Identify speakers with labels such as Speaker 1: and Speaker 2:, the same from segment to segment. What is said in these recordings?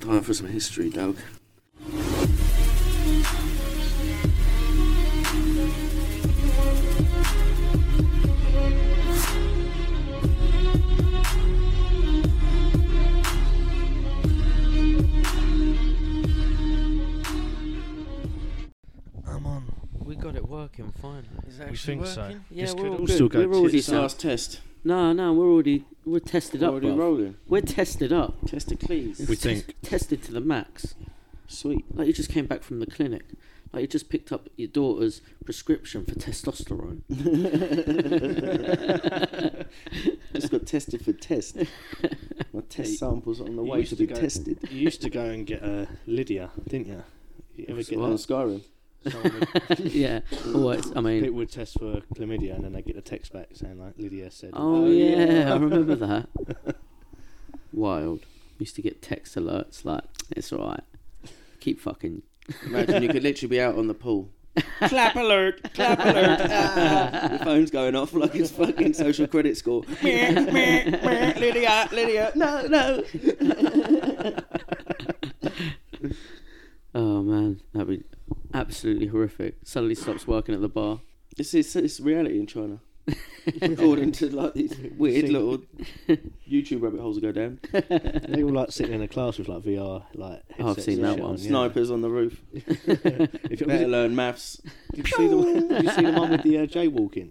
Speaker 1: Time for some history, Doug.
Speaker 2: I'm on.
Speaker 3: We got it working finally.
Speaker 1: Is
Speaker 2: We think so.
Speaker 3: Yeah,
Speaker 1: this
Speaker 3: we're
Speaker 1: could
Speaker 3: all
Speaker 1: all
Speaker 3: good.
Speaker 1: still go
Speaker 4: We're already
Speaker 1: tits up.
Speaker 4: last test.
Speaker 1: No, no, we're already we're tested
Speaker 4: We're
Speaker 1: up.
Speaker 4: already
Speaker 1: bruv.
Speaker 4: rolling.
Speaker 1: We're tested up.
Speaker 4: Testicles.
Speaker 1: It's
Speaker 2: We
Speaker 1: tes-
Speaker 2: think.
Speaker 1: tested to the max.
Speaker 4: Sweet.
Speaker 1: Like you just came back from the clinic. Like you just picked up your daughter's prescription for testosterone.
Speaker 4: Just got tested for test. My test
Speaker 1: Hey,
Speaker 4: samples on the
Speaker 5: you
Speaker 4: way
Speaker 5: used
Speaker 4: to
Speaker 5: to
Speaker 4: be
Speaker 5: go-
Speaker 4: tested.
Speaker 5: You used to go and get uh, Lydia, didn't you? You ever
Speaker 4: It's
Speaker 5: get
Speaker 4: on Skyrim.
Speaker 5: that? Someone would-
Speaker 1: yeah. Or it's, I mean,
Speaker 5: people would test for chlamydia and then they get a text back saying like Lydia said.
Speaker 1: oh
Speaker 4: Oh,
Speaker 1: yeah,
Speaker 4: yeah.
Speaker 1: I remember that. Wild. Used to get text alerts like it's all right. Keep fucking.
Speaker 4: Imagine you could literally be out on the pool. clap alert! Clap alert! Ah, the phone's going off like it's fucking social credit score. Meh, meh, meh, Lydia, Lydia, no, no.
Speaker 1: Oh man, that'd be absolutely horrific. Suddenly stops working at the bar.
Speaker 4: This is it's reality in China. According to like these weird
Speaker 5: See-
Speaker 4: little YouTube rabbit holes that go down.
Speaker 5: They all like sitting in a class with like VR like.
Speaker 1: Oh, I've
Speaker 5: headsets
Speaker 1: seen
Speaker 5: and
Speaker 1: that
Speaker 5: shit
Speaker 1: one.
Speaker 5: on, yeah.
Speaker 4: Snipers on the roof.
Speaker 5: If it was,
Speaker 4: Better
Speaker 5: did
Speaker 4: learn maths.
Speaker 5: you see the one, did you see the one with the uh, jaywalking?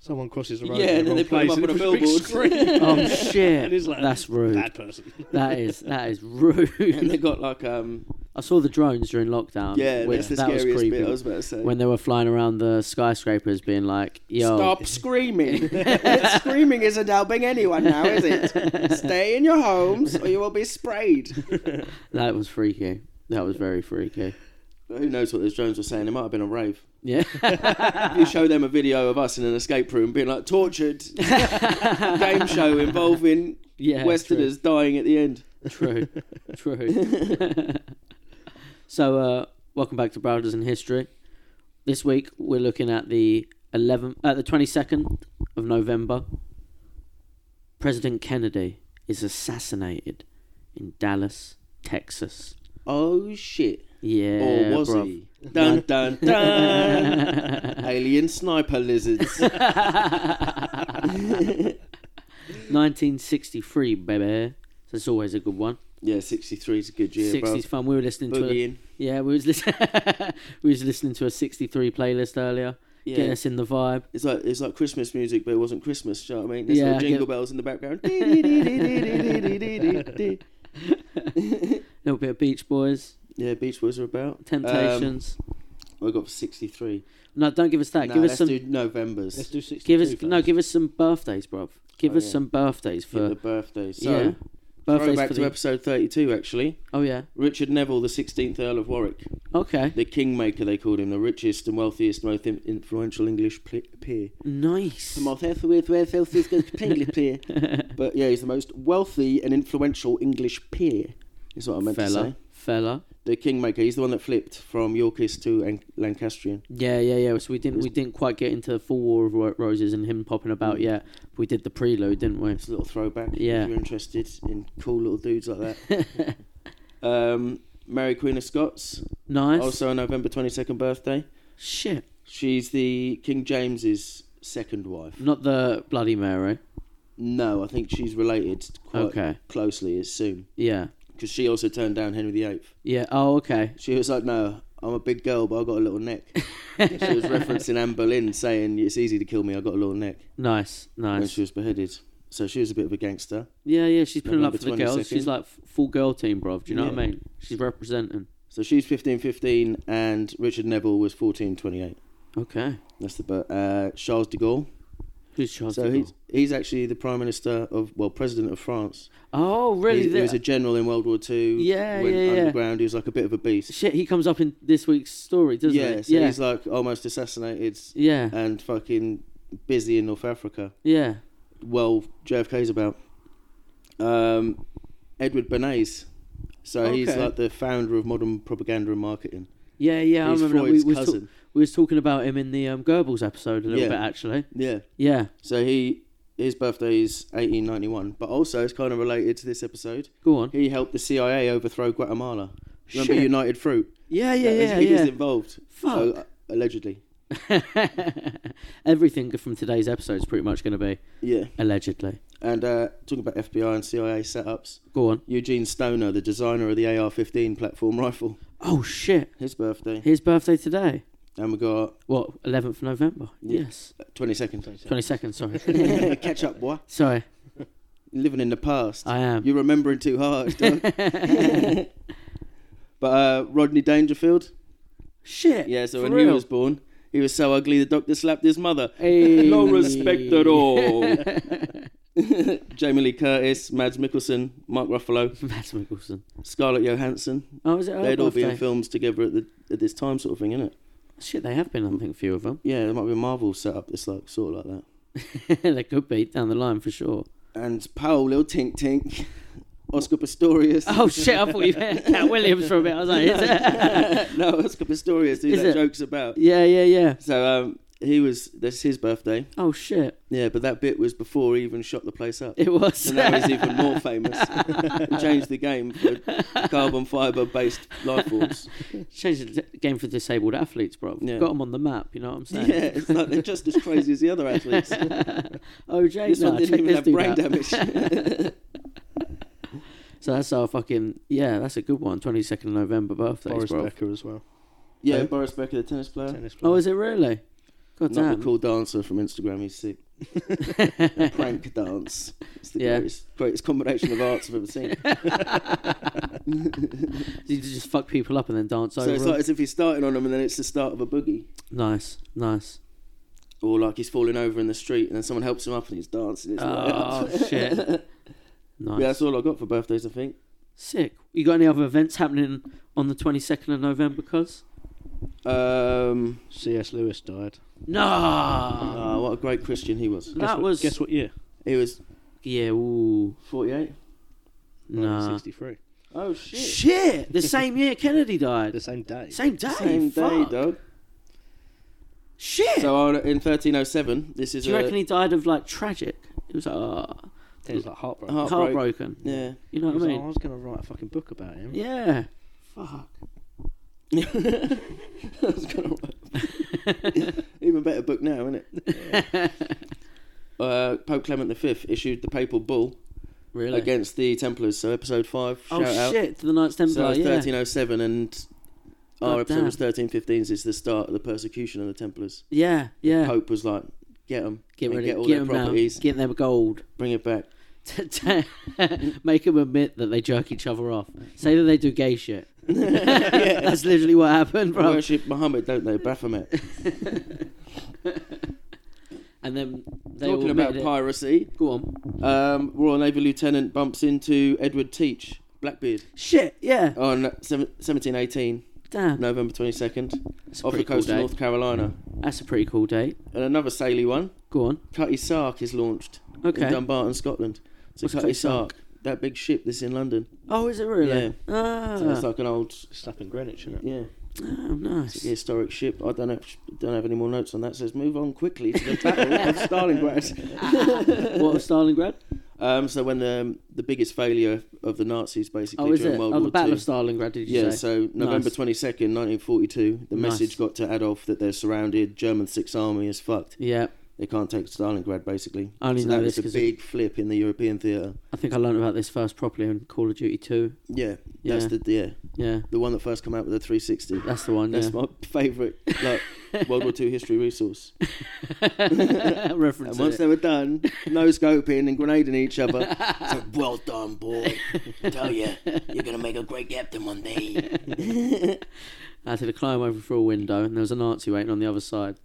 Speaker 5: Someone crosses the road.
Speaker 4: Yeah,
Speaker 5: in
Speaker 4: and
Speaker 5: the
Speaker 4: then they
Speaker 5: wrong
Speaker 4: put them
Speaker 5: place
Speaker 4: up on a
Speaker 5: and it was big
Speaker 4: billboard.
Speaker 5: screen.
Speaker 1: Oh shit,
Speaker 5: It is like
Speaker 1: that's rude.
Speaker 5: Bad person.
Speaker 1: That is that is rude.
Speaker 4: And they got like um
Speaker 1: I saw the drones during lockdown.
Speaker 4: yeah,
Speaker 1: which
Speaker 4: that's the
Speaker 1: Um, that was
Speaker 4: scariest
Speaker 1: creepy.
Speaker 4: bit I was about to say.
Speaker 1: when they were flying around the skyscrapers, being like, "Yo,
Speaker 4: Stop screaming. screaming isn't helping anyone now, is it? Stay in your homes or you will be sprayed.
Speaker 1: that was freaky. That was very freaky."
Speaker 4: But who knows what those drones were saying? They might have been a rave.
Speaker 1: Yeah,
Speaker 4: If you show them a video of us in an escape room being like tortured, game show involving
Speaker 1: yeah,
Speaker 4: Westerners dying at the end.
Speaker 1: True, true. true. so, uh, welcome back to Browders and History. This week we're looking at the 11th, uh, the 22nd of November. President Kennedy is assassinated in Dallas, Texas.
Speaker 4: Oh shit.
Speaker 1: Yeah,
Speaker 4: or was
Speaker 1: bruv.
Speaker 4: he? Dun dun dun. Alien sniper lizards.
Speaker 1: 1963, baby. So it's always a good one.
Speaker 4: Yeah, 63 is a good year,
Speaker 1: 60s
Speaker 4: bro.
Speaker 1: fun. We were listening to a,
Speaker 4: Boogieing.
Speaker 1: yeah, we was listening we was listening to a 63 playlist earlier,
Speaker 4: Yeah.
Speaker 1: getting us in the vibe.
Speaker 4: It's like it's like Christmas music, but it wasn't Christmas. Do you know what I mean? There's
Speaker 1: Yeah,
Speaker 4: little
Speaker 1: I get-
Speaker 4: jingle bells in the background.
Speaker 1: little bit of Beach Boys,
Speaker 4: yeah, Beach Boys are about.
Speaker 1: Temptations.
Speaker 4: Um, I got sixty three.
Speaker 1: no, don't give us that.
Speaker 4: No,
Speaker 1: give us
Speaker 4: let's
Speaker 1: some.
Speaker 4: do November's.
Speaker 5: Let's do six.
Speaker 1: give us no. Give us some birthdays, bruv. Give
Speaker 4: Oh,
Speaker 1: us
Speaker 4: yeah.
Speaker 1: some birthdays
Speaker 4: for
Speaker 1: for
Speaker 4: the birthday. So
Speaker 1: yeah. Birthdays
Speaker 4: throwback
Speaker 1: for
Speaker 4: to
Speaker 1: the,
Speaker 4: episode thirty two. Actually,
Speaker 1: oh yeah.
Speaker 4: Richard Neville, the sixteenth Earl of Warwick,
Speaker 1: Okay.
Speaker 4: the Kingmaker. They called him the richest and wealthiest, most in- influential English pl- peer.
Speaker 1: Nice.
Speaker 4: The most influential, wealthiest English peer. But yeah, he's the most wealthy and influential English peer. Is what I meant to say.
Speaker 1: fella, fella.
Speaker 4: The Kingmaker. He's the one that flipped from Yorkist to An- Lancastrian.
Speaker 1: Yeah, yeah, yeah. So we didn't we didn't quite get into the full War of Ro- Roses and him popping about
Speaker 4: Mm.
Speaker 1: yet. We did the prelude, didn't we?
Speaker 4: It's a little throwback.
Speaker 1: Yeah.
Speaker 4: If you're interested in cool little dudes like that. um, Mary Queen of Scots.
Speaker 1: Nice.
Speaker 4: Also a November 22nd birthday.
Speaker 1: Shit.
Speaker 4: She's the King James's second wife.
Speaker 1: Not the Bloody Mary.
Speaker 4: No, I think she's related quite
Speaker 1: Okay.
Speaker 4: closely as soon.
Speaker 1: Yeah.
Speaker 4: Because she also turned down Henry VIII.
Speaker 1: Yeah. Oh, okay.
Speaker 4: She was like, no, I'm a big girl, but I've got a little neck. she was referencing Anne Boleyn saying, it's easy to kill me, I've got a little neck.
Speaker 1: Nice.
Speaker 4: When
Speaker 1: Nice.
Speaker 4: she was beheaded. So she was a bit of a gangster.
Speaker 1: Yeah, yeah. She's putting up
Speaker 4: November
Speaker 1: for the girls.
Speaker 4: 22nd.
Speaker 1: She's like f- full girl team, bruv. Do you know what I
Speaker 4: Yeah.
Speaker 1: mean? She's representing.
Speaker 4: So she's 15, 15, and Richard Neville was 14, 28.
Speaker 1: Okay.
Speaker 4: That's the bir- uh, Charles de Gaulle.
Speaker 1: Who's Charles?
Speaker 4: so
Speaker 1: de Gaulle?
Speaker 4: he's he's actually the prime minister of well president of France.
Speaker 1: Oh, really?
Speaker 4: He, he
Speaker 1: The-
Speaker 4: was a general in World War Two.
Speaker 1: Yeah,
Speaker 4: went
Speaker 1: yeah, yeah.
Speaker 4: underground. He was like a bit of a beast.
Speaker 1: Shit, he comes up in this week's story, doesn't
Speaker 4: yeah,
Speaker 1: he?
Speaker 4: so
Speaker 1: yeah.
Speaker 4: he's uh, like almost assassinated
Speaker 1: yeah.
Speaker 4: and fucking busy in North Africa.
Speaker 1: yeah.
Speaker 4: Well, JFK's about um, Edward Bernays. So he's
Speaker 1: Okay.
Speaker 4: like the founder of modern propaganda and marketing.
Speaker 1: Yeah. Yeah. I
Speaker 4: he's
Speaker 1: remember. that.
Speaker 4: Freud's
Speaker 1: we, was
Speaker 4: cousin.
Speaker 1: we was talking about him in the um, Goebbels episode a little
Speaker 4: Yeah.
Speaker 1: bit actually.
Speaker 4: Yeah.
Speaker 1: Yeah.
Speaker 4: So he his birthday is 1891, but also it's kind of related to this episode.
Speaker 1: Go on.
Speaker 4: He helped the CIA overthrow Guatemala. Remember
Speaker 1: Shit.
Speaker 4: United Fruit?
Speaker 1: Yeah, yeah,
Speaker 4: He
Speaker 1: yeah,
Speaker 4: was
Speaker 1: yeah.
Speaker 4: involved. So, uh,
Speaker 1: Fuck.
Speaker 4: allegedly.
Speaker 1: Everything from today's episode is pretty much going to be
Speaker 4: Yeah.
Speaker 1: allegedly.
Speaker 4: And uh, talking about FBI and CIA setups,
Speaker 1: Go on.
Speaker 4: Eugene Stoner, the designer of the AR-15 platform rifle,
Speaker 1: Oh shit!
Speaker 4: his birthday,
Speaker 1: His birthday today.
Speaker 4: and we got
Speaker 1: What? Eleventh of November.
Speaker 4: Yeah.
Speaker 1: Yes.
Speaker 4: 22nd.
Speaker 1: Twenty second. Sorry.
Speaker 4: Catch up, boy.
Speaker 1: sorry.
Speaker 4: Living in the past.
Speaker 1: I am.
Speaker 4: You're remembering too hard, dog. but uh, Rodney Dangerfield,
Speaker 1: Shit.
Speaker 4: yeah. So
Speaker 1: for
Speaker 4: when he
Speaker 1: real.
Speaker 4: was born, he was so ugly the doctor slapped his mother.
Speaker 1: Hey.
Speaker 4: No respect at all. Jamie Lee Curtis, Mads Mikkelsen, Mark Ruffalo,
Speaker 1: Mads Mikkelsen.
Speaker 4: Scarlett Johansson.
Speaker 1: Oh, is it? her
Speaker 4: They'd all be in
Speaker 1: birthday?
Speaker 4: films together at, the, at this time, sort of thing, innit?
Speaker 1: Shit, they have been. I think a few of them.
Speaker 4: Yeah, there might be a Marvel setup that's like sort of like that.
Speaker 1: they could be down the line for sure.
Speaker 4: And Paul, little Tink Tink, Oscar Pistorius.
Speaker 1: Oh shit! I thought you meant Cat Williams for a bit. I was like, is it?
Speaker 4: no, Oscar Pistorius, who
Speaker 1: Is
Speaker 4: that
Speaker 1: it?
Speaker 4: joke's about.
Speaker 1: yeah, yeah, yeah.
Speaker 4: So um, he was. That's his birthday.
Speaker 1: Oh shit!
Speaker 4: Yeah, but that bit was before he even shot the place up.
Speaker 1: It was.
Speaker 4: So now he's even more famous. and changed the game for carbon fiber based life forms.
Speaker 1: Changed the game for disabled athletes, bro.
Speaker 4: Yeah.
Speaker 1: Got them on the map. You know what I'm
Speaker 4: Yeah,
Speaker 1: saying?
Speaker 4: it's like they're just as crazy as the other athletes.
Speaker 1: OJ,
Speaker 4: This
Speaker 1: no,
Speaker 4: one didn't
Speaker 1: check
Speaker 4: even
Speaker 1: this
Speaker 4: have
Speaker 1: dude
Speaker 4: brain
Speaker 1: out.
Speaker 4: damage.
Speaker 1: So that's our fucking yeah. That's a good one. Twenty second of November birthdays,
Speaker 5: Boris
Speaker 1: bro.
Speaker 5: Becker as well.
Speaker 4: yeah,
Speaker 5: Yeah.
Speaker 4: Boris Becker, the tennis player.
Speaker 5: Tennis
Speaker 1: Oh,
Speaker 5: player.
Speaker 1: is it really? God
Speaker 4: Not
Speaker 1: damn.
Speaker 4: the cool dancer from Instagram. He's sick. Prank dance. It's the
Speaker 1: Yeah.
Speaker 4: greatest, greatest combination of arts I've ever seen.
Speaker 1: you just fuck people up and then dance
Speaker 4: so
Speaker 1: over.
Speaker 4: it's
Speaker 1: them.
Speaker 4: like as if he's starting on them, and then it's the start of a boogie,
Speaker 1: nice, nice.
Speaker 4: or like he's falling over in the street, and then someone helps him up, and he's dancing. It's like-
Speaker 1: Oh shit. Nice.
Speaker 4: Yeah, that's all I got for birthdays. I think.
Speaker 1: Sick. You got any other events happening on the twenty second of November? Cause
Speaker 4: Um,
Speaker 5: C.S. Lewis died.
Speaker 1: no,
Speaker 4: ah, what a great Christian he was.
Speaker 5: Guess
Speaker 1: that
Speaker 5: what,
Speaker 1: was
Speaker 5: Guess what year?
Speaker 4: He was
Speaker 1: yeah. Ooh,
Speaker 4: 48.
Speaker 1: nah.
Speaker 5: 1963.
Speaker 4: Oh shit!
Speaker 1: Shit. The same year Kennedy died.
Speaker 5: The same day.
Speaker 1: Same day.
Speaker 4: Same day,
Speaker 1: fuck.
Speaker 4: dog.
Speaker 1: Shit.
Speaker 4: So uh, on, in 1307, this is
Speaker 1: Do you
Speaker 4: a
Speaker 1: reckon he died of like tragic? It was like ah,
Speaker 5: It was like heartbreak.
Speaker 4: Heart- Heartbreak.
Speaker 1: heartbroken.
Speaker 4: yeah.
Speaker 1: Oh, You know
Speaker 5: I,
Speaker 1: what I
Speaker 5: was like, "Oh,
Speaker 1: mean?
Speaker 5: I was going to write a fucking book about him.
Speaker 1: Yeah. Fuck.
Speaker 4: I was gonna write- Even better book now, isn't it? uh, Pope Clement V issued the papal bull
Speaker 1: Really?
Speaker 4: against the Templars. So episode five,
Speaker 1: oh
Speaker 4: shout out.
Speaker 1: shit! To the Knights
Speaker 4: So
Speaker 1: Templar.
Speaker 4: it's
Speaker 1: yeah.
Speaker 4: 1307 and. Our
Speaker 1: Oh,
Speaker 4: episode
Speaker 1: damn.
Speaker 4: was 1315 is the start of the persecution of the Templars.
Speaker 1: Yeah. Yeah.
Speaker 4: Pope was like, get them,
Speaker 1: Get rid
Speaker 4: get
Speaker 1: of
Speaker 4: all
Speaker 1: get
Speaker 4: their
Speaker 1: them now.
Speaker 4: properties,
Speaker 1: Get them gold.
Speaker 4: bring it back.
Speaker 1: Make them admit that they jerk each other off. Say that they do gay shit. That's literally what happened,
Speaker 4: They
Speaker 1: bro.
Speaker 4: worship Muhammad, don't they? Baphomet.
Speaker 1: And then they all
Speaker 4: Talking about
Speaker 1: admitted it.
Speaker 4: piracy,
Speaker 1: Go on.
Speaker 4: um, Royal Navy Lieutenant bumps into Edward Teach, Blackbeard,
Speaker 1: Shit. Yeah.
Speaker 4: on seven- 1718,
Speaker 1: Damn.
Speaker 4: November 22nd,
Speaker 1: That's Ah. a
Speaker 4: off
Speaker 1: pretty
Speaker 4: the
Speaker 1: cool
Speaker 4: coast of
Speaker 1: date.
Speaker 4: North Carolina.
Speaker 1: That's a pretty cool date.
Speaker 4: And another Sailey one,
Speaker 1: Go on.
Speaker 4: Cutty Sark, is launched
Speaker 1: Okay.
Speaker 4: in Dunbarton, Scotland. So
Speaker 1: What's
Speaker 4: Cutty
Speaker 1: Cutty Sark?
Speaker 4: Sark, that big ship that's in London.
Speaker 1: Oh, is it really?
Speaker 4: Yeah.
Speaker 1: Ah.
Speaker 4: So it's like an old,
Speaker 5: It's up in Greenwich, isn't it?
Speaker 4: yeah,
Speaker 1: oh, nice.
Speaker 4: it's a historic ship. I don't have, don't have any more notes on that. So let's move on quickly to the Battle of Stalingrad.
Speaker 1: what was Stalingrad?
Speaker 4: Um, so when the the biggest failure of the Nazis basically
Speaker 1: Oh, is
Speaker 4: during
Speaker 1: it?
Speaker 4: World
Speaker 1: oh,
Speaker 4: War
Speaker 1: the Battle
Speaker 4: II.
Speaker 1: of Stalingrad. Did you
Speaker 4: Yeah,
Speaker 1: say?
Speaker 4: so November
Speaker 1: Nice.
Speaker 4: twenty second, nineteen forty two, the
Speaker 1: Nice.
Speaker 4: message got to Adolf that they're surrounded. German Sixth Army is fucked.
Speaker 1: yeah,
Speaker 4: They can't take Stalingrad, basically.
Speaker 1: I only
Speaker 4: so
Speaker 1: know
Speaker 4: that
Speaker 1: this
Speaker 4: was a
Speaker 1: 'cause
Speaker 4: big flip in the European theatre.
Speaker 1: I think I learned about this first properly in Call of Duty Two.
Speaker 4: Yeah, that's
Speaker 1: Yeah.
Speaker 4: the yeah
Speaker 1: Yeah,
Speaker 4: the one that first came out with the three sixty.
Speaker 1: that's the one.
Speaker 4: That's
Speaker 1: Yeah,
Speaker 4: my favourite like World War Two history resource.
Speaker 1: reference.
Speaker 4: And once they were done, no scoping and grenading each other. It's like, well done, boy. tell you, you're gonna make a great captain one day.
Speaker 1: I had to climb over through a window, and there was a Nazi waiting on the other side.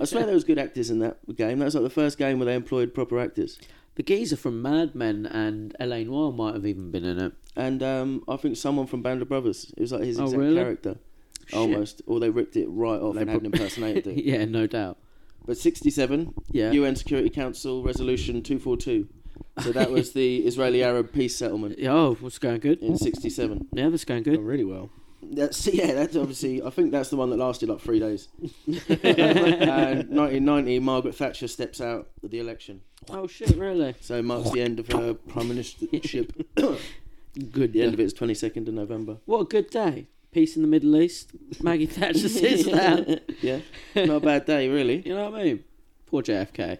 Speaker 4: I swear there was good actors in that game. That was like the first game where they employed proper actors.
Speaker 1: the geezer from Mad Men and Elaine Noir might have even been in it.
Speaker 4: and um, I think someone from Band of Brothers. It was like his
Speaker 1: Oh,
Speaker 4: exact
Speaker 1: really?
Speaker 4: character,
Speaker 1: Shit.
Speaker 4: almost. Or they ripped it right off and had an impersonator do it.
Speaker 1: yeah, no doubt.
Speaker 4: But 67,
Speaker 1: Yeah.
Speaker 4: UN Security Council Resolution 242. So that was the Israeli Arab peace settlement
Speaker 1: Yeah, oh, what's going good?
Speaker 4: in 67.
Speaker 1: Yeah, that's going
Speaker 5: Done
Speaker 1: good.
Speaker 5: really well.
Speaker 4: that's, yeah, that's obviously. I think that's the one that lasted like three days. and 1990, Margaret Thatcher steps out of the election,
Speaker 1: Oh shit! Really?
Speaker 4: so marks the end of her prime ministership. Good. The end of it is 22nd of November.
Speaker 1: What a good day. Peace in the Middle East. Maggie Thatcher sits down.
Speaker 4: Yeah, not a bad day really.
Speaker 1: You know what I mean? Poor JFK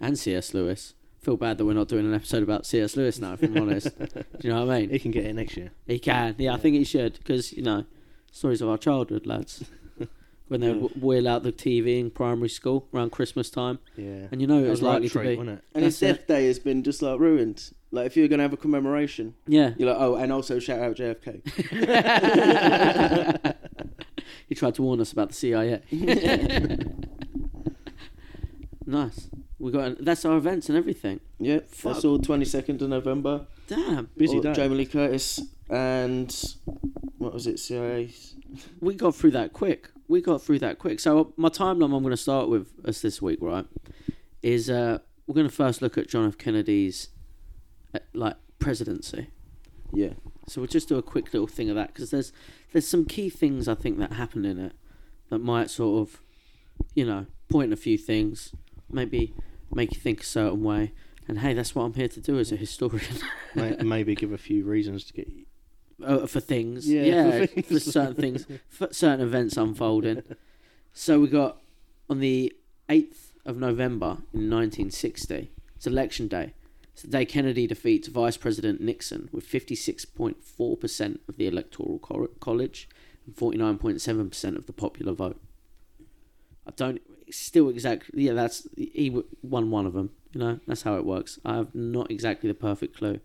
Speaker 1: and C.S. Lewis. Feel bad that we're not doing an episode about C.S. Lewis now, if I'm honest. Do you know what I mean?
Speaker 5: He can get it next year.
Speaker 1: He can. Yeah, I think he should because you know, stories of our childhood, lads. When they would w- wheel out the TV in primary school around Christmas time,
Speaker 5: Yeah.
Speaker 1: and you know it
Speaker 5: That
Speaker 1: was
Speaker 5: a right
Speaker 1: likely to
Speaker 5: trait,
Speaker 1: be.
Speaker 5: wasn't it?
Speaker 4: And his
Speaker 1: That's
Speaker 4: death day has been just like ruined. Like if you're gonna have a commemoration,
Speaker 1: Yeah.
Speaker 4: you're like, oh, and also shout out JFK.
Speaker 1: he tried to warn us about the CIA. nice. We got an, that's our events and everything.
Speaker 4: Yep,
Speaker 1: Fuck.
Speaker 4: that's all 22nd of November.
Speaker 1: Damn,
Speaker 5: Busy
Speaker 4: All-
Speaker 5: day.
Speaker 4: Jamie Lee Curtis and what was it? CIA.
Speaker 1: we got through that quick. We got through that quick. So uh, my timeline I'm going to start with us this week, right? Is uh, we're going to first look at John F. Kennedy's uh, like presidency.
Speaker 4: Yeah.
Speaker 1: So we'll just do a quick little thing of that because there's there's some key things I think that happened in it that might sort of, you know, point a few things, maybe make you think a certain way. And hey, that's what I'm here to do as a historian
Speaker 5: May- Maybe give a few reasons to get.
Speaker 1: uh, for things. Yeah,
Speaker 5: Yeah, for
Speaker 1: for,
Speaker 5: things.
Speaker 1: certain things, for certain events unfolding. So we got on the eighth of November in 1960. It's election day. It's the day Kennedy defeats Vice President Nixon with 56.4 percent of the electoral cor- college and 49.7 percent of the popular vote. I don't still exactly. Yeah, that's he w- won one of them. You know, that's how it works. I have not exactly the perfect clue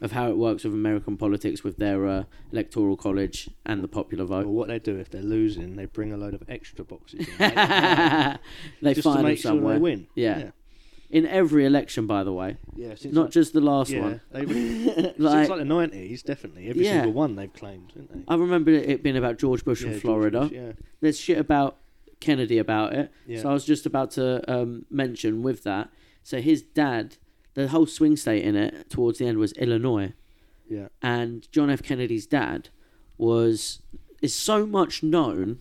Speaker 1: of how it works with American politics with their uh, electoral college and the popular
Speaker 5: Well,
Speaker 1: vote.
Speaker 5: what they do if they're losing, they bring a load of extra boxes. In,
Speaker 1: they
Speaker 5: Oh. just to
Speaker 1: find them
Speaker 5: make sure
Speaker 1: somewhere.
Speaker 5: they win.
Speaker 1: Yeah.
Speaker 5: yeah.
Speaker 1: In every election, by the way,
Speaker 5: Yeah, since
Speaker 1: not
Speaker 5: like-
Speaker 1: just the last
Speaker 5: yeah,
Speaker 1: one.
Speaker 5: They, since
Speaker 1: Like-
Speaker 5: like the nineties, definitely every
Speaker 1: Yeah.
Speaker 5: single one they've claimed, didn't they?
Speaker 1: I remember it being about George Bush
Speaker 5: Yeah,
Speaker 1: in
Speaker 5: George
Speaker 1: Florida.
Speaker 5: Bush, yeah,
Speaker 1: There's shit about Kennedy about it.
Speaker 5: Yeah.
Speaker 1: So I was just about to um, mention with that. So his dad, the whole swing state in it towards the end was Illinois.
Speaker 5: yeah,
Speaker 1: and John F. Kennedy's dad was is so much known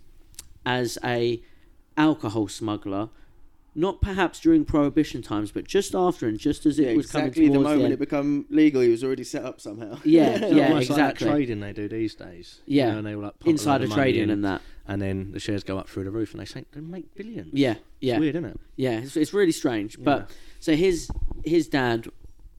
Speaker 1: as a alcohol smuggler, not perhaps during Prohibition times, but just after and just as it
Speaker 4: Yeah,
Speaker 1: was
Speaker 4: exactly the
Speaker 1: coming towards
Speaker 4: moment it
Speaker 1: end.
Speaker 4: become legal, he was already set up somehow.
Speaker 1: yeah,
Speaker 5: It's
Speaker 1: yeah,
Speaker 5: almost like that
Speaker 1: exactly.
Speaker 5: trading they do these days. you
Speaker 1: Yeah.
Speaker 5: know, and they were like put a load
Speaker 1: Insider
Speaker 5: of money
Speaker 1: trading
Speaker 5: in,
Speaker 1: and that.
Speaker 5: and then the shares go up through the roof, and they say they make billions.
Speaker 1: Yeah,
Speaker 5: it's
Speaker 1: yeah.
Speaker 5: weird, isn't it?
Speaker 1: Yeah, it's, it's really strange. But so his his dad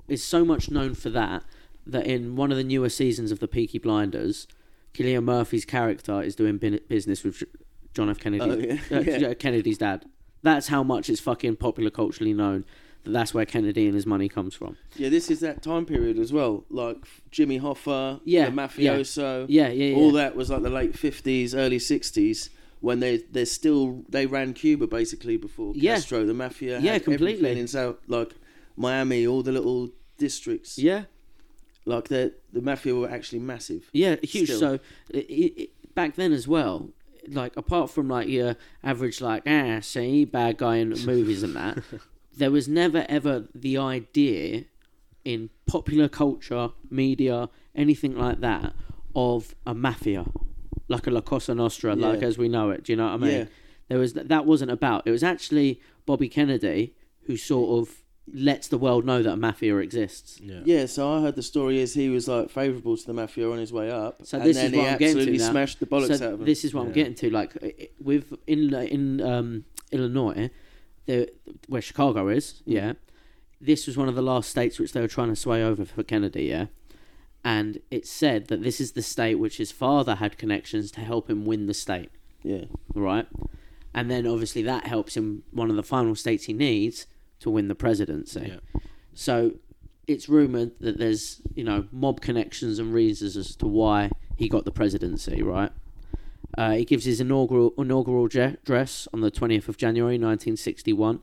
Speaker 1: is so much known for that that in one of the newer seasons of the Peaky Blinders, Cillian Murphy's character is doing bin- business with J- John F. Kennedy,
Speaker 4: Oh, yeah.
Speaker 1: uh,
Speaker 4: Yeah.
Speaker 1: J- Kennedy's dad. That's how much it's fucking popular culturally known that that's where Kennedy and his money comes from.
Speaker 4: Yeah, this is that time period as well. Like Jimmy Hoffa,
Speaker 1: Yeah,
Speaker 4: the mafioso,
Speaker 1: Yeah, yeah, yeah.
Speaker 4: all that was like the late fifties, early sixties when they they still they ran Cuba basically before
Speaker 1: Yeah.
Speaker 4: Castro. The mafia,
Speaker 1: Yeah,
Speaker 4: had
Speaker 1: completely.
Speaker 4: everything in South like Miami, all the little districts.
Speaker 1: Yeah,
Speaker 4: like the the mafia were actually massive.
Speaker 1: yeah, huge.
Speaker 4: Still.
Speaker 1: So i i back then as well, like apart from like your average like ah see bad guy in movies and that, there was never ever the idea in popular culture, media, anything like that of a mafia, like a La Cosa Nostra, like
Speaker 4: Yeah.
Speaker 1: as we know it. Do you know what I mean?
Speaker 4: Yeah.
Speaker 1: There was that wasn't about. It was actually Bobby Kennedy who sort of lets the world know that a mafia exists.
Speaker 5: Yeah,
Speaker 4: Yeah, so I heard the story is he was like favourable to the mafia on his way up,
Speaker 1: So
Speaker 4: and
Speaker 1: this
Speaker 4: then
Speaker 1: is what
Speaker 4: he
Speaker 1: I'm getting to
Speaker 4: absolutely
Speaker 1: now.
Speaker 4: smashed the bollocks
Speaker 1: so
Speaker 4: out of him.
Speaker 1: this is what I'm
Speaker 5: Yeah.
Speaker 1: getting to. Like i- i- with in in um, Illinois, the where Chicago is, yeah. This was one of the last states which they were trying to sway over for Kennedy, yeah. And it said that this is the state which his father had connections to help him win the state,
Speaker 4: yeah,
Speaker 1: right? And then obviously that helps him one of the final states he needs to win the presidency.
Speaker 5: yeah.
Speaker 1: So it's rumored that there's, you know, mob connections and reasons as to why he got the presidency, right? Uh, he gives his inaugural inaugural je- dress on the 20th of January 1961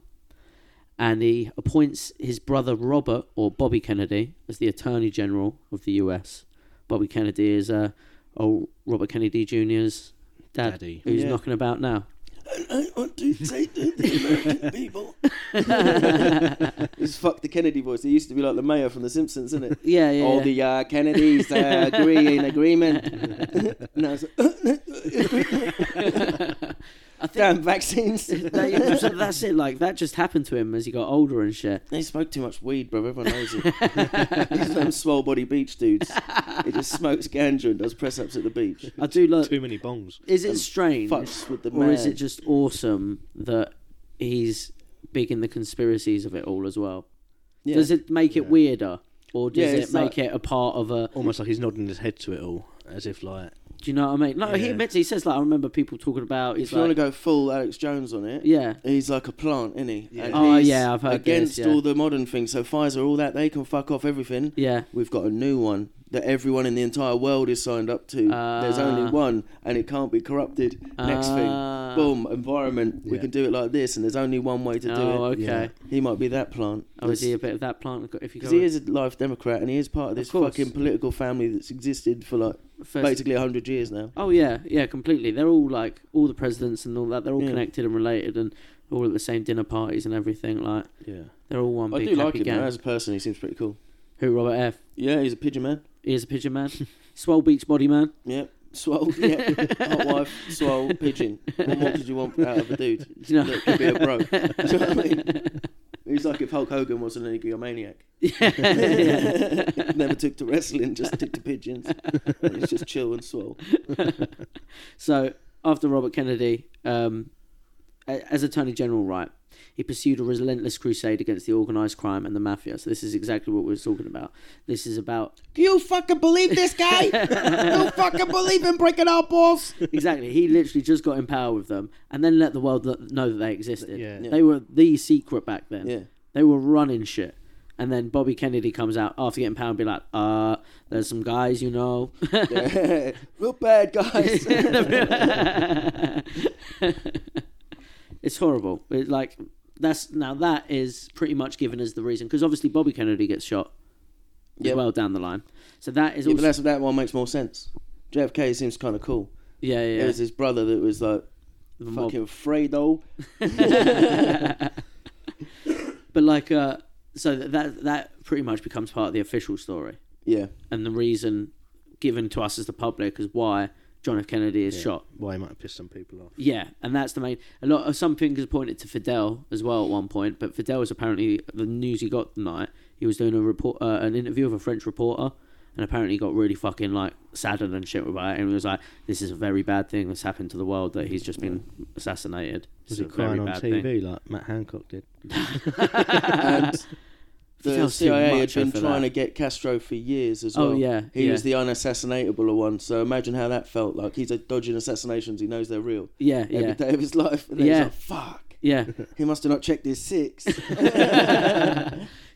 Speaker 1: and he appoints his brother Robert or Bobby Kennedy as the Attorney General of the US. Bobby Kennedy is uh, old Robert Kennedy Jr.'s dad
Speaker 5: Daddy.
Speaker 1: who's
Speaker 4: Yeah.
Speaker 1: knocking about now.
Speaker 4: I don't want to say to the American people. It's fuck the Kennedy voice. It used to be like the mayor from The Simpsons, isn't it?
Speaker 1: yeah, yeah.
Speaker 4: All
Speaker 1: yeah.
Speaker 4: the uh, Kennedys uh, agree in agreement. no, it's
Speaker 1: I think
Speaker 4: damn vaccines.
Speaker 1: that- so that's it. Like that just happened to him as he got older and shit.
Speaker 4: They smoke too much weed, bro. Everyone knows it. These damn swole body beach dudes. It just smokes ganja and does press ups at the beach.
Speaker 1: I do love.
Speaker 5: Too many bongs.
Speaker 1: Is it strange,
Speaker 4: Fucks with the man.
Speaker 1: or is it just awesome that he's big in the conspiracies of it all as well?
Speaker 4: Yeah.
Speaker 1: Does it make it
Speaker 5: Yeah.
Speaker 1: weirder, or does
Speaker 4: Yeah,
Speaker 1: it
Speaker 4: it's like-
Speaker 1: make it a part of a?
Speaker 5: Almost like he's nodding his head to it all, as if like,
Speaker 1: Do you know what I mean? No, he
Speaker 5: Yeah.
Speaker 1: admits he says like I remember people talking about. He's
Speaker 4: if you want
Speaker 1: like,
Speaker 4: to go full Alex Jones on it,
Speaker 1: yeah,
Speaker 4: He's like a plant, isn't he?
Speaker 5: Yeah.
Speaker 4: And
Speaker 1: Oh,
Speaker 4: he's
Speaker 1: yeah, I've heard
Speaker 4: against
Speaker 1: this, yeah.
Speaker 4: all the modern things. So Pfizer, all that, they can fuck off everything.
Speaker 1: yeah,
Speaker 4: We've got a new one that everyone in the entire world is signed up to. There's
Speaker 1: Ah.
Speaker 4: only one, and it can't be corrupted. Next
Speaker 1: Ah.
Speaker 4: thing, boom, environment. We
Speaker 5: Yeah.
Speaker 4: can do it like this, and there's only one way to do
Speaker 1: oh,
Speaker 4: it.
Speaker 1: okay.
Speaker 5: Yeah.
Speaker 4: He might be that plant.
Speaker 1: Oh, is he a bit of that plant? If you go
Speaker 4: Because he is a life Democrat, and he is part of this
Speaker 1: course.
Speaker 4: fucking political family that's existed for like
Speaker 1: first-
Speaker 4: basically hundred years now.
Speaker 1: Oh yeah, yeah, completely. They're all like all the presidents and all that. They're all
Speaker 4: Yeah.
Speaker 1: connected and related and all at the same dinner parties and everything. Like
Speaker 5: yeah,
Speaker 1: they're all one
Speaker 4: I
Speaker 1: big
Speaker 4: do like
Speaker 1: happy
Speaker 4: him
Speaker 1: gang.
Speaker 4: though, as a person. He seems pretty cool.
Speaker 1: Who Robert F?
Speaker 4: Yeah, he's a pigeon man.
Speaker 1: He is a pigeon man. Swole Beach body man.
Speaker 4: Yep. Swole, yep. Hot wife, swole, pigeon. What more could you want out of a dude?
Speaker 1: Do you know?
Speaker 4: That could be a bro. Do you know what I mean? He's like if Hulk Hogan wasn't an egomaniac. Never took to wrestling, just took to pigeons. And It's just chill and swole.
Speaker 1: So after Robert Kennedy, um, a- as Attorney General, right, he pursued a relentless crusade against the organised crime and the mafia. So this is exactly what we were talking about. This is about
Speaker 4: Can you fucking believe this guy? you fucking believe him breaking our balls?
Speaker 1: exactly. He literally just got in power with them, and then let the world lo- know that they existed.
Speaker 5: Yeah. Yeah.
Speaker 1: They were the secret back then.
Speaker 4: Yeah.
Speaker 1: They were running shit. And then Bobby Kennedy comes out after getting power and be like, uh, there's some guys, you know.
Speaker 4: Real bad guys.
Speaker 1: it's horrible. It, like, that's now that is pretty much given as the reason because obviously Bobby Kennedy gets shot
Speaker 4: Yeah.
Speaker 1: as well down the line. So that is
Speaker 4: yeah,
Speaker 1: also,
Speaker 4: but that's, that one makes more sense. JFK seems kind of cool.
Speaker 1: yeah, yeah,
Speaker 4: It was his brother that was like,
Speaker 1: the mob.
Speaker 4: fucking Fredo.
Speaker 1: But like, uh, so that- that that pretty much becomes part of the official story.
Speaker 4: Yeah.
Speaker 1: and the reason given to us as the public is why John F. Kennedy is shot.
Speaker 5: why he might have pissed some people off.
Speaker 1: Yeah, and that's the main. A lot of some fingers pointed to Fidel as well at one point, but Fidel was apparently the news he got the night he was doing a report, uh, an interview with a French reporter, and apparently he got really fucking like saddened and shit about it, and he was like, "This is a very bad thing that's happened to the world that he's just been assassinated. This
Speaker 5: Was
Speaker 1: is a
Speaker 5: it
Speaker 1: very
Speaker 5: crying on
Speaker 1: bad
Speaker 5: TV
Speaker 1: thing."
Speaker 5: like Matt Hancock did?
Speaker 4: and the
Speaker 1: Feels too
Speaker 4: CIA had
Speaker 1: macho
Speaker 4: been
Speaker 1: for
Speaker 4: trying
Speaker 1: that.
Speaker 4: to get Castro for years as well.
Speaker 1: Oh, yeah,
Speaker 4: he
Speaker 1: yeah.
Speaker 4: was the unassassinatable one. So imagine how that felt. Like he's dodging assassinations. He knows they're real
Speaker 1: Yeah,
Speaker 4: every
Speaker 1: yeah,
Speaker 4: day of his life. And then
Speaker 1: Yeah.
Speaker 4: he's like, fuck.
Speaker 1: yeah.
Speaker 4: He must have not checked his six.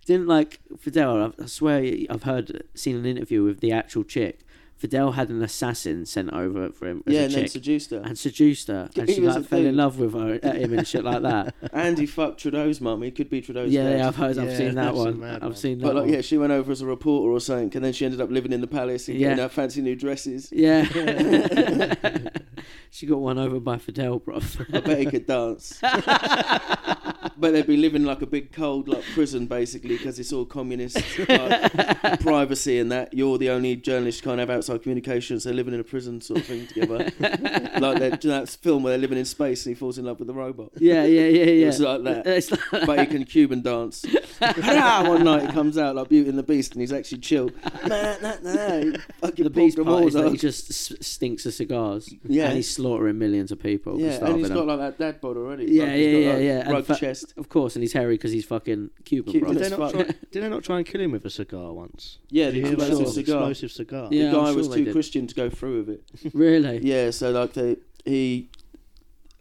Speaker 1: Didn't like Fidel. I've- I swear I've heard seen an interview with the actual chick. Fidel had an assassin sent over for him as
Speaker 4: yeah,
Speaker 1: a
Speaker 4: and then
Speaker 1: chick
Speaker 4: seduced her.
Speaker 1: and seduced her, and
Speaker 4: He
Speaker 1: she
Speaker 4: was
Speaker 1: like
Speaker 4: a
Speaker 1: fell in
Speaker 4: dude.
Speaker 1: love with her, uh, him and shit like that.
Speaker 4: And he fucked Trudeau's mum. He could be Trudeau's
Speaker 1: yeah,
Speaker 4: dad.
Speaker 1: I've heard, I've
Speaker 5: Yeah,
Speaker 1: seen that
Speaker 5: that's a
Speaker 1: one.
Speaker 5: mad
Speaker 1: I've
Speaker 5: one.
Speaker 1: seen that
Speaker 4: But like,
Speaker 1: one.
Speaker 4: yeah, she went over as a reporter or something, and then she ended up living in the palace and getting
Speaker 1: Yeah.
Speaker 4: her fancy new dresses.
Speaker 1: yeah. she got one over by Fidel, bro.
Speaker 4: I bet he could dance. but they'd be living like a big cold like prison basically because it's all communist like, privacy and that you're the only journalist who can't have outside communications. They're living in a prison sort of thing together. like that, do you know that film where they're living in space and he falls in love with the robot.
Speaker 1: yeah, yeah, yeah, yeah.
Speaker 4: was like that.
Speaker 1: It's like that.
Speaker 4: But he can Cuban dance. Hurrah! One night he comes out like Beauty and the Beast and he's actually chill. Nah, nah, nah. He fucking
Speaker 1: the beast
Speaker 4: pulled
Speaker 1: part
Speaker 4: walls
Speaker 1: is that
Speaker 4: off.
Speaker 1: he just s- stinks of cigars.
Speaker 4: Yeah.
Speaker 1: and he's slaughtering millions of people. for
Speaker 4: yeah, and
Speaker 1: starving
Speaker 4: he's
Speaker 1: them.
Speaker 4: got like that dad bod already.
Speaker 1: Yeah,
Speaker 4: Like,
Speaker 1: yeah,
Speaker 4: he's got,
Speaker 1: yeah,
Speaker 4: like,
Speaker 1: yeah. And
Speaker 4: Rug
Speaker 1: fa-
Speaker 4: chest.
Speaker 1: Of course, and he's hairy because he's fucking Cuban,
Speaker 4: Cuban
Speaker 1: bro.
Speaker 5: Did they,
Speaker 4: as
Speaker 5: not
Speaker 4: fuck.
Speaker 5: try, did they not try and kill him with a cigar once?
Speaker 4: Yeah,
Speaker 5: Did
Speaker 4: the
Speaker 5: you hear about
Speaker 4: explosive
Speaker 5: this
Speaker 4: cigar.
Speaker 5: Explosive cigar.
Speaker 1: Yeah,
Speaker 4: the guy
Speaker 1: I'm
Speaker 4: was
Speaker 1: sure they
Speaker 4: too
Speaker 1: did.
Speaker 4: Christian to go through with it.
Speaker 1: Really?
Speaker 4: Yeah, so like they he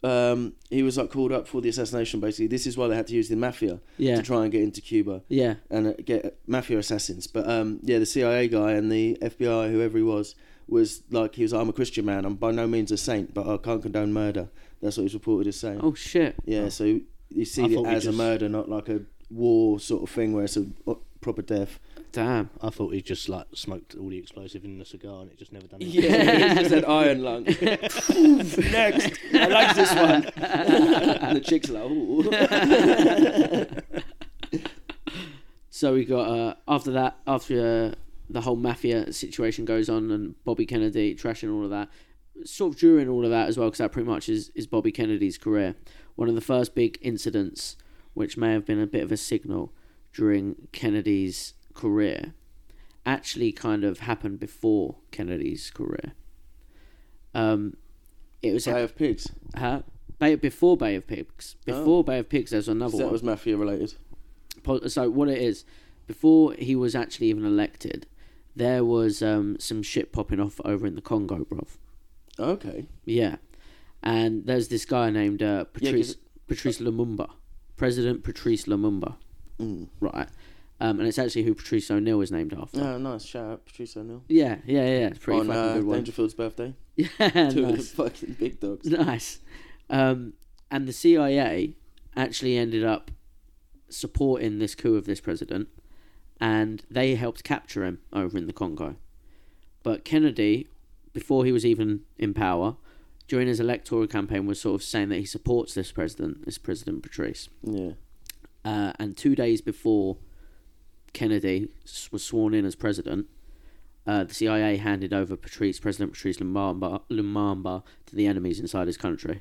Speaker 4: um he was like called up for the assassination basically. This is why they had to use the mafia
Speaker 1: Yeah.
Speaker 4: to try and get into Cuba
Speaker 1: Yeah.
Speaker 4: and uh, get mafia assassins. But um yeah, the CIA guy and the FBI whoever he was was like he was I'm a Christian man. I'm by no means a saint, but I can't condone murder. That's what he's reported as saying.
Speaker 1: Oh shit.
Speaker 4: Yeah, so you see
Speaker 5: I
Speaker 4: it
Speaker 5: thought we
Speaker 4: as a
Speaker 5: just-
Speaker 4: murder, not like a war sort of thing where it's a uh, proper death.
Speaker 1: Damn.
Speaker 5: I thought he just like smoked all the explosive in the cigar and it just never done anything.
Speaker 4: Yeah, he just had iron lung. Next, I like this one. and the chicks are like, ooh.
Speaker 1: So we got uh, after that, after uh, the whole mafia situation goes on, and Bobby Kennedy trashing all of that, sort of during all of that as well, because that pretty much is, is Bobby Kennedy's career. One of the first big incidents, which may have been a bit of a signal during Kennedy's career, actually kind of happened before Kennedy's career. Um, it was
Speaker 4: Bay of Pigs.
Speaker 1: huh? Bay, before Bay of Pigs. Before Bay of Pigs, there's another
Speaker 4: Oh. So
Speaker 1: one.
Speaker 4: that was mafia related.
Speaker 1: Po- so what it is before he was actually even elected there was um, some shit popping off over in the congo bruv
Speaker 4: Okay.
Speaker 1: yeah and there's this guy named uh,
Speaker 4: Yeah, 'cause-
Speaker 1: patrice, patrice lumumba president patrice lumumba
Speaker 4: Mm.
Speaker 1: right um, and it's actually who patrice o'neill is named after
Speaker 4: Oh, nice. Shout out Patrice O'Neill.
Speaker 1: yeah yeah yeah it's pretty
Speaker 4: On
Speaker 1: fucking
Speaker 4: uh,
Speaker 1: good one
Speaker 4: Dangerfield's birthday.
Speaker 1: yeah
Speaker 4: Two of the
Speaker 1: nice.
Speaker 4: fucking big dogs.
Speaker 1: Nice. Um, and the CIA actually ended up supporting this coup of this president, and they helped capture him over in the Congo. But Kennedy, before he was even in power, during his electoral campaign, was sort of saying that he supports this president, this President Patrice.
Speaker 4: Yeah.
Speaker 1: Uh, and two days before Kennedy s- was sworn in as president, uh, the CIA handed over Patrice, President Patrice Lumumba, Lumumba to the enemies inside his country,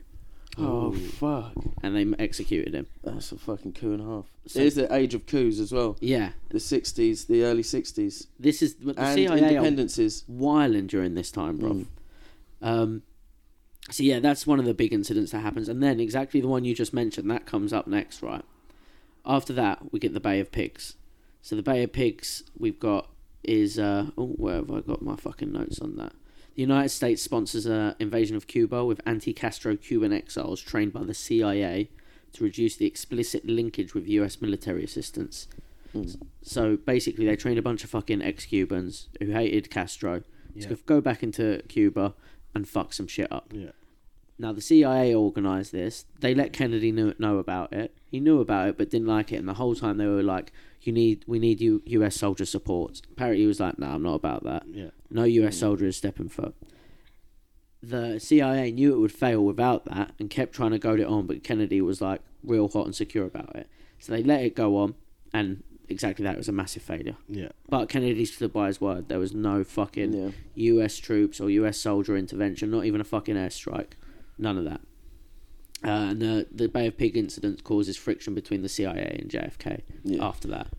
Speaker 4: Oh, fuck.
Speaker 1: and they executed him.
Speaker 4: That's a fucking coup and a half.
Speaker 1: So-
Speaker 4: it is the age of coups as well.
Speaker 1: Yeah,
Speaker 4: The 60s, the early 60s.
Speaker 1: this is but the
Speaker 4: and
Speaker 1: CIA are
Speaker 4: independences.
Speaker 1: whiling during this time, bro. Um, so yeah, that's one of the big incidents that happens, and then exactly the one you just mentioned that comes up next, right? After that, we get the Bay of Pigs. So the Bay of Pigs we've got is uh, oh, where have I got my fucking notes on that? The United States sponsors a invasion of Cuba with anti-Castro Cuban exiles trained by the CIA to reduce the explicit linkage with U.S. military assistance. So basically, they trained a bunch of fucking ex-Cubans who hated Castro
Speaker 5: Yeah.
Speaker 1: to go back into Cuba and fuck some shit up.
Speaker 5: Yeah.
Speaker 1: Now, the CIA organised this. They let Kennedy know, know about it. He knew about it, but didn't like it. And the whole time they were like, "You need, we need U- U.S. soldier support." Apparently, he was like, "No, I'm not about that.
Speaker 5: Yeah.
Speaker 1: No U.S. soldier is stepping foot." The CIA knew it would fail without that, and kept trying to goad it on. But Kennedy was like real hot and secure about it, so they let it go on. And exactly that it was a massive failure.
Speaker 5: Yeah.
Speaker 1: But Kennedy stood by his word. There was no fucking
Speaker 4: Yeah.
Speaker 1: US troops or US soldier intervention, not even a fucking airstrike. None of that. Uh, and uh, the Bay of Pig incident causes friction between the CIA and JFK
Speaker 4: Yeah.
Speaker 1: after that.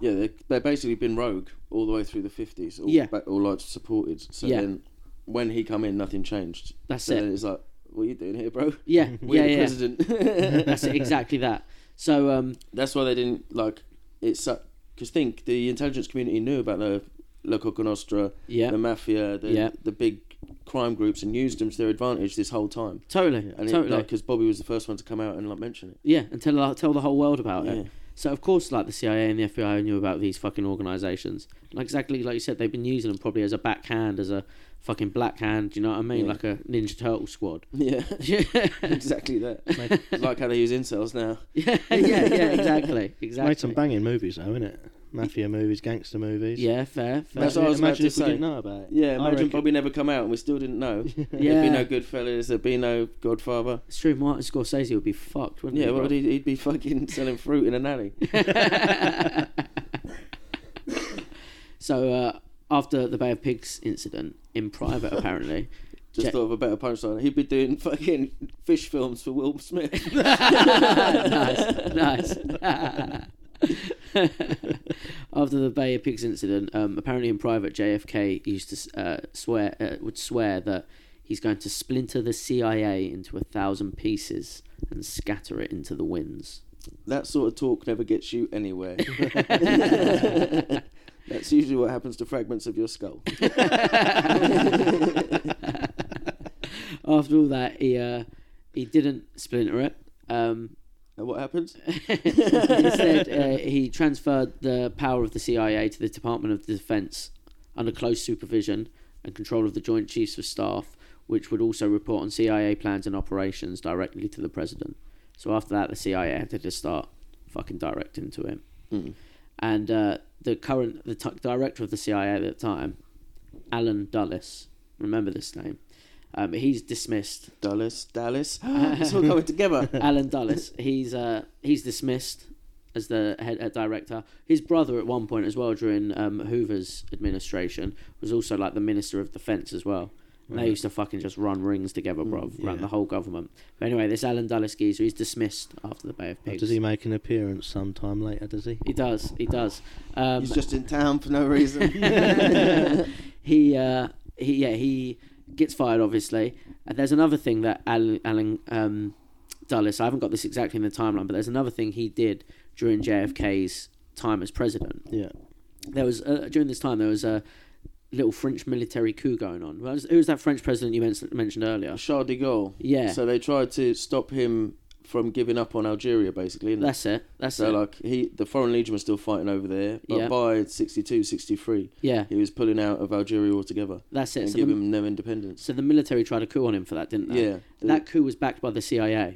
Speaker 4: Yeah, they they've basically been rogue all the way through the fifties. All,
Speaker 1: Yeah.
Speaker 4: ba- all like supported. So
Speaker 1: Yeah.
Speaker 4: then, when he come in, nothing changed.
Speaker 1: That's
Speaker 4: so
Speaker 1: it.
Speaker 4: Then it's like, what are you doing here, bro?
Speaker 1: Yeah,
Speaker 4: We're
Speaker 1: yeah,
Speaker 4: the
Speaker 1: yeah.
Speaker 4: president.
Speaker 1: That's it, exactly that. So, um,
Speaker 4: That's why they didn't like. It's because think the intelligence community knew about the La Cosa Nostra,
Speaker 1: Yeah.
Speaker 4: the mafia, the
Speaker 1: Yeah.
Speaker 4: the big crime groups, and used them to their advantage this whole time.
Speaker 1: totally,
Speaker 4: And
Speaker 1: totally.
Speaker 4: because Bobby was the first one to come out and like mention it.
Speaker 1: Yeah, and tell tell the whole world about it.
Speaker 4: Yeah.
Speaker 1: So of course, like the CIA and the FBI knew about these fucking organizations. Like exactly like you said, they've been using them probably as a backhand, as a fucking black hand. Do you know what I mean?
Speaker 4: Yeah.
Speaker 1: Like a Ninja Turtle squad.
Speaker 4: Yeah,
Speaker 1: yeah,
Speaker 4: exactly that. It's like how they use incels now.
Speaker 1: yeah, yeah, exactly, exactly.
Speaker 5: Made some banging movies though, innit? Mafia movies, gangster movies.
Speaker 1: Yeah, fair, fair.
Speaker 4: That's
Speaker 5: Imagine,
Speaker 4: what I was about
Speaker 5: imagine
Speaker 4: to
Speaker 5: if we
Speaker 4: say.
Speaker 5: didn't know about it.
Speaker 4: Yeah,
Speaker 5: I
Speaker 4: imagine
Speaker 5: reckon-
Speaker 4: Bobby never come out and we still didn't know. There'd
Speaker 1: Yeah.
Speaker 4: be no Goodfellas, there'd be no Godfather.
Speaker 1: It's true. Martin Scorsese would be fucked, wouldn't
Speaker 4: Yeah,
Speaker 1: he?
Speaker 4: what
Speaker 1: bro?
Speaker 4: would he, he'd be fucking selling fruit in an alley.
Speaker 1: so uh, after the Bay of Pigs incident, in private apparently.
Speaker 4: Just
Speaker 1: Check.
Speaker 4: thought of a better punchline. He'd be doing fucking fish films for Will Smith.
Speaker 1: nice, nice. After the Bay of Pigs incident, um, apparently in private, JFK used to uh, swear uh, would swear that he's going to splinter the CIA into a thousand pieces and scatter it into the winds.
Speaker 4: that sort of talk never gets you anywhere. That's usually what happens to fragments of your skull.
Speaker 1: After all that, he uh, he didn't splinter it. Um,
Speaker 4: And what happens?
Speaker 1: Instead, uh, he transferred the power of the CIA to the Department of Defense under close supervision and control of the Joint Chiefs of Staff, which would also report on CIA plans and operations directly to the president. So after that, the CIA had to just start fucking directing to him. and uh, the current the t- director of the CIA at the time, Alan Dulles. Remember this name. Um, he's dismissed.
Speaker 4: Dallas, Dallas. it's all coming together.
Speaker 1: Alan Dulles. He's uh, he's dismissed as the head uh, director. His brother, at one point as well, during um, Hoover's administration, was also like the minister of defense as well. And They used to fucking just run rings together, bro, run the whole government. But anyway, this Alan Dulles geezer, he's dismissed after the Bay of Pigs.
Speaker 5: Does he make an appearance sometime later? Does he?
Speaker 1: He does. He does. Um,
Speaker 4: He's just in town for no reason.
Speaker 1: he uh he yeah he gets fired obviously and there's another thing that alan alan um dulles i haven't got this exactly in the timeline but there's another thing he did during jfk's time as president
Speaker 5: Yeah.
Speaker 1: there was uh, during this time there was a little french military coup going on Who was, who was that french president you men- mentioned earlier
Speaker 4: Charles de Gaulle.
Speaker 1: Yeah.
Speaker 4: So they tried to stop him from giving up on Algeria, basically. Isn't it?
Speaker 1: that's it that's
Speaker 4: So
Speaker 1: it
Speaker 4: like he, the Foreign Legion was still fighting over there, but
Speaker 1: Yeah.
Speaker 4: by 62, 63,
Speaker 1: yeah
Speaker 4: he was pulling out of Algeria altogether
Speaker 1: that's it
Speaker 4: and
Speaker 1: so the,
Speaker 4: giving them independence.
Speaker 1: so the military tried a coup on him for that didn't they
Speaker 4: Yeah.
Speaker 1: that coup was backed by the cia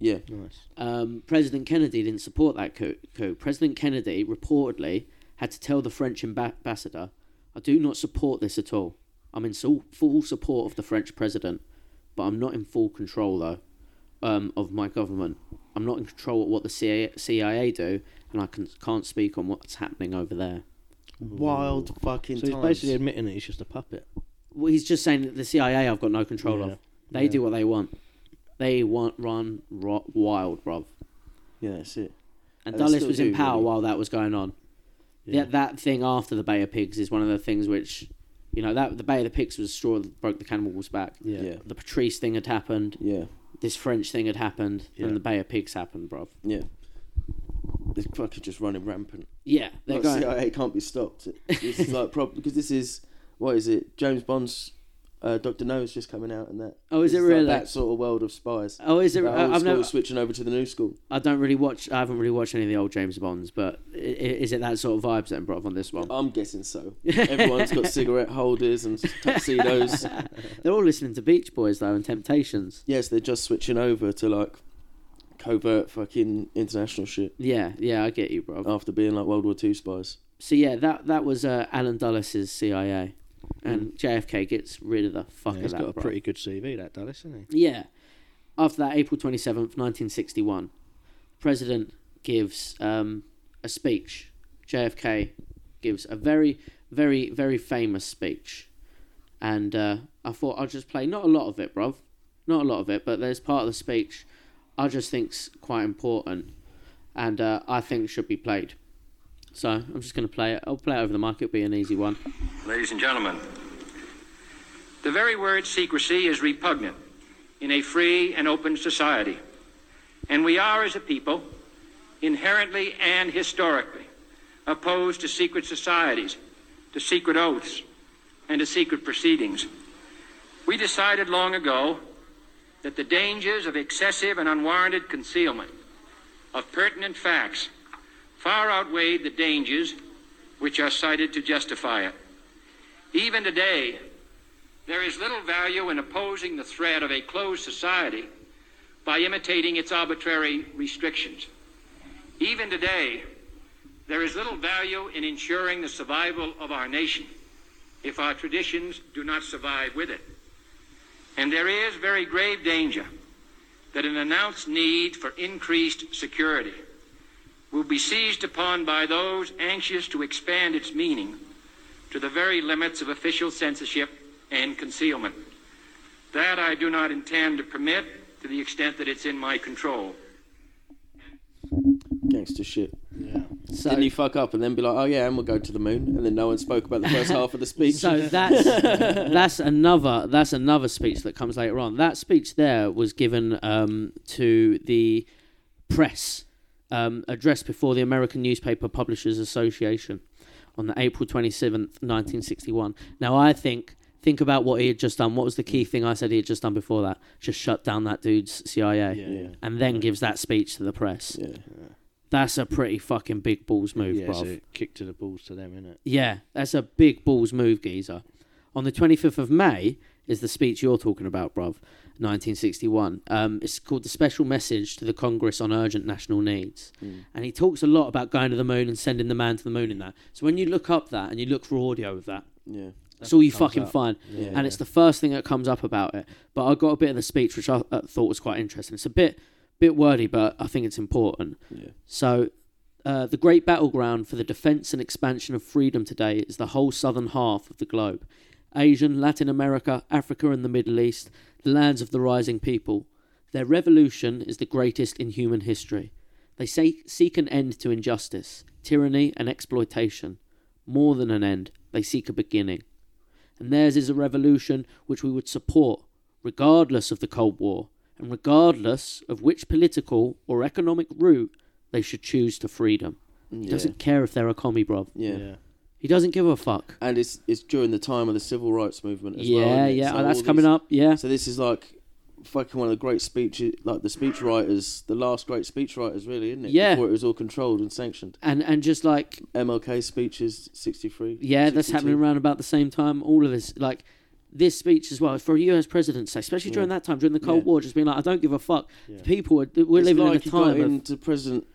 Speaker 4: Yeah.
Speaker 5: Nice.
Speaker 1: um, President Kennedy didn't support that coup, coup. President Kennedy reportedly had to tell the French amba- ambassador, I do not support this at all. I'm in so- full support of the French president, but I'm not in full control, though, um, of my government. I'm not in control of what the CIA, CIA do, and I can, can't speak on what's happening over there.
Speaker 4: Wild fucking
Speaker 5: So he's
Speaker 4: times.
Speaker 5: basically admitting that he's just a puppet.
Speaker 1: Well, he's just saying that the CIA I've got no control
Speaker 5: Yeah.
Speaker 1: of. They do what they want. They want run ro- wild, bruv.
Speaker 4: yeah, that's it. And
Speaker 1: And
Speaker 4: they
Speaker 1: Dulles
Speaker 4: still
Speaker 1: was in
Speaker 4: do,
Speaker 1: power
Speaker 4: really.
Speaker 1: while that was going on. Yeah. that thing after the Bay of Pigs is one of the things which, you know, that the Bay of the Pigs was the straw that broke the camel's back.
Speaker 5: Yeah.
Speaker 4: Yeah.
Speaker 1: The Patrice thing had happened.
Speaker 4: Yeah.
Speaker 1: This French thing had happened,
Speaker 5: Yeah.
Speaker 1: and the Bay of Pigs happened, bruv.
Speaker 4: Yeah. They're fucking just running rampant.
Speaker 1: Yeah, they're
Speaker 4: Like,
Speaker 1: going.
Speaker 4: CIA can't be stopped. This is like prob- because this is what is it? James Bond's uh, Doctor No is just coming out, and that.
Speaker 1: Oh, is
Speaker 4: It's
Speaker 1: it
Speaker 4: like
Speaker 1: really?
Speaker 4: that sort of world of spies?
Speaker 1: Oh, is it?
Speaker 4: The old
Speaker 1: I- I've
Speaker 4: school
Speaker 1: never,
Speaker 4: switching over to the new school.
Speaker 1: I don't really watch. I haven't really watched any of the old James Bonds, but i- i- is it that sort of vibes then, bruv, on this one?
Speaker 4: I'm guessing so. Everyone's got cigarette holders and tuxedos.
Speaker 1: They're all listening to Beach Boys though and Temptations.
Speaker 4: yes, they're just switching over to like covert fucking international shit
Speaker 1: Yeah, yeah, I get you, bruv.
Speaker 4: after being like World War Two spies.
Speaker 1: So yeah, that that was uh, Alan Dulles' CIA, and JFK gets rid of the fuck
Speaker 5: Mm. Yeah,
Speaker 1: of
Speaker 5: he's
Speaker 1: that.
Speaker 5: got a
Speaker 1: bro.
Speaker 5: pretty good CV, that Dallas, isn't he?
Speaker 1: Yeah. After that, April 27th, 1961, President gives um, a speech. JFK gives a very, very, very famous speech. And uh, I thought I'll just play, not a lot of it, bruv. Not a lot of it, but there's part of the speech I just think's quite important and uh, I think should be played. So I'm just going to play it. I'll play it over the mic, it'll be an easy one.
Speaker 2: Ladies and gentlemen, the very word secrecy is repugnant in a free and open society. And we are, as a people, inherently and historically opposed to secret societies, to secret oaths, and to secret proceedings. We decided long ago that the dangers of excessive and unwarranted concealment of pertinent facts far outweighed the dangers which are cited to justify it. Even today, there is little value in opposing the threat of a closed society by imitating its arbitrary restrictions. Even today, there is little value in ensuring the survival of our nation if our traditions do not survive with it. And there is very grave danger that an announced need for increased security will be seized upon by those anxious to expand its meaning to the very limits of official censorship and concealment. That I do not intend to permit to the extent that it's in my control.
Speaker 4: Gangster shit.
Speaker 1: So,
Speaker 4: Didn't he fuck up and then be like, oh yeah, and we'll go to the moon? And then no one spoke about the first half of the speech.
Speaker 1: So that's that's another that's another speech that comes later on. That speech there was given um, to the press um, address before the American Newspaper Publishers Association on the April twenty seventh, nineteen sixty one. Now I think think about what he had just done. What was the key thing I said he had just done before that? Just shut down that dude's CIA,
Speaker 5: Yeah.
Speaker 1: and then gives that speech to the press.
Speaker 4: Yeah.
Speaker 1: That's a pretty fucking big balls move,
Speaker 5: Yeah,
Speaker 1: bruv.
Speaker 5: it's a kick to the balls to them, isn't it?
Speaker 1: Yeah, that's a big balls move, geezer. On the 25th of May, is the speech you're talking about, bruv. 1961. Um, it's called The Special Message to the Congress on Urgent National Needs. And he talks a lot about going to the moon and sending the man to the moon in that. So when you look up that and you look for audio of that,
Speaker 4: Yeah.
Speaker 1: that's all you fucking
Speaker 5: up.
Speaker 1: find. and it's the first thing that comes up about it. But I got a bit of the speech which I uh, thought was quite interesting. It's a bit bit wordy, but I think it's important.
Speaker 4: Yeah.
Speaker 1: So, uh, the great battleground for the defense and expansion of freedom today is the whole southern half of the globe Asian, Latin America, Africa, and the Middle East, the lands of the rising people. Their revolution is the greatest in human history. They say, seek an end to injustice, tyranny, and exploitation. More than an end, they seek a beginning. And theirs is a revolution which we would support, regardless of the Cold War, and regardless of which political or economic route they should choose to freedom. He doesn't care if they're a commie, bruv.
Speaker 4: Yeah.
Speaker 5: Yeah.
Speaker 1: He doesn't give a fuck.
Speaker 4: And it's it's during the time of the civil rights movement as well.
Speaker 1: yeah,
Speaker 4: isn't it?
Speaker 1: yeah,
Speaker 4: So
Speaker 1: oh, that's
Speaker 4: all
Speaker 1: coming
Speaker 4: these-
Speaker 1: up. Yeah,
Speaker 4: So this is like fucking one of the great speeches, like the speech writers, the last great speech writers, really, isn't it?
Speaker 1: Yeah.
Speaker 4: Before it was all controlled and sanctioned.
Speaker 1: and and just like
Speaker 4: MLK speeches, 63.
Speaker 1: Yeah, that's
Speaker 4: 62.
Speaker 1: happening around about the same time. All of this, like this speech as well, for a U.S. president's sake, especially during that time, during the Cold
Speaker 4: Yeah.
Speaker 1: War, just being like, I don't give a fuck. People, are, we're
Speaker 4: It's
Speaker 1: living
Speaker 4: like
Speaker 1: in a
Speaker 4: he got
Speaker 1: time of
Speaker 4: into president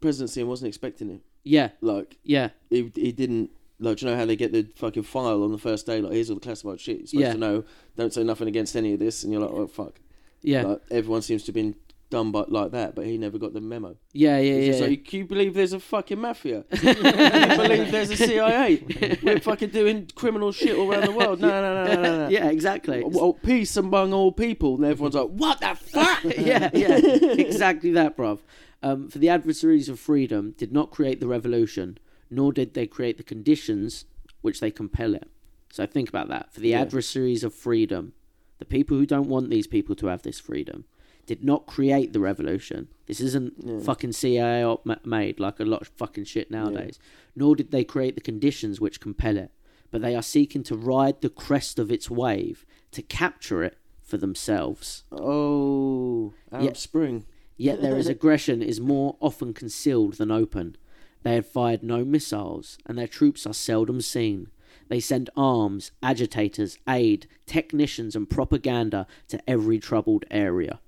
Speaker 4: presidency and wasn't expecting it.
Speaker 1: yeah,
Speaker 4: Like
Speaker 1: yeah,
Speaker 4: he, he didn't. Like, do you know how they get the fucking file on the first day? Like, here's all the classified shit you're supposed
Speaker 1: Yeah.
Speaker 4: to know. Don't say nothing against any of this, and you're like, oh fuck.
Speaker 1: yeah,
Speaker 4: Like, everyone seems to have been done by like that, but he never got the memo.
Speaker 1: yeah, yeah,
Speaker 4: It's
Speaker 1: yeah.
Speaker 4: just like, can you believe there's a fucking mafia? Can you believe there's a CIA? We're fucking doing criminal shit all around the world. No, no, no, no, no. no.
Speaker 1: yeah, exactly.
Speaker 4: Well, peace among all people. And everyone's like, what the fuck?
Speaker 1: yeah, yeah, exactly that, bruv. Um, for the adversaries of freedom did not create the revolution, nor did they create the conditions which they compel it. So think about that. For the adversaries of freedom, the people who don't want these people to have this freedom did not create the revolution. This isn't fucking CIA op- ma- made like a lot of fucking shit nowadays. Nor did they create the conditions which compel it. But they are seeking to ride the crest of its wave to capture it for themselves.
Speaker 4: Oh, Arab
Speaker 1: Yeah.
Speaker 4: Spring.
Speaker 1: Yet their aggression is more often concealed than open. They have fired no missiles, and their troops are seldom seen. They send arms, agitators, aid, technicians, and propaganda to every troubled area.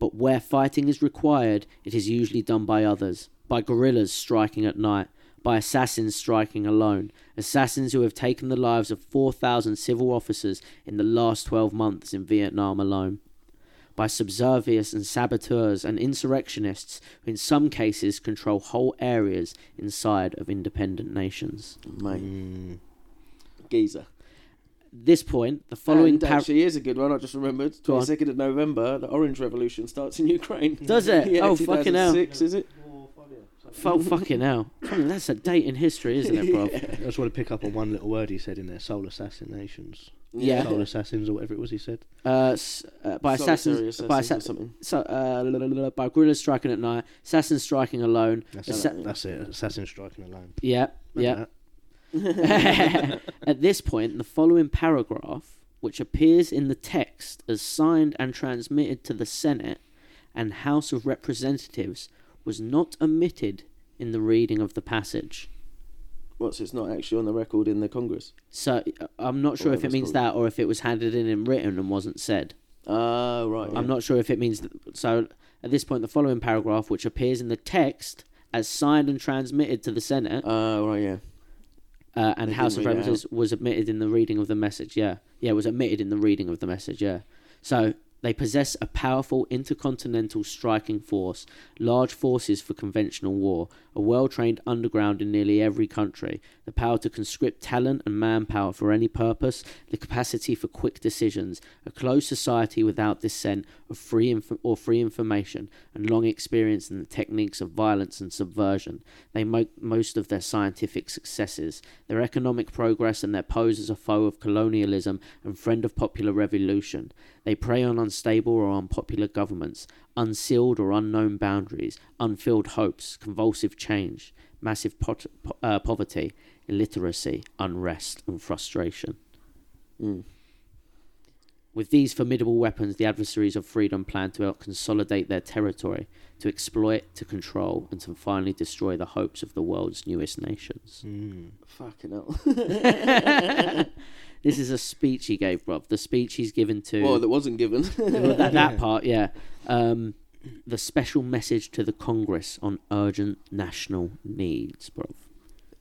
Speaker 1: But where fighting is required, it is usually done by others, by guerrillas striking at night, by assassins striking alone, assassins who have taken the lives of 4,000 civil officers in the last 12 months in Vietnam alone by subservious and saboteurs and insurrectionists who in some cases control whole areas inside of independent nations.
Speaker 4: Mate.
Speaker 1: Mm.
Speaker 4: Giza.
Speaker 1: At this point, the following
Speaker 4: and
Speaker 1: par-
Speaker 4: actually here's a good one. I just remembered.
Speaker 1: Go on.
Speaker 4: 22nd of November, the Orange Revolution starts in Ukraine.
Speaker 1: Does it?
Speaker 4: yeah,
Speaker 1: Oh, fucking hell.
Speaker 4: 2006, is it?
Speaker 1: oh fucking hell. Fucking, That's a date in history, isn't it, bro?
Speaker 5: I just want to pick up on one little word he said in there: soul assassinations,
Speaker 1: Yeah.
Speaker 5: soul assassins, or whatever it was he said.
Speaker 1: Uh, s- uh, by assassins,
Speaker 4: Solitary
Speaker 1: by
Speaker 4: assassin or
Speaker 1: assassins,
Speaker 4: something.
Speaker 1: so, uh, la- la- la- la- by guerrillas striking at night, assassins striking alone.
Speaker 5: That's,
Speaker 1: assa-
Speaker 5: it. that's it. Assassin striking alone.
Speaker 1: yeah, yeah.
Speaker 5: That.
Speaker 1: At this point, the following paragraph, which appears in the text as signed and transmitted to the Senate and House of Representatives, was not omitted in the reading of the passage.
Speaker 4: What's it's not actually on the record in the Congress?
Speaker 1: So uh, I'm not sure if
Speaker 4: Whatever
Speaker 1: it
Speaker 4: it's
Speaker 1: means that or if it was handed in in written and wasn't said.
Speaker 4: Oh, right.
Speaker 1: I'm not sure if it means th- so. At this point, the following paragraph, which appears in the text as signed and transmitted to the Senate
Speaker 4: Oh, right, yeah.
Speaker 1: uh, and House of
Speaker 4: read it out.
Speaker 1: Representatives was admitted in the reading of the message. Yeah, yeah, was admitted in the reading of the message. Yeah, so they possess a powerful intercontinental striking force, large forces for conventional war, a well-trained underground in nearly every country, the power to conscript talent and manpower for any purpose, the capacity for quick decisions, a closed society without dissent of free inf- or free information, and long experience in the techniques of violence and subversion. They make most of their scientific successes, their economic progress, and their pose as a foe of colonialism and friend of popular revolution. They prey on unstable or unpopular governments, unsealed or unknown boundaries, unfilled hopes, convulsive change, massive pot- po- uh, poverty, illiteracy, unrest, and frustration. With these formidable weapons, the adversaries of freedom plan to consolidate their territory, to exploit, to control, and to finally destroy the hopes of the world's newest nations.
Speaker 4: Fucking hell.
Speaker 1: This is a speech he gave, Rob. The speech he's given to
Speaker 4: well, that wasn't given.
Speaker 1: Well, that, that part, yeah. Um, the special message to the Congress on urgent national needs, bruv.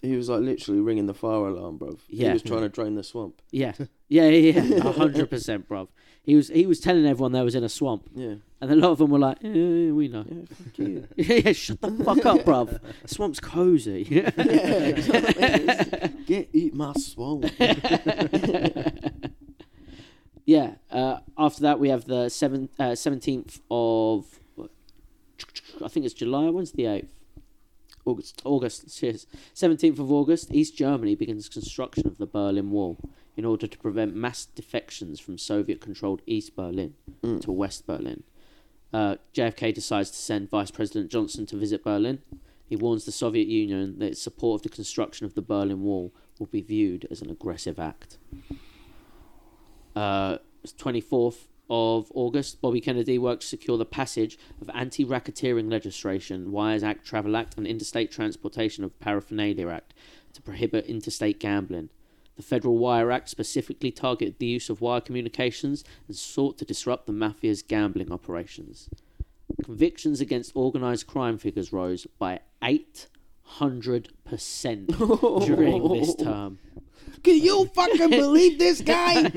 Speaker 4: he was like literally ringing the fire alarm, bro.
Speaker 1: Yeah.
Speaker 4: He was trying to drain the swamp.
Speaker 1: Yeah, yeah, yeah, yeah, a hundred percent, bruv. He was he was telling everyone they was in a swamp,
Speaker 4: Yeah.
Speaker 1: and a lot of them were like, "Yeah, yeah, "We know."
Speaker 4: Yeah, fuck you.
Speaker 1: Yeah, yeah, shut the fuck up, bruv. Swamp's cozy.
Speaker 4: Get eat my swamp.
Speaker 1: yeah. Uh, after that, we have the seven uh seventeenth of, I think it's July. When's the eighth? August. August. Cheers. Seventeenth of August, East Germany begins construction of the Berlin Wall in order to prevent mass defections from Soviet-controlled East Berlin to West Berlin. Uh, JFK decides to send Vice President Johnson to visit Berlin. He warns the Soviet Union that its support of the construction of the Berlin Wall will be viewed as an aggressive act uh, 24th of August, Bobby Kennedy worked to secure the passage of anti racketeering legislation, Wires Act, Travel Act, and Interstate Transportation of Paraphernalia Act to prohibit interstate gambling. The Federal Wire Act specifically targeted the use of wire communications and sought to disrupt the mafia's gambling operations. Convictions against organised crime figures rose by 800% during this term.
Speaker 4: Can you fucking believe this guy?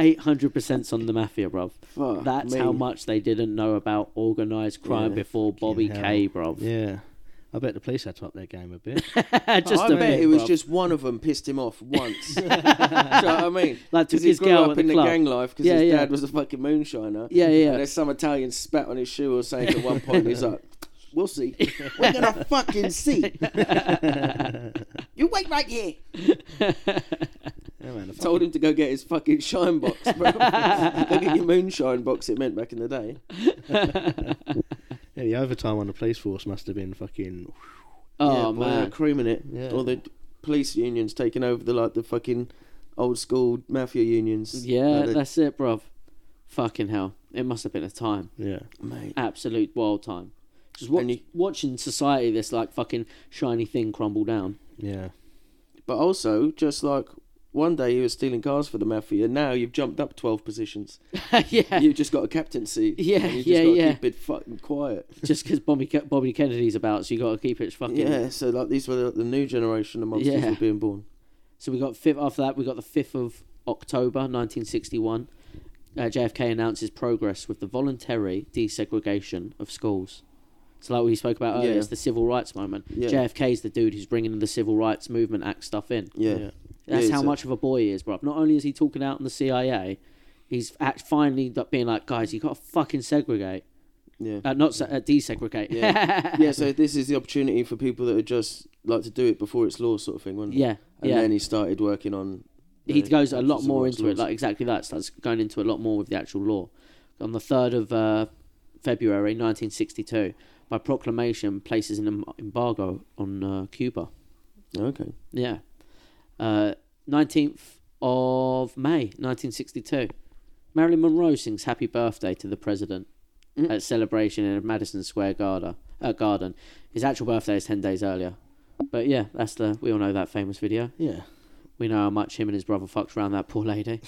Speaker 1: Eight hundred percent's on the mafia, bruv.
Speaker 4: Fuck
Speaker 1: That's
Speaker 4: me.
Speaker 1: how much they didn't know about organised crime
Speaker 4: Yeah.
Speaker 1: before Bobby
Speaker 5: hell.
Speaker 1: K, bruv.
Speaker 5: Yeah. I bet the police had to up their game a bit.
Speaker 1: just
Speaker 4: I
Speaker 1: a
Speaker 4: bet
Speaker 1: bit,
Speaker 4: it was
Speaker 1: bruv.
Speaker 4: just one of them pissed him off once. Do you know what I mean?
Speaker 1: Like, took
Speaker 4: 'Cause he
Speaker 1: his
Speaker 4: grew
Speaker 1: girl
Speaker 4: up
Speaker 1: at the
Speaker 4: in the,
Speaker 1: club.
Speaker 4: gang life because
Speaker 1: Yeah,
Speaker 4: his
Speaker 1: yeah.
Speaker 4: dad was a fucking moonshiner.
Speaker 1: Yeah, yeah, yeah.
Speaker 4: And there's some Italian spat on his shoe or something at one point. and He's like, "We'll see. We're gonna fucking see. you wait right here."
Speaker 5: Yeah, man, the fuck-
Speaker 4: Told him to go get his fucking shine box, bro. go get your moonshine box. It meant back in the day.
Speaker 5: yeah, the overtime on the police force must have been fucking.
Speaker 1: oh
Speaker 4: yeah, boy, they're
Speaker 1: man,
Speaker 4: creaming it.
Speaker 5: Yeah.
Speaker 4: Or the police unions taking over the like the fucking old school mafia unions.
Speaker 1: yeah,
Speaker 4: Like, they-
Speaker 1: that's it, bruv. Fucking hell, it must have been a time,
Speaker 5: Yeah.
Speaker 4: mate.
Speaker 1: absolute wild time. Just watch,
Speaker 4: And you-
Speaker 1: watching society, this like fucking shiny thing crumble down.
Speaker 5: Yeah.
Speaker 4: But also, just like one day you were stealing cars for the mafia, now you've jumped up twelve positions.
Speaker 1: yeah,
Speaker 4: You've just got a captaincy.
Speaker 1: Yeah,
Speaker 4: and you just
Speaker 1: yeah,
Speaker 4: gotta
Speaker 1: yeah.
Speaker 4: Keep it fucking quiet.
Speaker 1: just because Bobby Ke- Bobby Kennedy's about, so you got to keep it fucking.
Speaker 4: Yeah. So like these were the, the new generation of monsters
Speaker 1: Yeah.
Speaker 4: were being born.
Speaker 1: So we got fifth after that. We got the fifth of October, nineteen sixty-one. Uh, JFK announces progress with the voluntary desegregation of schools. So like we spoke about earlier,
Speaker 4: Yeah.
Speaker 1: it's the civil rights moment.
Speaker 4: Yeah.
Speaker 1: JFK's the dude who's bringing the civil rights movement act stuff in.
Speaker 4: Yeah.
Speaker 5: Yeah.
Speaker 1: That's
Speaker 4: Yeah,
Speaker 1: how
Speaker 4: so-
Speaker 1: much of a boy he is, bruv. Not only is he talking out on the CIA, he's act finally like, being like, guys, you got to fucking segregate.
Speaker 4: Yeah.
Speaker 1: Uh, not se- uh, desegregate.
Speaker 4: Yeah. yeah. So this is the opportunity for people that are just like to do it before it's law, sort of thing, wasn't it?
Speaker 1: Yeah,
Speaker 4: And
Speaker 1: yeah.
Speaker 4: then he started working on.
Speaker 1: he
Speaker 4: the
Speaker 1: goes a lot
Speaker 4: civil
Speaker 1: more
Speaker 4: rights
Speaker 1: into it.
Speaker 4: laws.
Speaker 1: Like exactly that starts going into a lot more with the actual law. On the third of uh, February, nineteen sixty-two, by proclamation places an em- embargo on uh, Cuba.
Speaker 4: Okay.
Speaker 1: Yeah, Uh, nineteenth of May, nineteen sixty-two. Marilyn Monroe sings "Happy Birthday" to the president at celebration in Madison Square Garden. Uh, garden. His actual birthday is ten days earlier. But yeah, that's the we all know that famous video.
Speaker 5: Yeah.
Speaker 1: We know how much him and his brother fucked around that poor lady.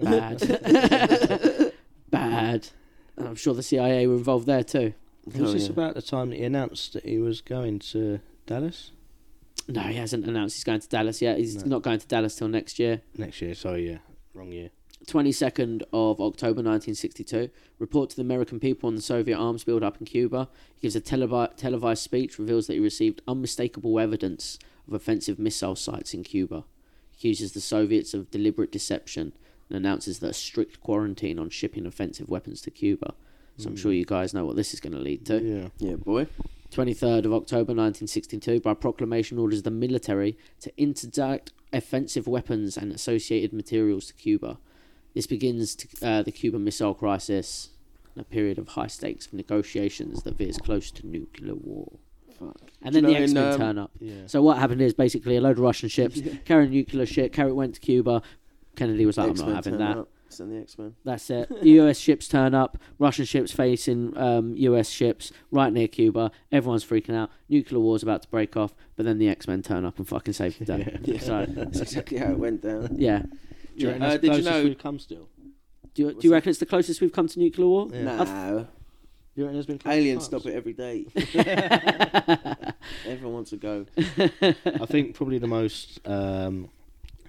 Speaker 1: Bad. Bad. And I'm sure the CIA were involved there too.
Speaker 5: It was
Speaker 4: Oh,
Speaker 5: this
Speaker 4: yeah.
Speaker 5: about the time that he announced that he was going to Dallas
Speaker 1: No, he hasn't announced he's going to Dallas yet. He's not going to Dallas till next year.
Speaker 5: next year? Sorry, yeah, wrong year.
Speaker 1: 22nd of October 1962, report to the American people on the Soviet arms buildup in Cuba. He gives a televi- televised speech, reveals that he received unmistakable evidence of offensive missile sites in Cuba, accuses the Soviets of deliberate deception, and announces that a strict quarantine on shipping offensive weapons to Cuba. So I'm sure you guys know what this is going to lead to.
Speaker 5: Yeah.
Speaker 4: Yeah, boy.
Speaker 1: 23rd of October 1962, by proclamation, orders the military to interdict offensive weapons and associated materials to Cuba. This begins to, uh, the Cuban Missile Crisis, a period of high stakes of negotiations that veers close to nuclear war. And then
Speaker 4: Do you
Speaker 1: the
Speaker 4: know
Speaker 1: X
Speaker 4: in,
Speaker 1: Men
Speaker 4: um,
Speaker 1: turn up.
Speaker 5: yeah.
Speaker 1: So what happened is basically a load of Russian ships carrying nuclear shit. Carrot went to Cuba, Kennedy was like,
Speaker 4: X-Men
Speaker 1: I'm not having
Speaker 4: turn
Speaker 1: that.
Speaker 4: up, Send the X Men.
Speaker 1: That's it. US ships turn up. Russian ships facing um, US ships right near Cuba. Everyone's freaking out. Nuclear war's about to break off, but then the X Men turn up and fucking save the day.
Speaker 4: Yeah,
Speaker 1: So,
Speaker 4: that's exactly how it went down.
Speaker 1: yeah.
Speaker 5: During
Speaker 4: Uh,
Speaker 5: this
Speaker 4: did you
Speaker 5: closest
Speaker 4: know-
Speaker 5: we've come still.
Speaker 1: Do you, do you reckon it's the closest we've come to nuclear war?
Speaker 5: Yeah.
Speaker 4: No,
Speaker 5: You reckon there's been close
Speaker 4: aliens
Speaker 5: times?
Speaker 4: stop it every day. Everyone wants to go.
Speaker 5: Oh I think probably the most um,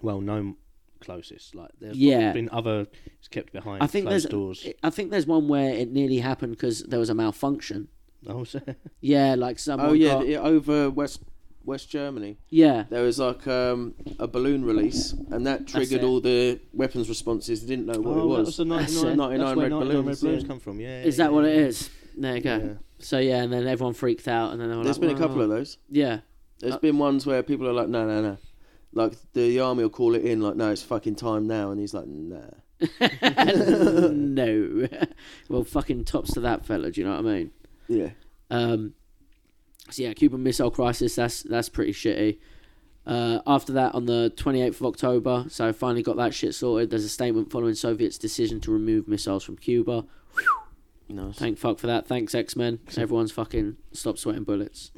Speaker 5: well known closest. Like there's
Speaker 1: Yeah.
Speaker 5: been other it's kept behind
Speaker 1: I think
Speaker 5: closed
Speaker 1: there's
Speaker 5: doors.
Speaker 1: I think there's one where it nearly happened because there was a malfunction.
Speaker 5: oh, so-
Speaker 1: Yeah, like someone.
Speaker 4: Oh yeah,
Speaker 1: got-
Speaker 4: the- over West West Germany.
Speaker 1: yeah.
Speaker 4: There was like um, a balloon release, and that
Speaker 1: it.
Speaker 4: triggered all the weapons responses. They didn't know what
Speaker 5: Oh,
Speaker 4: it was.
Speaker 5: that was the 99,
Speaker 1: That's it.
Speaker 5: that's
Speaker 4: 99
Speaker 5: where
Speaker 4: red
Speaker 5: 99
Speaker 4: balloons,
Speaker 5: red balloons
Speaker 4: yeah.
Speaker 5: come from. Yeah.
Speaker 1: Is that
Speaker 5: yeah,
Speaker 1: what it
Speaker 5: yeah.
Speaker 1: is? There you go.
Speaker 5: Yeah.
Speaker 1: So yeah, and then everyone freaked out, and then they were
Speaker 4: There's
Speaker 1: like,
Speaker 4: been a couple
Speaker 1: "Wow."
Speaker 4: of those.
Speaker 1: Yeah.
Speaker 4: There's
Speaker 1: Uh,
Speaker 4: been ones where people are like, no, no, no. Like the army will call it in, like, no, it's fucking time now, and he's like, nah.
Speaker 1: no. well, fucking tops to that fella. Do you know what I mean?
Speaker 4: Yeah.
Speaker 1: Um, so yeah, Cuban Missile Crisis. That's that's pretty shitty. Uh, after that, on the 28th of October, so I finally got that shit sorted. There's a statement following Soviet's decision to remove missiles from Cuba.
Speaker 4: Nice.
Speaker 1: Thank fuck for that. Thanks X Men. Everyone's fucking stop sweating bullets.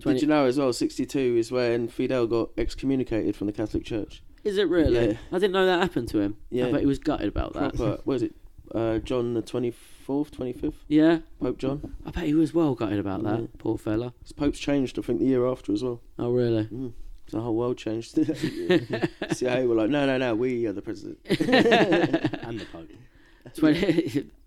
Speaker 1: 20
Speaker 4: Did you know as well? 62 is when Fidel got excommunicated from the Catholic Church.
Speaker 1: Is it really?
Speaker 4: Yeah.
Speaker 1: I didn't know that happened to him. I
Speaker 4: Yeah.
Speaker 1: bet he was gutted about that.
Speaker 4: Proper, what is it? Uh, John the 24th, 25th?
Speaker 1: Yeah,
Speaker 4: Pope John?
Speaker 1: I bet he was well gutted about that. Poor fella.
Speaker 4: His Pope's changed, I think, the year after as well.
Speaker 1: Oh really?
Speaker 4: The whole world changed. CIA were like, no, no, no, we are the president.
Speaker 5: And the Pope.
Speaker 1: 20...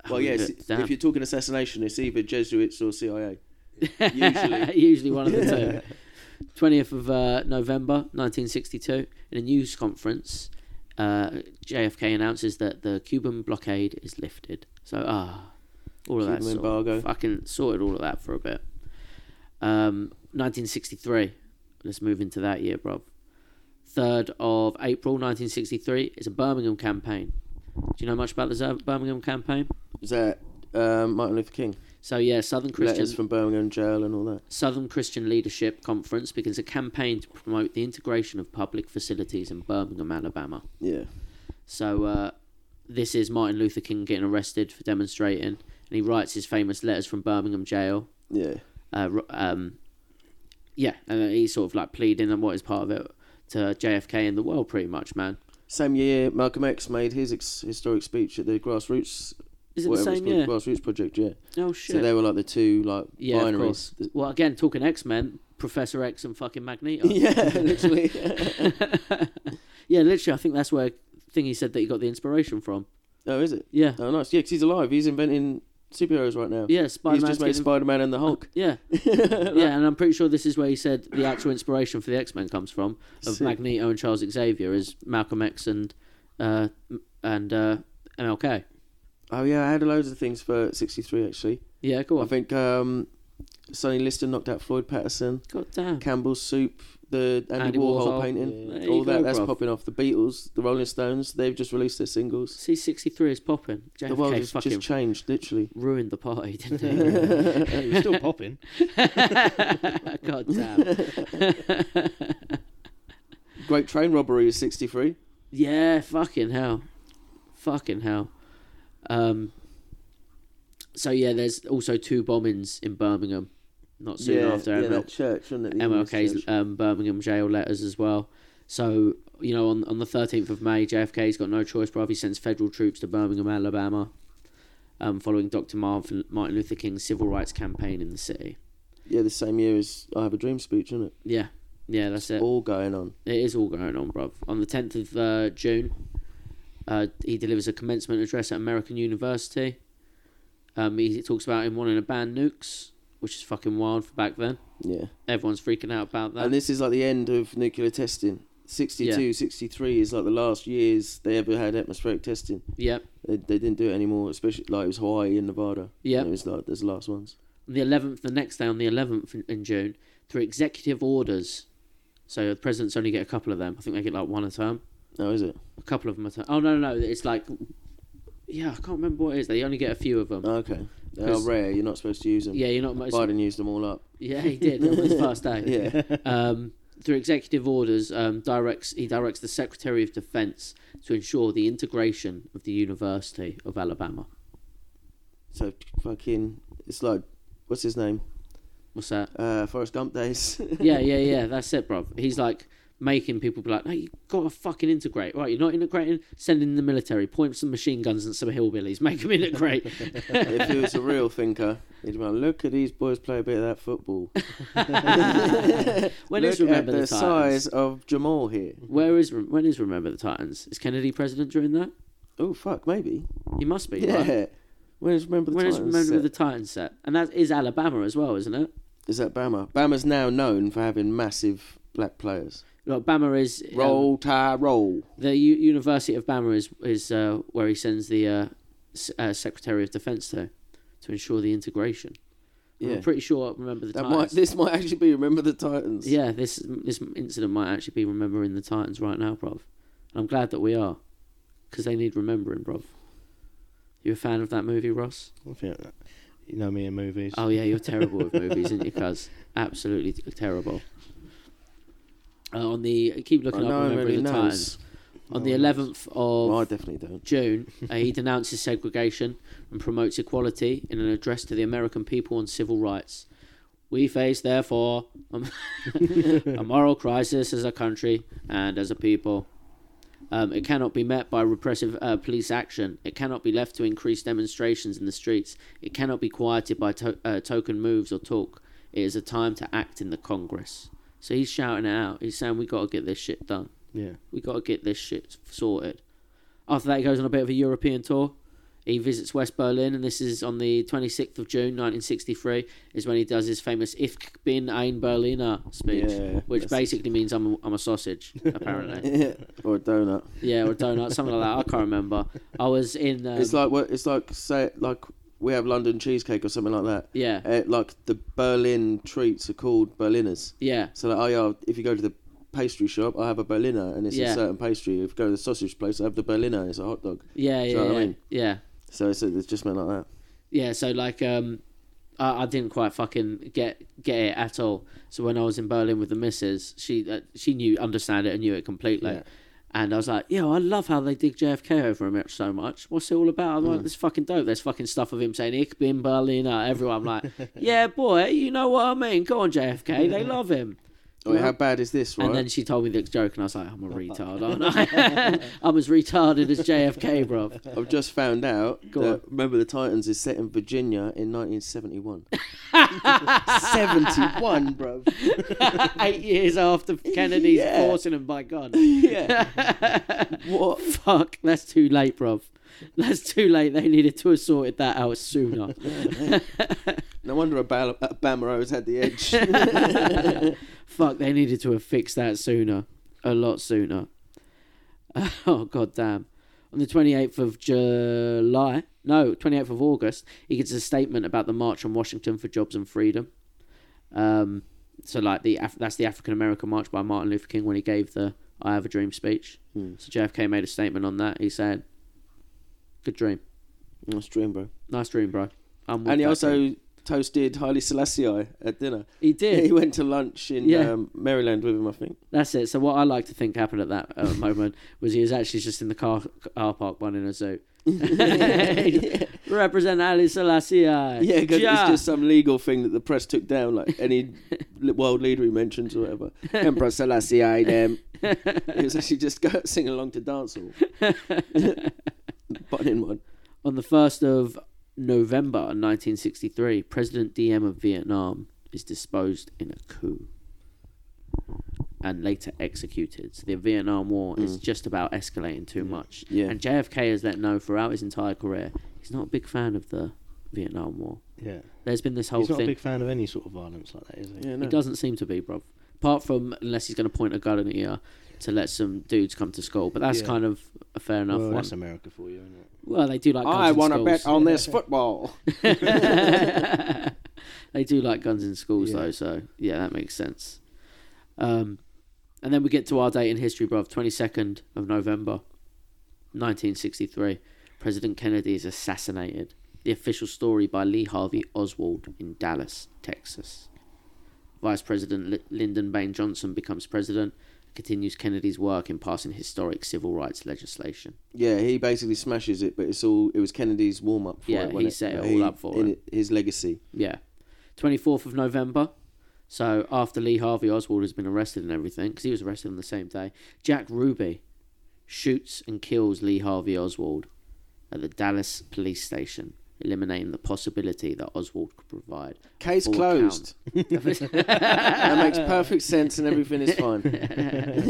Speaker 4: Well, yes,
Speaker 1: Oh,
Speaker 4: if you're talking assassination, it's either Jesuits or CIA. Usually.
Speaker 1: Usually one of the two. 20th of uh, November 1962, in a news conference, uh, JFK announces that the Cuban blockade is lifted. So, ah, all of that
Speaker 4: Cuban
Speaker 1: sort
Speaker 4: embargo.
Speaker 1: Fucking sorted all of that for a bit. Um, 1963. Let's move into that year, Rob. 3rd of April 1963 is a Birmingham campaign. Do you know much about the Zer- Birmingham campaign?
Speaker 4: Is that um, Martin Luther King?
Speaker 1: So, yeah, Southern Christian.
Speaker 4: Letters from Birmingham jail and all that.
Speaker 1: Southern Christian Leadership Conference begins a campaign to promote the integration of public facilities in Birmingham, Alabama.
Speaker 4: Yeah.
Speaker 1: So, uh, this is Martin Luther King getting arrested for demonstrating, and he writes his famous letters from Birmingham jail.
Speaker 4: Yeah.
Speaker 1: Uh, r- um, yeah, and then he's sort of like pleading and what is part of it to JFK and the world, pretty much, man.
Speaker 4: Same year, Malcolm X made his ex- historic speech at the grassroots.
Speaker 1: Is it the
Speaker 4: whatever it's
Speaker 1: same
Speaker 4: called,
Speaker 1: year?
Speaker 4: Grassroots project, yeah.
Speaker 1: Oh shit!
Speaker 4: So they were like the two like
Speaker 1: yeah, of
Speaker 4: binaries.
Speaker 1: course. Well, again, talking X Men, Professor X and fucking Magneto.
Speaker 4: yeah, literally.
Speaker 1: yeah, literally, I think that's where thing he said that he got the inspiration from.
Speaker 4: oh, is it?
Speaker 1: Yeah.
Speaker 4: Oh, nice. Yeah, 'cause he's alive. He's inventing superheroes right now.
Speaker 1: Yeah, Spider
Speaker 4: he's just made
Speaker 1: Man.
Speaker 4: Spider Man and the Hulk.
Speaker 1: Yeah, yeah, and I'm pretty sure this is where he said the actual inspiration for the X Men comes from of
Speaker 4: Sick.
Speaker 1: Magneto and Charles Xavier is Malcolm X and uh, m- and uh, MLK.
Speaker 4: Oh yeah, I had loads of things for '63 actually.
Speaker 1: Yeah, go
Speaker 4: I
Speaker 1: on.
Speaker 4: think um, Sonny Liston knocked out Floyd Patterson.
Speaker 1: God damn.
Speaker 4: Campbell's Soup, the Andy,
Speaker 1: Andy
Speaker 4: Warhol,
Speaker 1: Warhol.
Speaker 4: painting,
Speaker 1: Yeah. There you
Speaker 4: all that
Speaker 1: go,
Speaker 4: that's
Speaker 1: bruv.
Speaker 4: popping off. The Beatles, the Rolling Stones, they've just released their singles.
Speaker 1: C63 is popping. JFK
Speaker 4: The world has
Speaker 1: fucking
Speaker 4: just changed, literally.
Speaker 1: ruined the party, didn't he?
Speaker 5: It was still popping.
Speaker 1: God damn.
Speaker 4: Great train robbery is 63.
Speaker 1: Yeah, fucking hell. Fucking hell. Um. So yeah, there's also two bombings in Birmingham, not soon after
Speaker 4: yeah,
Speaker 1: ML-
Speaker 4: that church, wasn't it? The English
Speaker 1: MLK's
Speaker 4: church.
Speaker 1: um, Birmingham jail letters as well. So you know, on on the thirteenth of May, JFK's got no choice, bruv. He sends federal troops to Birmingham, Alabama, um, following Dr. Martin, Martin Luther King's civil rights campaign in the city.
Speaker 4: Yeah, the same year as I Have a Dream speech, isn't it?
Speaker 1: Yeah, yeah, that's it.
Speaker 4: All going on.
Speaker 1: It is all going on, bruv. On the tenth of uh, June, uh, he delivers a commencement address at American University. Um, he talks about him wanting to ban nukes, which is fucking wild for back then.
Speaker 4: Yeah.
Speaker 1: Everyone's freaking out about that.
Speaker 4: And this is like the end of nuclear testing. 62,
Speaker 1: Yeah.
Speaker 4: 63 is like the last years they ever had atmospheric testing.
Speaker 1: yep.
Speaker 4: They, they didn't do it anymore, especially like it was Hawaii and Nevada.
Speaker 1: Yeah.
Speaker 4: And It was like, those last ones.
Speaker 1: the 11th, the next day on the 11th in- in June, through executive orders. So the presidents only get a couple of them. I think they get like one a term.
Speaker 4: Oh, is it?
Speaker 1: A couple of them a term. Oh, no, no, no. It's like, yeah, I can't remember what it is. They only get a few of them.
Speaker 4: Oh, Okay. They are
Speaker 1: 'Cause-
Speaker 4: rare. You're not supposed to use them.
Speaker 1: yeah, you're not much.
Speaker 4: Biden used them all up.
Speaker 1: Yeah, he did. It was the first day.
Speaker 4: Yeah.
Speaker 1: Um, through executive orders, um, directs he directs the Secretary of Defense to ensure the integration of the University of Alabama.
Speaker 4: So fucking, it's like, what's his name?
Speaker 1: What's that?
Speaker 4: Uh, Forrest Gump days.
Speaker 1: yeah, yeah, yeah. That's it, bro. He's like making people be like, "No, you gotta fucking integrate." Right, you're not integrating. Send in the military. Point some machine guns at some hillbillies. Make them integrate.
Speaker 4: if he was a real thinker, he'd be like, look at these boys play a bit of that football.
Speaker 1: when
Speaker 4: look
Speaker 1: is remember
Speaker 4: at the,
Speaker 1: the, Titans?
Speaker 4: size of Jamal here.
Speaker 1: Where is Re- when is remember the Titans? Is Kennedy president during that?
Speaker 4: Oh fuck, maybe.
Speaker 1: He must be.
Speaker 4: Yeah.
Speaker 1: Right?
Speaker 4: When is remember the
Speaker 1: When is
Speaker 4: Titans
Speaker 1: remember
Speaker 4: set?
Speaker 1: the Titans set? And that is Alabama as well, isn't it?
Speaker 4: Is that Bama? Bama's now known for having massive black players.
Speaker 1: Like Bama is um,
Speaker 4: Roll tie roll.
Speaker 1: the U- University of Bama is is uh, where he sends the uh, S- uh, Secretary of Defense to to ensure the integration.
Speaker 4: Yeah.
Speaker 1: I'm pretty sure. I remember the
Speaker 4: That
Speaker 1: Titans.
Speaker 4: might, this might actually be remember the Titans.
Speaker 1: Yeah, this this incident might actually be remembering the Titans right now, bruv. And I'm glad that we are, because they need remembering, bruv. You a fan of that movie, Ross?
Speaker 5: I think you know me in movies.
Speaker 1: Oh yeah, you're terrible with movies, aren't you, cuz? Absolutely t- terrible. Uh, on the keep
Speaker 4: I
Speaker 1: looking
Speaker 4: know
Speaker 1: up
Speaker 4: him
Speaker 1: remembering
Speaker 4: and he
Speaker 1: the
Speaker 4: knows.
Speaker 1: Titans. On the 11th of
Speaker 4: Well, I definitely don't.
Speaker 1: June, uh, he denounces segregation and promotes equality in an address to the American people on civil rights. We face, therefore, um, a moral crisis as a country and as a people. Um, it cannot be met by repressive uh, police action. It cannot be left to increase demonstrations in the streets. It cannot be quieted by to- uh, token moves or talk. It is a time to act in the Congress. So he's shouting it out. He's saying, we got to get this shit done
Speaker 5: Yeah.
Speaker 1: we got to get this shit sorted. After that, he goes on a bit of a European tour. He visits West Berlin, and this is on the 26th of June, 1963, is when he does his famous Ich bin ein Berliner speech,
Speaker 4: Yeah,
Speaker 1: which
Speaker 4: that's-
Speaker 1: basically means I'm a, I'm a sausage, apparently.
Speaker 4: or a donut.
Speaker 1: yeah, or donut, something like that. I can't remember. I was in. Um,
Speaker 4: It's like what it's like say like we have London cheesecake or something like that.
Speaker 1: Yeah.
Speaker 4: Uh, like the Berlin treats are called Berliners.
Speaker 1: yeah.
Speaker 4: So like, oh yeah, if you go to the pastry shop, I have a Berliner and it's
Speaker 1: Yeah.
Speaker 4: a certain pastry. If you go to the sausage place, I have the Berliner and it's a hot dog. Do
Speaker 1: Yeah, yeah,
Speaker 4: you know
Speaker 1: yeah,
Speaker 4: what I mean?
Speaker 1: yeah.
Speaker 4: So it's, it's just meant like that.
Speaker 1: yeah so like um I, I didn't quite fucking get get it at all so when i was in berlin with the missus she uh, she knew understand it and knew it completely and i was like yo i love how they dig jfk over him so much what's it all about i'm like this fucking dope there's fucking stuff of him saying ich bin berliner uh,' everyone I'm like yeah boy you know what i mean go on jfk they love him
Speaker 4: Oh, how bad is this, right?
Speaker 1: and then she told me the joke, and I was like, "I'm a retard, aren't I? I'm as retarded as JFK, bro."
Speaker 4: I've just found out
Speaker 1: Go
Speaker 4: that
Speaker 1: on.
Speaker 4: Remember the Titans is set in Virginia in 1971. 71, bro.
Speaker 1: Eight years after Kennedy's
Speaker 4: Yeah.
Speaker 1: forcing him, by God.
Speaker 4: Yeah. what?
Speaker 1: Fuck, that's too late, bruv. That's too late. They needed to have sorted that out sooner.
Speaker 4: No wonder Abal- Bama always had the edge.
Speaker 1: Fuck, they needed to have fixed that sooner. A lot sooner. Oh, god damn. On the 28th of July, no, 28th of August, he gets a statement about the March on Washington for Jobs and Freedom. Um, so, like, the Af- that's the African American March by Martin Luther King when he gave the I Have a Dream speech.
Speaker 4: Hmm,
Speaker 1: So, JFK made a statement on that. He said, Good dream.
Speaker 4: nice dream, bro.
Speaker 1: Nice dream, bro. I'm with
Speaker 4: And he
Speaker 1: that
Speaker 4: also
Speaker 1: dream.
Speaker 4: toasted Haile Selassie at dinner.
Speaker 1: he did.
Speaker 4: he went to lunch in
Speaker 1: Yeah.
Speaker 4: um, Maryland with him, I think.
Speaker 1: That's it. So what I like to think happened at that uh, moment was he was actually just in the car, car park running a zoo. Represent Ali Selassie.
Speaker 4: Yeah, 'cause it's just some legal thing that the press took down, like any li- world leader he mentions or whatever. Emperor Selassie, them. It was actually just go sing along to dance hall. Button in one.
Speaker 1: On the 1st of November 1963, President Diem of Vietnam is disposed in a coup and later executed. So the Vietnam War is just about escalating too much.
Speaker 4: Mm. Yeah.
Speaker 1: And JFK has let know throughout his entire career he's not a big fan of the Vietnam War.
Speaker 5: Yeah.
Speaker 1: There's been this whole
Speaker 5: He's not a
Speaker 1: thing.
Speaker 5: big fan of any sort of violence like that, is he?
Speaker 4: Yeah,
Speaker 1: He
Speaker 4: no.
Speaker 1: doesn't seem to be, bruv. Apart from unless he's going to point a gun in the ear to let some dudes come to school, but that's
Speaker 5: Yeah.
Speaker 1: kind of a fair enough
Speaker 5: Well,
Speaker 1: one.
Speaker 5: that's America for you, isn't it?
Speaker 1: Well, they do like. Guns
Speaker 4: I
Speaker 1: in
Speaker 4: want to
Speaker 1: schools.
Speaker 4: bet on this football.
Speaker 1: they do like guns in schools
Speaker 5: Yeah.
Speaker 1: though, so yeah, that makes sense. Um, and then we get to our date in history, bruv. Twenty second of November, nineteen sixty three. President Kennedy is assassinated. The official story by Lee Harvey Oswald in Dallas, Texas. Vice President Li- Lyndon Baines Johnson becomes president, continues Kennedy's work in passing historic civil rights legislation.
Speaker 4: Yeah, he basically smashes it, but it's all it was Kennedy's warm up for
Speaker 1: Yeah,
Speaker 4: it. wasn't
Speaker 1: he set it
Speaker 4: Like,
Speaker 1: all up for
Speaker 4: in
Speaker 1: it.
Speaker 4: His legacy.
Speaker 1: Yeah. 24th of November. So after Lee Harvey Oswald has been arrested and everything, because he was arrested on the same day, Jack Ruby shoots and kills Lee Harvey Oswald at the Dallas police station, eliminating the possibility that Oswald could provide. a
Speaker 4: Case
Speaker 1: full
Speaker 4: closed.
Speaker 1: account.
Speaker 4: that makes perfect sense, and everything is fine.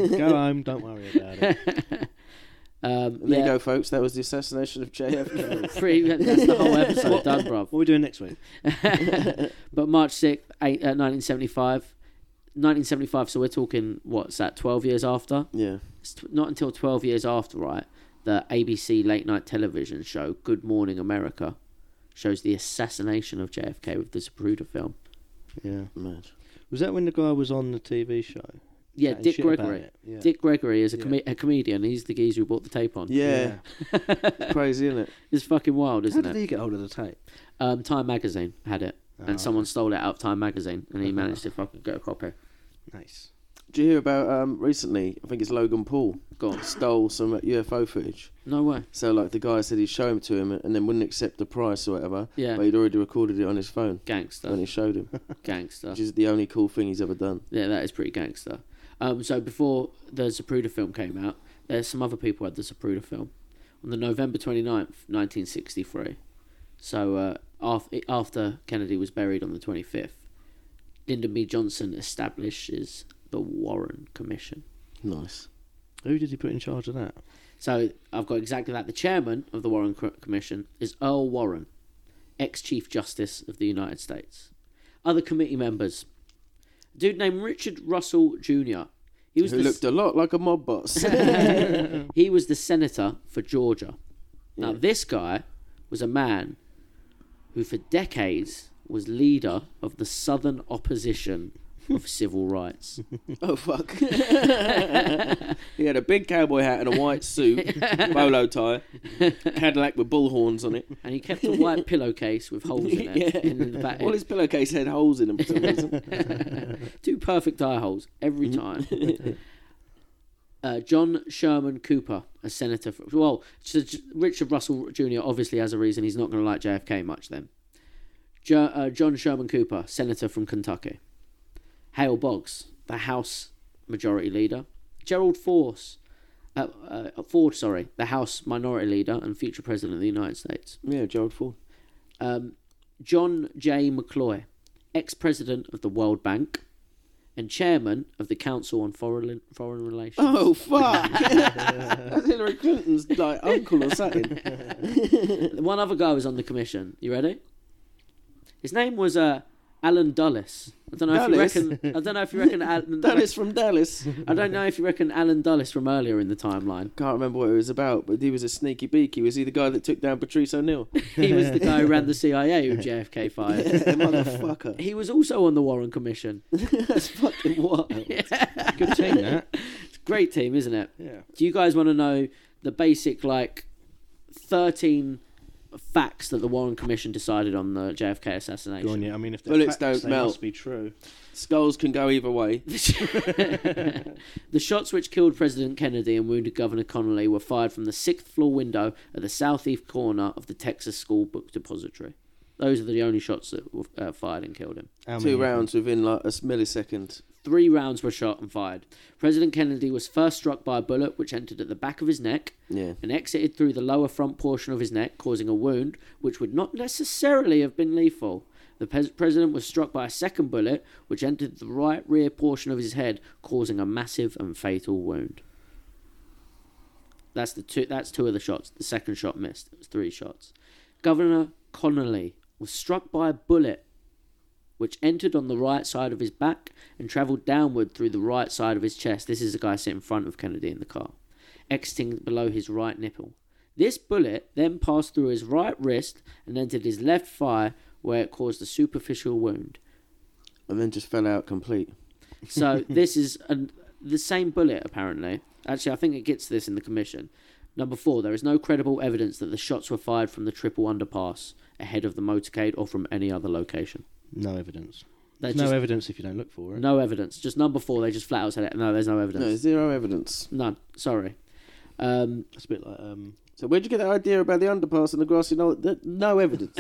Speaker 5: Go home, don't worry about it.
Speaker 1: um,
Speaker 4: There you
Speaker 1: yeah,
Speaker 4: go, folks. That was the assassination of JFK.
Speaker 1: pretty, that's the whole episode done, bruv.
Speaker 5: What are we doing next week?
Speaker 1: But March 6th, eight, uh, 1975. 1975, so we're talking, what's that, 12 years after?
Speaker 4: yeah.
Speaker 1: It's tw- not until 12 years after, right, the ABC late night television show Good Morning America shows the assassination of JFK with the Zapruder film.
Speaker 5: Yeah.
Speaker 4: Mad.
Speaker 5: Was that when the guy was on the TV show?
Speaker 1: Yeah,
Speaker 5: Chatting
Speaker 1: Dick
Speaker 5: shit about
Speaker 1: Gregory.
Speaker 5: it, yeah.
Speaker 1: Dick Gregory is a, com- a comedian. He's the geezer who bought the tape on.
Speaker 4: Yeah. Crazy, isn't it?
Speaker 1: It's fucking wild,
Speaker 5: How
Speaker 1: isn't
Speaker 5: did Ah.
Speaker 1: it?
Speaker 5: he get hold of the tape?
Speaker 1: Um, Time magazine had it, and someone stole it out of Time magazine, and he managed to fucking get a copy.
Speaker 5: Nice.
Speaker 4: Did you hear about um, recently? I think it's Logan Paul
Speaker 1: Go on.
Speaker 4: stole some UFO footage.
Speaker 1: No way.
Speaker 4: So like the guy said he'd show him to him, and then wouldn't accept the price or whatever.
Speaker 1: Yeah.
Speaker 4: But he'd already recorded it on his phone when
Speaker 1: Gangster.
Speaker 4: he showed him,
Speaker 1: Gangster.
Speaker 4: which is the only cool thing he's ever done.
Speaker 1: Yeah, that is pretty gangster. Um, so before the Zapruder film came out, there's some other people had the Zapruder film on the November 29th, 1963. So uh, after, after Kennedy was buried on the 25th, Lyndon B. Johnson establishes the Warren Commission.
Speaker 4: Nice.
Speaker 5: Who did he put in charge of that?
Speaker 1: So I've got exactly that. The chairman of the Warren Co- Commission is Earl Warren, ex Chief Justice of the United States. Other committee members, a dude named Richard Russell Jr. He was
Speaker 4: Who
Speaker 1: the-
Speaker 4: looked a lot like a mob boss.
Speaker 1: He was the senator for Georgia. Now, this guy was a man who, for decades, was leader of the Southern opposition of civil rights.
Speaker 4: oh fuck. he had a big cowboy hat and a white suit, bolo tie, Cadillac with bull horns on it.
Speaker 1: And he kept a white pillowcase with holes in it.
Speaker 4: Yeah.
Speaker 1: in the back.
Speaker 4: All his pillowcase had holes in them for some reason.
Speaker 1: Two perfect eye holes every time. Uh, John Sherman Cooper, a senator. For, well, so J- Richard Russell Jr. obviously has a reason he's not going to like JFK much then. Jo- uh, John Sherman Cooper, senator from Kentucky. Hale Boggs, the House Majority Leader. Gerald Force, uh, uh, Ford, sorry, the House Minority Leader and future President of the United States.
Speaker 4: yeah, Gerald Ford.
Speaker 1: Um, John J. McCloy, ex president of the World Bank and chairman of the Council on Foreign, Foreign Relations.
Speaker 4: Oh fuck! That's Hillary Clinton's like uncle or something.
Speaker 1: One other guy was on the commission. You ready? His name was uh, Alan Dulles. I don't know if you
Speaker 4: Dulles?
Speaker 1: reckon. I don't know if you reckon Alan
Speaker 4: Dallas from Dallas.
Speaker 1: I don't know if you reckon Alan Dulles from earlier in the timeline.
Speaker 4: Can't remember what it was about, but he was a sneaky beaky. Was he the guy that took down Patrice O'Neill?
Speaker 1: He was the guy who ran the CIA who JFK fired.
Speaker 4: Motherfucker.
Speaker 1: He was also on the Warren Commission.
Speaker 4: That's fucking what?
Speaker 5: Good team, eh? that.
Speaker 1: Great team, isn't it?
Speaker 5: Yeah.
Speaker 1: Do you guys want to know the basic like thirteen facts that the Warren Commission decided on the JFK assassination?
Speaker 5: Go on, yeah. I mean, if they're
Speaker 4: Bullets
Speaker 5: facts,
Speaker 4: don't
Speaker 5: they
Speaker 4: melt.
Speaker 5: must be true.
Speaker 4: Skulls can go either way.
Speaker 1: The shots which killed President Kennedy and wounded Governor Connolly were fired from the sixth floor window at the southeast corner of the Texas School Book Depository. Those are the only shots that were uh, fired and killed him.
Speaker 5: How many
Speaker 4: Two
Speaker 5: of them?
Speaker 4: rounds within like a millisecond.
Speaker 1: Three rounds were shot and fired. President Kennedy was first struck by a bullet which entered at the back of his neck
Speaker 4: Yeah.
Speaker 1: and exited through the lower front portion of his neck, causing a wound which would not necessarily have been lethal. The pres- president was struck by a second bullet which entered the right rear portion of his head, causing a massive and fatal wound. That's the two. That's two of the shots. The second shot missed. It was three shots. Governor Connolly was struck by a bullet which entered on the right side of his back and travelled downward through the right side of his chest. This is the guy sitting in front of Kennedy in the car, exiting below his right nipple. This bullet then passed through his right wrist and entered his left thigh, where it caused a superficial wound.
Speaker 4: And then just fell out complete.
Speaker 1: So this is an, the same bullet, apparently. Actually, I think it gets this in the commission. Number four, there is no credible evidence that the shots were fired from the triple underpass ahead of the motorcade or from any other location.
Speaker 5: No evidence.
Speaker 1: They
Speaker 5: There's
Speaker 1: just,
Speaker 5: no evidence if you don't look for it.
Speaker 1: no evidence. Just number four, they just flat out said it. No, there's no evidence.
Speaker 4: No, zero evidence.
Speaker 1: None. Sorry. Um,
Speaker 5: It's a bit like um,
Speaker 4: So where'd you get that idea about the underpass and the grassy knoll? Th- No evidence.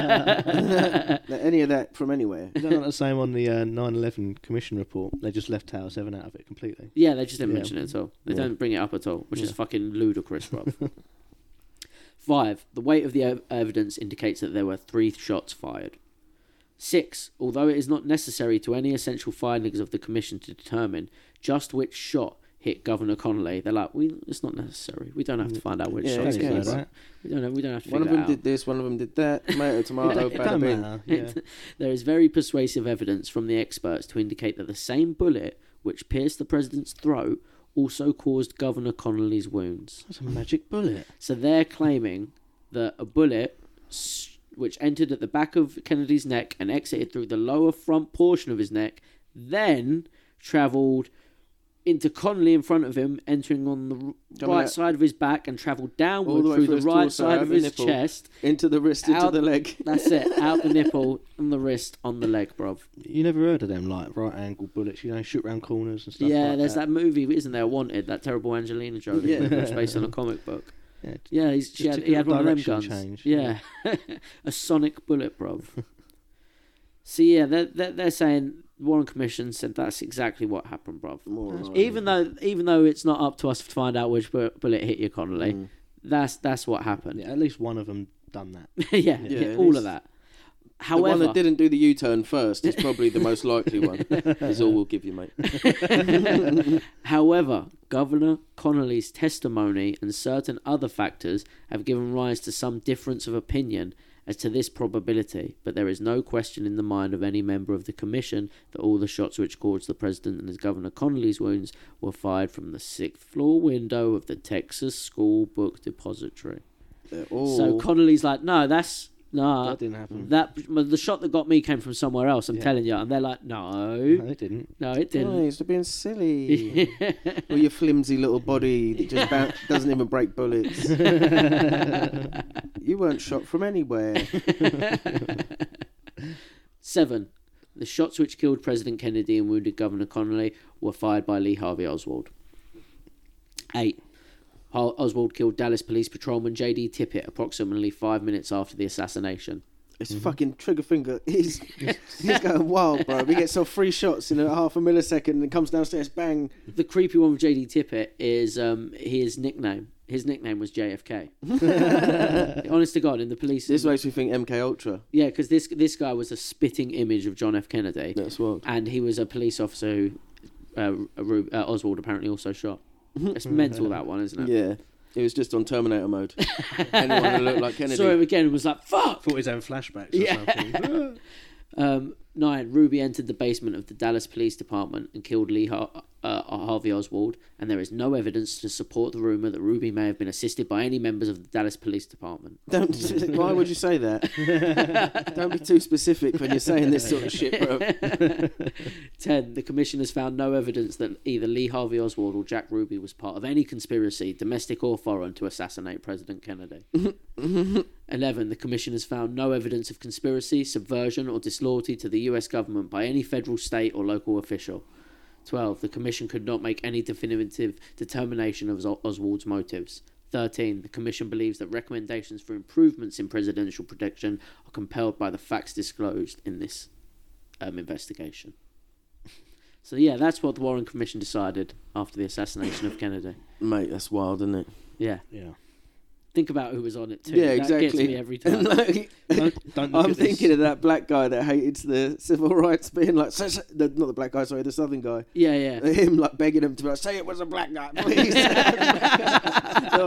Speaker 4: Any of that from anywhere.
Speaker 5: is that not the same on the uh, 9/11 Commission report? They just left Tower Seven out of it completely.
Speaker 1: yeah, they just didn't
Speaker 5: Yeah.
Speaker 1: mention it at all. They
Speaker 5: Yeah.
Speaker 1: don't bring it up at all, which is
Speaker 5: Yeah.
Speaker 1: fucking ludicrous, Rob. Five, the weight of the ev- evidence indicates that there were three shots fired. Six, although it is not necessary to any essential findings of the commission to determine just which shot hit Governor Connolly, they're like, we it's not necessary. We don't have to find out which
Speaker 4: Mm. Yeah,
Speaker 1: shot
Speaker 5: Don't
Speaker 1: it
Speaker 4: okay.
Speaker 5: know
Speaker 1: is.
Speaker 5: that.
Speaker 1: We don't, know, we don't have to
Speaker 4: One of
Speaker 1: figure
Speaker 4: them
Speaker 1: that out.
Speaker 4: did this, one of them did that. Tomato, tomato,
Speaker 5: It don't
Speaker 4: bada bing.
Speaker 5: matter. Yeah.
Speaker 1: There is very persuasive evidence from the experts to indicate that the same bullet which pierced the president's throat also caused Governor Connolly's wounds.
Speaker 5: That's a magic bullet.
Speaker 1: So they're claiming that a bullet s- which entered at the back of Kennedy's neck and exited through the lower front portion of his neck then traveled into Connolly in front of him, entering on the r-
Speaker 4: Coming
Speaker 1: right
Speaker 4: out-
Speaker 1: side of his back and traveled downward
Speaker 4: the way
Speaker 1: through
Speaker 4: through
Speaker 1: the
Speaker 4: his
Speaker 1: right
Speaker 4: torso,
Speaker 1: side
Speaker 4: out
Speaker 1: of
Speaker 4: the
Speaker 1: his
Speaker 4: nipple.
Speaker 1: chest.
Speaker 4: Into the wrist, into
Speaker 1: Out-
Speaker 4: the leg.
Speaker 1: That's it. Out the nipple, on the wrist, on the leg, bruv.
Speaker 5: You never heard of them like right angle bullets? You know, shoot round corners and stuff.
Speaker 1: yeah,
Speaker 5: like
Speaker 1: there's that. movie, isn't there? Wanted that terrible Angelina Jolie,
Speaker 4: Yeah.
Speaker 1: which is based on a comic book.
Speaker 5: Yeah,
Speaker 1: Yeah, he's, she
Speaker 5: Just
Speaker 1: had,
Speaker 5: took
Speaker 1: he
Speaker 5: a
Speaker 1: had one of them guns.
Speaker 5: direction change,
Speaker 1: Yeah, a sonic bullet, bro. so yeah, they're, they're they're saying Warren Commission said that's exactly what happened, bro.
Speaker 4: More like-
Speaker 1: Even though even though it's not up to us to find out which bu- bullet hit you, Connolly, that's that's what happened.
Speaker 5: Mm. Yeah, at least one of them done that.
Speaker 1: Yeah, yeah,
Speaker 4: at
Speaker 1: all of
Speaker 4: least-
Speaker 1: that.
Speaker 4: the one
Speaker 1: However,
Speaker 4: that didn't do the U-turn first is probably the most likely one. Is all we'll give you, mate.
Speaker 1: However, Governor Connolly's testimony and certain other factors have given rise to some difference of opinion as to this probability, but there is no question in the mind of any member of the commission that all the shots which caused the president and his Governor Connolly's wounds were fired from the sixth floor window of the Texas School Book Depository.
Speaker 4: They're all
Speaker 1: So Connolly's like, no, that's. Nah,
Speaker 5: That didn't happen."
Speaker 1: That Uh, the shot that got me came from somewhere else. I'm
Speaker 5: Yeah.
Speaker 1: telling you, and they're like, no,
Speaker 5: No, they didn't.
Speaker 1: no, it didn't.
Speaker 4: guys, they're being silly. or your flimsy little body that just boun doesn't even break bullets. you weren't shot from anywhere.
Speaker 1: Seven. The shots which killed President Kennedy and wounded Governor Connolly were fired by Lee Harvey Oswald. Eight. Ho- Oswald killed Dallas police patrolman J.D. Tippett approximately five minutes after the assassination.
Speaker 4: It's fucking trigger finger. He's he's going wild, bro. He gets off three shots in a half a millisecond and comes downstairs, bang.
Speaker 1: The creepy one with J.D. Tippett is um, his nickname. His nickname was JFK. Honest to God, in the police.
Speaker 4: This makes me think MK Ultra.
Speaker 1: Yeah, because this this guy was a spitting image of John F. Kennedy,
Speaker 4: That's wild.
Speaker 1: and he was a police officer who uh, Ru- uh, Oswald apparently also shot. It's mental that one, isn't it?
Speaker 4: Yeah. It was just on Terminator mode. Anyone who looked like Kennedy.
Speaker 1: Saw him again and was like, "Fuck!"
Speaker 5: Thought his own flashbacks or
Speaker 1: Yeah.
Speaker 5: something.
Speaker 1: Um, nine. Ruby entered the basement of the Dallas Police Department and killed Lee Har- uh, Harvey Oswald, and there is no evidence to support the rumor that Ruby may have been assisted by any members of the Dallas Police Department.
Speaker 4: Don't. Why would you say that? Don't be too specific when you're saying this sort of shit, bro.
Speaker 1: Ten. The commissioners found no evidence that either Lee Harvey Oswald or Jack Ruby was part of any conspiracy, domestic or foreign, to assassinate President Kennedy. 11. The commissioners found no evidence of conspiracy, subversion, or disloyalty to the US government by any federal, state, or local official. 12. The commission could not make any definitive determination of Os- Oswald's motives. 13. The commission believes that recommendations for improvements in presidential protection are compelled by the facts disclosed in this um, investigation. So, yeah, that's what the Warren Commission decided after the assassination of Kennedy.
Speaker 4: Mate, that's wild, isn't it?
Speaker 1: Yeah.
Speaker 5: yeah.
Speaker 1: Think about who was on it, too.
Speaker 4: Yeah,
Speaker 1: That gets
Speaker 4: exactly.
Speaker 1: me every time. Oh,
Speaker 4: Like,
Speaker 5: Don't, don't look
Speaker 4: I'm
Speaker 5: at this.
Speaker 4: thinking of that black guy that hated the civil rights, being like, so, so, the, not the black guy, sorry, the southern guy.
Speaker 1: yeah, yeah.
Speaker 4: Him like begging him to be like, say it was a black guy, please. They're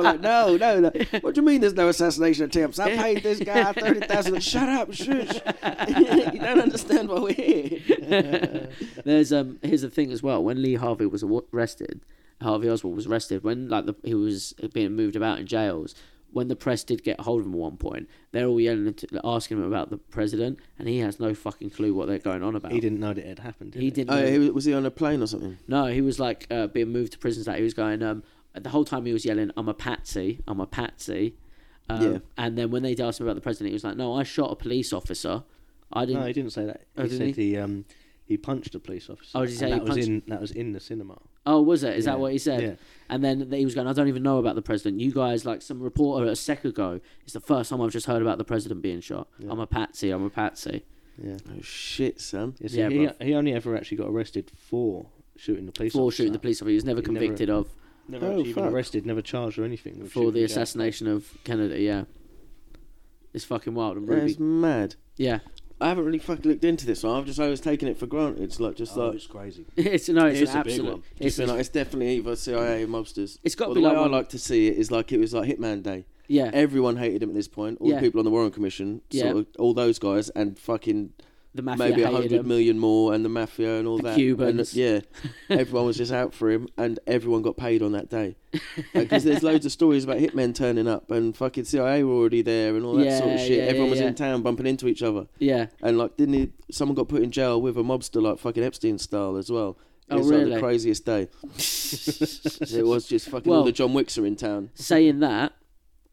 Speaker 4: like, no, no, no. What do you mean there's no assassination attempts? I paid this guy thirty thousand. Shut up, shush. you don't understand why we're here.
Speaker 1: There's um here's the thing as well. When Lee Harvey was awa- arrested, Harvey Oswald was arrested when like the, he was being moved about in jails. When the press did get hold of him at one point, they're all yelling at, asking him about the president, and he has no fucking clue what they're going on about.
Speaker 5: He didn't know that it had happened. Did
Speaker 1: He didn't.
Speaker 4: Oh,
Speaker 1: know.
Speaker 4: he was, was he on a plane or something?
Speaker 1: No, he was like uh, being moved to prisons. That he was going. Um, the whole time he was yelling, "I'm a patsy! I'm a patsy!" Um,
Speaker 4: Yeah.
Speaker 1: And then when they asked him about the president, he was like, "No, I shot a police officer. I didn't.
Speaker 5: No, he didn't say that.
Speaker 1: Oh,
Speaker 5: he
Speaker 1: didn't
Speaker 5: said
Speaker 1: he?
Speaker 5: he, um, he punched a police officer.
Speaker 1: Oh, did he say
Speaker 5: and
Speaker 1: he
Speaker 5: that was
Speaker 1: punched-
Speaker 5: in that was in the cinema?
Speaker 1: Oh, was it? Is
Speaker 5: Yeah.
Speaker 1: that what he said?
Speaker 5: Yeah.
Speaker 1: And then he was going, I don't even know about the president. You guys, like some reporter a sec ago, it's the first time I've just heard about the president being shot. I'm a patsy. I'm a patsy.
Speaker 5: Yeah.
Speaker 4: Oh shit, Sam.
Speaker 5: You see,
Speaker 1: Yeah,
Speaker 5: he, he only ever actually got arrested for shooting the police
Speaker 1: For
Speaker 5: officer.
Speaker 1: shooting the police officer, he was never
Speaker 5: He never-
Speaker 1: convicted of
Speaker 5: Never
Speaker 4: Oh,
Speaker 5: actually even
Speaker 4: fuck.
Speaker 5: arrested, never charged or anything. with
Speaker 1: for
Speaker 5: shooting
Speaker 1: the
Speaker 5: a guy.
Speaker 1: assassination of Kennedy. Yeah, it's fucking wild and
Speaker 4: That's
Speaker 1: Ruby.
Speaker 4: mad.
Speaker 1: Yeah,
Speaker 4: I haven't really fucking looked into this one. I've just always taken it for granted. It's like just
Speaker 5: Oh,
Speaker 4: like
Speaker 5: it's crazy.
Speaker 1: it's no, it's,
Speaker 5: It's
Speaker 1: an
Speaker 5: a big
Speaker 1: absolute.
Speaker 5: one.
Speaker 1: It's,
Speaker 4: it's been like it's definitely either CIA or mobsters.
Speaker 1: It's gotta
Speaker 4: Or
Speaker 1: be
Speaker 4: the
Speaker 1: like
Speaker 4: way
Speaker 1: one-
Speaker 4: I like to see it is like it was like Hitman Day.
Speaker 1: yeah,
Speaker 4: Everyone hated him at this point. All
Speaker 1: Yeah.
Speaker 4: the people on the Warren Commission,
Speaker 1: Yeah.
Speaker 4: sort of, all those guys, and fucking
Speaker 1: the mafia
Speaker 4: maybe a
Speaker 1: hated
Speaker 4: hundred
Speaker 1: him.
Speaker 4: million more, and the mafia and all
Speaker 1: The
Speaker 4: that.
Speaker 1: Cubans.
Speaker 4: And, yeah, everyone was just out for him, and everyone got paid on that day. Because there's loads of stories about hitmen turning up, and fucking CIA were already there, and all that sort of
Speaker 1: Yeah,
Speaker 4: shit.
Speaker 1: yeah,
Speaker 4: everyone
Speaker 1: yeah,
Speaker 4: was
Speaker 1: yeah.
Speaker 4: in town bumping into each other,
Speaker 1: Yeah,
Speaker 4: and like, didn't he, someone got put in jail with a mobster like fucking Epstein style as well? It
Speaker 1: Oh,
Speaker 4: was like
Speaker 1: really?
Speaker 4: the craziest day. it was just fucking
Speaker 1: Well-
Speaker 4: all the John Wicks are in town.
Speaker 1: saying that,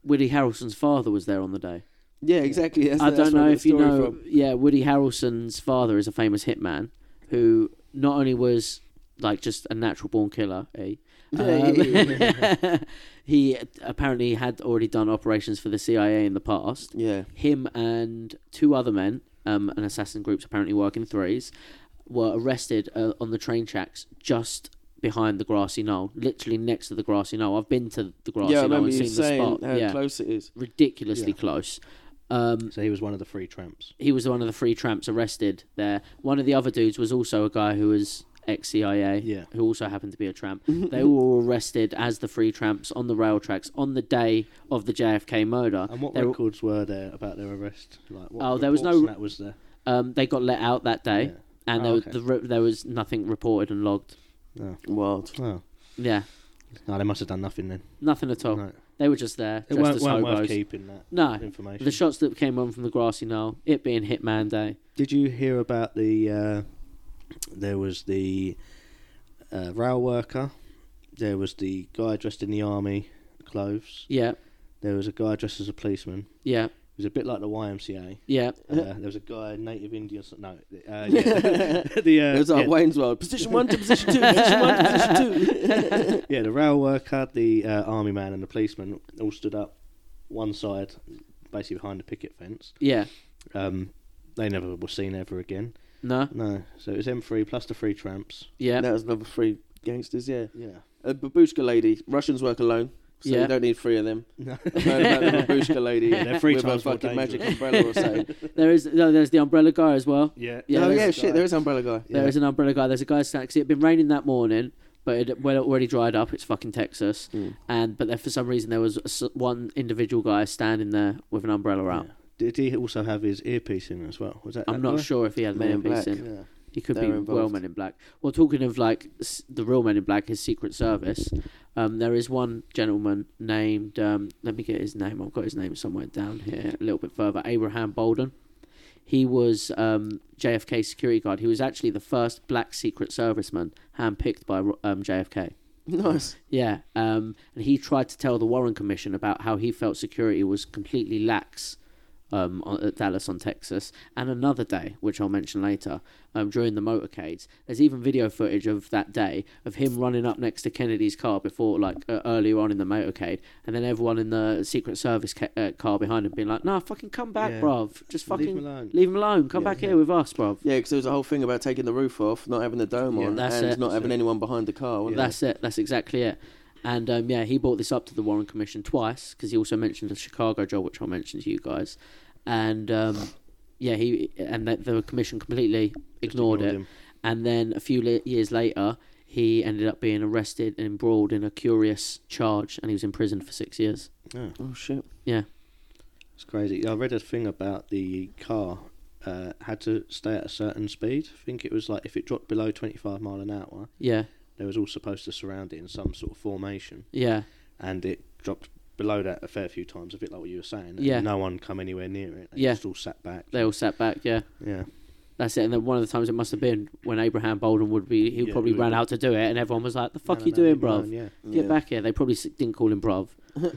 Speaker 1: Woody Harrelson's father was there on the day.
Speaker 4: Yeah, exactly. That's,
Speaker 1: I
Speaker 4: that's
Speaker 1: don't
Speaker 4: where I
Speaker 1: know
Speaker 4: got
Speaker 1: if
Speaker 4: the
Speaker 1: you
Speaker 4: story
Speaker 1: know.
Speaker 4: from.
Speaker 1: Yeah, Woody Harrelson's father is a famous hitman who not only was like just a natural born killer, eh? Um, he apparently had already done operations for the CIA in the past.
Speaker 4: Yeah.
Speaker 1: Him and two other men, um, an assassin group's apparently working threes, were arrested uh, on the train tracks just behind the grassy knoll, literally next to the grassy knoll. I've been to the grassy
Speaker 4: Yeah, I
Speaker 1: knoll
Speaker 4: remember
Speaker 1: and
Speaker 4: you
Speaker 1: seen the
Speaker 4: saying
Speaker 1: spot.
Speaker 4: how
Speaker 1: yeah,
Speaker 4: close it is.
Speaker 1: ridiculously close. Um,
Speaker 5: So he was one of the three tramps.
Speaker 1: he was one of the three tramps arrested there. One of the other dudes was also a guy who was ex CIA,
Speaker 5: Yeah.
Speaker 1: who also happened to be a tramp. they were all arrested as the three tramps on the rail tracks on the day of the JFK murder.
Speaker 5: And what
Speaker 1: They were-
Speaker 5: records were there about their arrest? Like what
Speaker 1: Oh, there was
Speaker 5: reports
Speaker 1: no-
Speaker 5: and that was there.
Speaker 1: um, they got let out that day,
Speaker 5: Yeah.
Speaker 1: and
Speaker 5: Oh,
Speaker 1: there, was
Speaker 5: okay.
Speaker 1: the, re- there was nothing reported and logged.
Speaker 5: No.
Speaker 4: Wild.
Speaker 5: Oh.
Speaker 1: Yeah,
Speaker 5: No, they must have done nothing then.
Speaker 1: nothing at all.
Speaker 5: No.
Speaker 1: They were just there,
Speaker 5: It
Speaker 1: dressed
Speaker 5: weren't,
Speaker 1: as
Speaker 5: weren't worth
Speaker 1: hobos.
Speaker 5: keeping that
Speaker 1: No,
Speaker 5: information.
Speaker 1: the shots that came on from the grassy knoll, it being Hitman Day.
Speaker 5: Did you hear about the? Uh, there was the uh, rail worker. There was the guy dressed in the army clothes.
Speaker 1: Yeah,
Speaker 5: There was a guy dressed as a policeman.
Speaker 1: yeah,
Speaker 5: He was a bit like the YMCA.
Speaker 1: yeah.
Speaker 5: Uh, there was a guy, native Indian. so- No, uh, yeah. the uh,
Speaker 4: It was like
Speaker 5: yeah,
Speaker 4: Wayne's World. Position one to position two, position one to position two.
Speaker 5: yeah, the rail worker, the uh, army man, and the policeman all stood up one side, basically behind the picket fence.
Speaker 1: Yeah,
Speaker 5: Um, they never were seen ever again.
Speaker 1: no,
Speaker 5: No, so it was them three plus the three tramps.
Speaker 1: yeah,
Speaker 4: that was number three gangsters, yeah.
Speaker 5: Yeah.
Speaker 4: A babushka lady. Russians work alone, so
Speaker 1: Yeah.
Speaker 4: you don't need three of them.
Speaker 5: No.
Speaker 4: I've heard about the babushka lady
Speaker 5: Yeah, they're three
Speaker 4: with
Speaker 5: times
Speaker 4: a
Speaker 5: more
Speaker 4: fucking magic
Speaker 5: dangerous.
Speaker 4: umbrella or something.
Speaker 1: There is no, there's the umbrella guy as well.
Speaker 5: yeah.
Speaker 1: Yeah,
Speaker 4: oh,
Speaker 1: there's
Speaker 4: yeah,
Speaker 5: a
Speaker 4: shit,
Speaker 5: guy.
Speaker 4: there is umbrella guy.
Speaker 1: There is an umbrella guy. There's a guy standing. It had been raining that morning, but it well it already dried up. It's fucking Texas,
Speaker 5: Hmm.
Speaker 1: and but there, for some reason there was a s one individual guy standing there with an umbrella out.
Speaker 5: Did he also have his earpiece in as well? Was that?
Speaker 1: I'm
Speaker 5: that
Speaker 1: not
Speaker 5: guy?
Speaker 1: sure if he had
Speaker 4: Men
Speaker 1: an
Speaker 4: in
Speaker 1: earpiece
Speaker 4: Black.
Speaker 1: in.
Speaker 5: Yeah.
Speaker 1: He could
Speaker 4: They're
Speaker 1: be well
Speaker 4: involved.
Speaker 1: Men in Black. Well, talking of like s- the real Men in Black, his Secret Service, um, there is one gentleman named um, let me get his name. I've got his name somewhere down here a little bit further. Abraham Bolden. He was um, JFK security guard. He was actually the first black Secret Serviceman handpicked by Ro- um, JFK.
Speaker 4: Nice.
Speaker 1: Yeah, um, and he tried to tell the Warren Commission about how he felt security was completely lax um, on, at Dallas on Texas. And another day, which I'll mention later, um, during the motorcades, there's even video footage of that day of him running up next to Kennedy's car before, like uh, earlier on in the motorcade, and then everyone in the Secret Service ca- uh, car behind him being like, "No, fucking come back,
Speaker 5: Yeah.
Speaker 1: bruv. Just
Speaker 5: Leave
Speaker 1: fucking
Speaker 5: him alone."
Speaker 1: alone. Come back here with us, bruv."
Speaker 4: Yeah, because there was a whole thing about taking the roof off, not having the dome on,
Speaker 1: that's
Speaker 4: and
Speaker 1: it.
Speaker 4: not having anyone behind the car. wasn't
Speaker 1: That's it. That's exactly it. And um, yeah, he brought this up to the Warren Commission twice because he also mentioned the Chicago job, which I'll mention to you guys. And um, yeah, he and the, the commission completely ignored,
Speaker 5: ignored
Speaker 1: it.
Speaker 5: him.
Speaker 1: And then a few li- years later, he ended up being arrested and embroiled in a curious charge, and he was in prison for six years.
Speaker 5: Oh,
Speaker 4: it? Oh, shit.
Speaker 1: Yeah,
Speaker 5: it's crazy. I read a thing about the car uh, had to stay at a certain speed. I think it was like if it dropped below 25 mile an hour,
Speaker 1: yeah,
Speaker 5: they was all supposed to surround it in some sort of formation,
Speaker 1: yeah,
Speaker 5: and it dropped below that a fair few times, a bit like what you were saying. and
Speaker 1: Yeah.
Speaker 5: No one come anywhere near it. They
Speaker 1: Yeah.
Speaker 5: just all sat back.
Speaker 1: they all sat back. Yeah,
Speaker 5: Yeah.
Speaker 1: That's it. And then one of the times it must have been when Abraham Bolden would be, he
Speaker 5: Yeah,
Speaker 1: probably
Speaker 5: he would-
Speaker 1: ran out to do it, and everyone was like, "The fuck
Speaker 5: No,
Speaker 1: you
Speaker 5: no,
Speaker 1: doing,
Speaker 5: no,
Speaker 1: bruv?
Speaker 5: Yeah.
Speaker 4: Yeah.
Speaker 1: Get back here." They probably s- didn't call him bruv.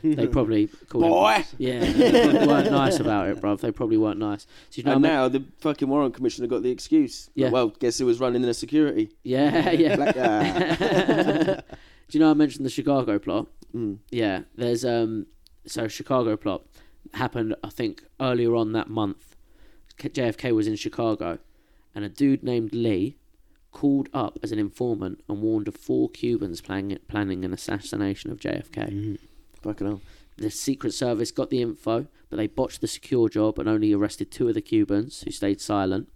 Speaker 1: they probably called him.
Speaker 4: Boy!
Speaker 1: Yeah, they probably weren't nice about it, bruv. They probably weren't nice. So you know,
Speaker 4: And
Speaker 1: what I mean?
Speaker 4: now the fucking warrant commissioner got the excuse.
Speaker 1: Yeah.
Speaker 4: Well, guess who was running the security?
Speaker 1: yeah, yeah.
Speaker 4: Black guy.
Speaker 1: Do you know I mentioned the Chicago plot?
Speaker 4: Mm.
Speaker 1: Yeah, there's um, so Chicago plot happened I think earlier on that month. K- JFK was in Chicago, and a dude named Lee called up as an informant and warned of four Cubans planning planning an assassination of JFK.
Speaker 4: Fucking hell.
Speaker 1: The Secret Service got the info, but they botched the secure job and only arrested two of the Cubans who stayed silent.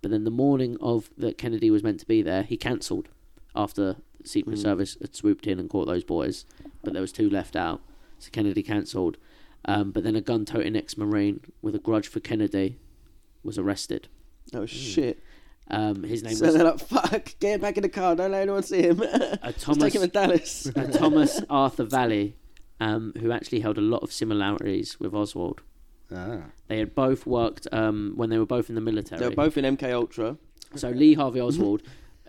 Speaker 1: But then the morning of that Kennedy was meant to be there, he cancelled after the Secret Service had swooped in and caught those boys. But there was two left out, so Kennedy cancelled. Um, but then a gun-toting ex-marine with a grudge for Kennedy was arrested.
Speaker 4: Oh
Speaker 1: Mm.
Speaker 4: shit!
Speaker 1: Um, his name
Speaker 4: So
Speaker 1: was
Speaker 4: they're like, "Fuck, get back in the car! Don't let anyone see him."
Speaker 1: uh,
Speaker 4: Let's
Speaker 1: Thomas
Speaker 4: take him to Dallas.
Speaker 1: uh, Thomas Arthur Valley, um, who actually held a lot of similarities with Oswald.
Speaker 5: Ah.
Speaker 1: They had both worked um, when they were both in the military.
Speaker 4: They're both in MK Ultra.
Speaker 1: So Lee Harvey Oswald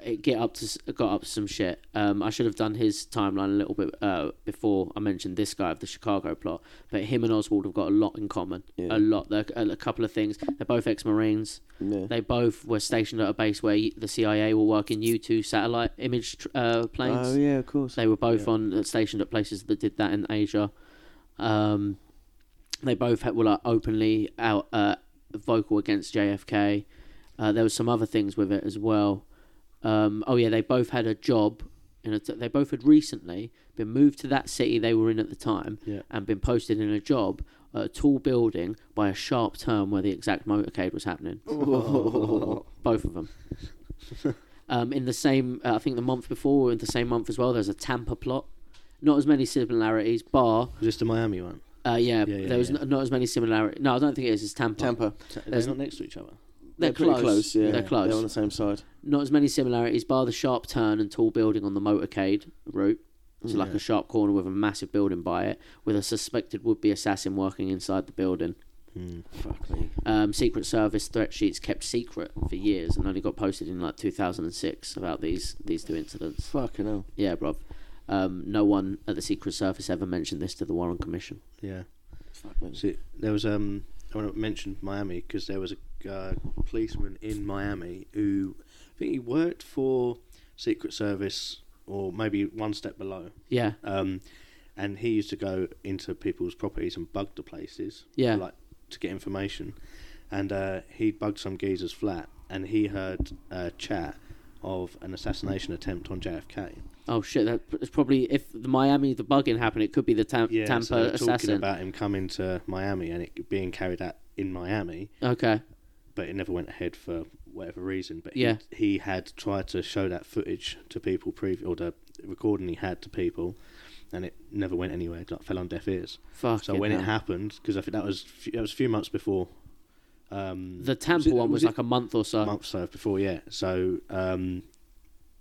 Speaker 1: uh, get up to s- got up to some shit. Um, I should have done his timeline a little bit uh, before I mentioned this guy of the Chicago plot, but him and Oswald have got a lot in common.
Speaker 4: Yeah.
Speaker 1: A lot, They're- a, a couple of things. They're both ex-marines.
Speaker 4: Yeah.
Speaker 1: They both were stationed at a base where y- the CIA were working U two satellite image tr- uh, planes.
Speaker 4: Oh yeah, of course.
Speaker 1: They were both on stationed at places that did that in Asia. Um, they both had, were like openly out uh, vocal against JFK. Uh, there was some other things with it as well. Um, oh yeah, they both had a job. In a t- they both had recently been moved to that city they were in at the time
Speaker 5: Yeah.
Speaker 1: and been posted in a job at a tall building by a sharp turn where the exact motorcade was happening. Both of them. um, in the same, uh, I think the month before, or in the same month as well, there's a Tampa plot. Not as many similarities, bar.
Speaker 5: Was this the Miami one?
Speaker 1: Uh, yeah,
Speaker 5: Yeah, yeah,
Speaker 1: there was
Speaker 5: yeah.
Speaker 1: n- not as many similarities. No, I don't think it is. It's Tampa.
Speaker 4: Tampa.
Speaker 5: So,
Speaker 1: There's-
Speaker 5: They're not next to each other.
Speaker 1: They're,
Speaker 4: pretty
Speaker 1: close.
Speaker 4: Yeah.
Speaker 1: They're close.
Speaker 4: They're on the same side.
Speaker 1: Not as many similarities, bar the sharp turn and tall building on the motorcade route. So like a sharp corner with a massive building by it, with a suspected would-be assassin working inside the building.
Speaker 4: Fuck me.
Speaker 1: Um, Secret Service threat sheets kept secret for years and only got posted in like 2006 about these these two incidents.
Speaker 4: Fucking hell.
Speaker 1: Yeah, bruv. Um, no one at the Secret Service ever mentioned this to the Warren Commission.
Speaker 5: Yeah.
Speaker 4: Fuck me.
Speaker 5: See, there was um, I want to mention Miami because there was a uh, policeman in Miami who I think he worked for Secret Service or maybe one step below.
Speaker 1: Yeah,
Speaker 5: Um, and he used to go into people's properties and bug the places.
Speaker 1: Yeah.
Speaker 5: Like to get information, and uh, he bugged some geezer's flat, and he heard uh, chat of an assassination attempt on JFK.
Speaker 1: Oh shit! That it's probably if the Miami the bugging happened, it could be the tam-
Speaker 5: Yeah,
Speaker 1: Tampa
Speaker 5: so they were talking
Speaker 1: assassin.
Speaker 5: about him coming to Miami and it being carried out in Miami.
Speaker 1: okay,
Speaker 5: but it never went ahead for whatever reason. But
Speaker 1: Yeah.
Speaker 5: he, he had tried to show that footage to people, previ- or the recording he had to people, and it never went anywhere. It like, fell on deaf ears.
Speaker 1: fuck.
Speaker 5: so when it happened, because I think that was f- that was a few months before. Um,
Speaker 1: the Tampa
Speaker 5: it-
Speaker 1: one was,
Speaker 5: it
Speaker 1: like a month or so.
Speaker 5: a month or so uh, before, yeah. So um,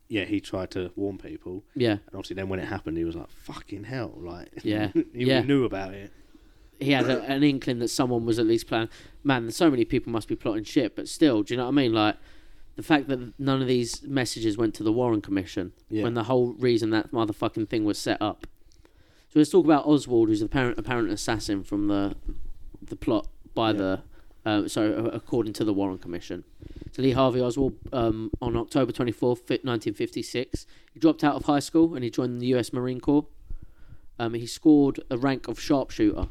Speaker 5: yeah, he tried to warn people,
Speaker 1: Yeah,
Speaker 5: and obviously then when it happened, he was like, "Fucking hell!" Like,
Speaker 1: Yeah.
Speaker 5: he
Speaker 1: Yeah.
Speaker 5: knew about it.
Speaker 1: he had a, an inkling that someone was at least planning. Man, so many people must be plotting shit, but still, do you know what I mean? Like the fact that none of these messages went to the Warren Commission
Speaker 5: Yeah.
Speaker 1: when the whole reason that motherfucking thing was set up. So let's talk about Oswald, who's the apparent apparent assassin from the the plot by the. Uh, sorry, a- according to the Warren Commission. So Lee Harvey Oswald, um, on October 24th, fi- 1956, he dropped out of high school and he joined the U.S. Marine Corps. Um, he scored a rank of sharpshooter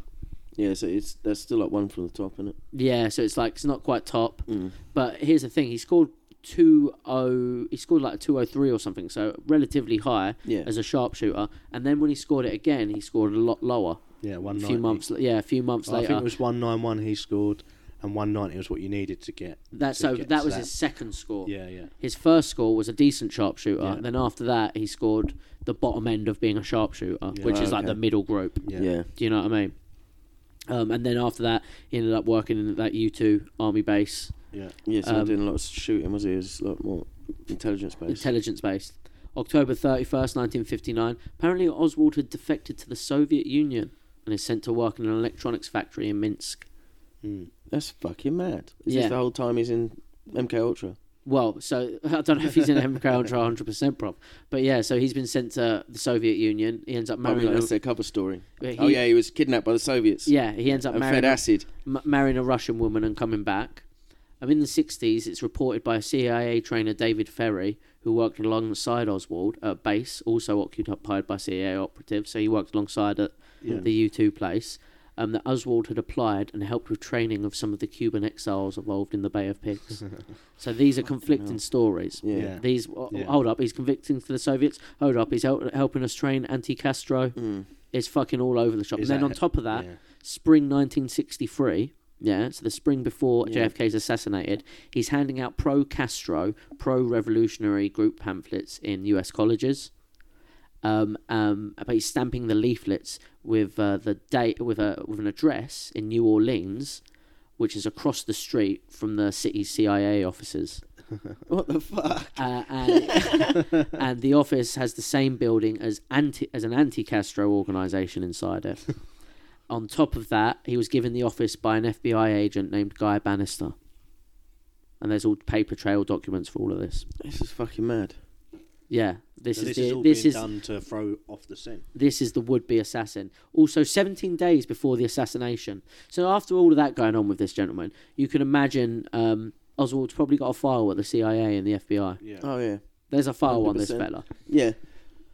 Speaker 4: Yeah. So it's there's still like one from the top, isn't it?
Speaker 1: yeah, so it's like it's not quite top.
Speaker 4: Mm.
Speaker 1: But here's the thing: he scored two oh, he scored like two oh three or something, so relatively high
Speaker 4: Yeah.
Speaker 1: as a sharpshooter. And then when he scored it again, he scored a lot lower.
Speaker 5: Yeah, one
Speaker 1: A few months, yeah, a few months
Speaker 5: I
Speaker 1: later.
Speaker 5: think it was one nine one he scored, and one ninety was what you needed to get.
Speaker 1: that
Speaker 5: to
Speaker 1: so
Speaker 5: get
Speaker 1: that
Speaker 5: to
Speaker 1: was his second score.
Speaker 5: Yeah, yeah.
Speaker 1: His first score was a decent sharpshooter.
Speaker 5: Yeah.
Speaker 1: Then after that, he scored the bottom end of being a sharpshooter, which is like
Speaker 4: Oh, Okay.
Speaker 1: the middle group.
Speaker 5: Yeah.
Speaker 4: Yeah.
Speaker 1: Do you know what I mean? Um, and then after that, he ended up working in that U two army base.
Speaker 5: Yeah.
Speaker 4: Yeah.
Speaker 1: Um,
Speaker 4: So doing a lot of shooting, was he? It was a lot more intelligence based.
Speaker 1: intelligence based. October 31st, 1959, apparently Oswald had defected to the Soviet Union and is sent to work in an electronics factory in Minsk.
Speaker 4: That's fucking mad. Is
Speaker 1: Yeah.
Speaker 4: this the whole time he's in MK Ultra.
Speaker 1: Well, so I don't know if he's in MK Ultra 100% prop, but yeah, so he's been sent to the Soviet Union. He ends up
Speaker 4: I mean,
Speaker 1: marrying.
Speaker 4: Oh, that's
Speaker 1: a,
Speaker 4: their cover story.
Speaker 1: Yeah,
Speaker 4: oh
Speaker 1: he-
Speaker 4: yeah, he was kidnapped by the Soviets.
Speaker 1: yeah, he ends up
Speaker 4: and fed
Speaker 1: marrying.
Speaker 4: acid.
Speaker 1: m- marrying a Russian woman and coming back. And in the 60s, it's reported by CIA trainer David Ferry, who worked alongside Oswald at a base, also occupied by CIA operatives. So he worked alongside at the U 2 place. Um, that Oswald had applied and helped with training of some of the Cuban exiles involved in the Bay of Pigs. so these are conflicting stories.
Speaker 4: Yeah.
Speaker 5: Yeah.
Speaker 1: These oh,
Speaker 5: Yeah.
Speaker 1: hold up, he's convicting for the Soviets. Hold up, he's hel- helping us train anti-Castro. It's fucking all over the shop.
Speaker 5: Mm. Is
Speaker 1: and then
Speaker 5: that-
Speaker 1: on top of that,
Speaker 5: yeah.
Speaker 1: spring 1963. Yeah, so the spring before
Speaker 4: Yeah.
Speaker 1: JFK is assassinated, he's handing out pro Castro, pro revolutionary group pamphlets in US colleges. Um, um, but he's stamping the leaflets with uh, the date with a with an address in New Orleans, which is across the street from the city's CIA offices.
Speaker 4: What the fuck?
Speaker 1: Uh, and, and the office has the same building as anti as an anti Castro organization inside it. On top of that, he was given the office by an FBI agent named Guy Bannister. And there's all paper trail documents for all of this.
Speaker 4: This is fucking mad.
Speaker 1: Yeah, this
Speaker 5: So this
Speaker 1: is the,
Speaker 5: is all
Speaker 1: this
Speaker 5: being
Speaker 1: is
Speaker 5: done to throw off the scent.
Speaker 1: this is the would be assassin. Also, 17 days before the assassination. So, after all of that going on with this gentleman, you can imagine um, Oswald's probably got a file at the CIA and the FBI.
Speaker 5: Yeah.
Speaker 4: Oh yeah,
Speaker 1: There's a file on this
Speaker 4: 100%.
Speaker 1: fella.
Speaker 4: yeah.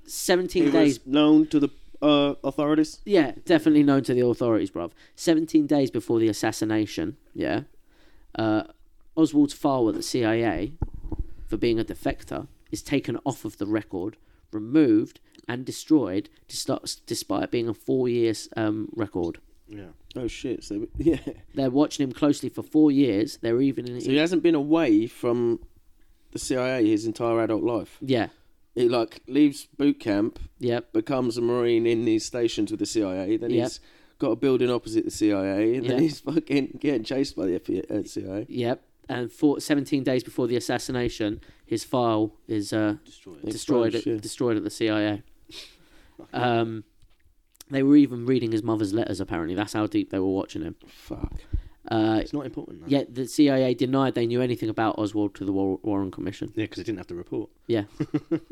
Speaker 1: 17
Speaker 4: He
Speaker 1: days.
Speaker 4: was known to the uh, authorities.
Speaker 1: Yeah, definitely known to the authorities, bruv. 17 days before the assassination, yeah, uh, Oswald's file with the CIA for being a defector is taken off of the record, removed, and destroyed dis- despite being a four year um, record.
Speaker 5: Yeah.
Speaker 4: Oh shit! So yeah,
Speaker 1: They're watching him closely for four years. They're even in. e-,
Speaker 4: so he hasn't been away from the CIA his entire adult life.
Speaker 1: yeah,
Speaker 4: He like leaves boot camp,
Speaker 1: yep,
Speaker 4: becomes a marine in these stations with the CIA. Then
Speaker 1: Yep.
Speaker 4: he's got a building opposite the CIA, and
Speaker 1: Yeah.
Speaker 4: then he's fucking getting chased by the FBI, uh, CIA.
Speaker 1: yep. And for 17 days before the assassination, his file is uh,
Speaker 5: Destroyed.
Speaker 1: destroyed at,
Speaker 4: Exposed, yeah.
Speaker 1: destroyed at the CIA. Um, they were even reading his mother's letters. Apparently, that's how deep they were watching him.
Speaker 4: Fuck.
Speaker 1: Uh,
Speaker 5: It's not important. Though.
Speaker 1: yet the CIA denied they knew anything about Oswald to the War- Warren Commission.
Speaker 5: Yeah, because they didn't have to report.
Speaker 1: Yeah,
Speaker 4: Did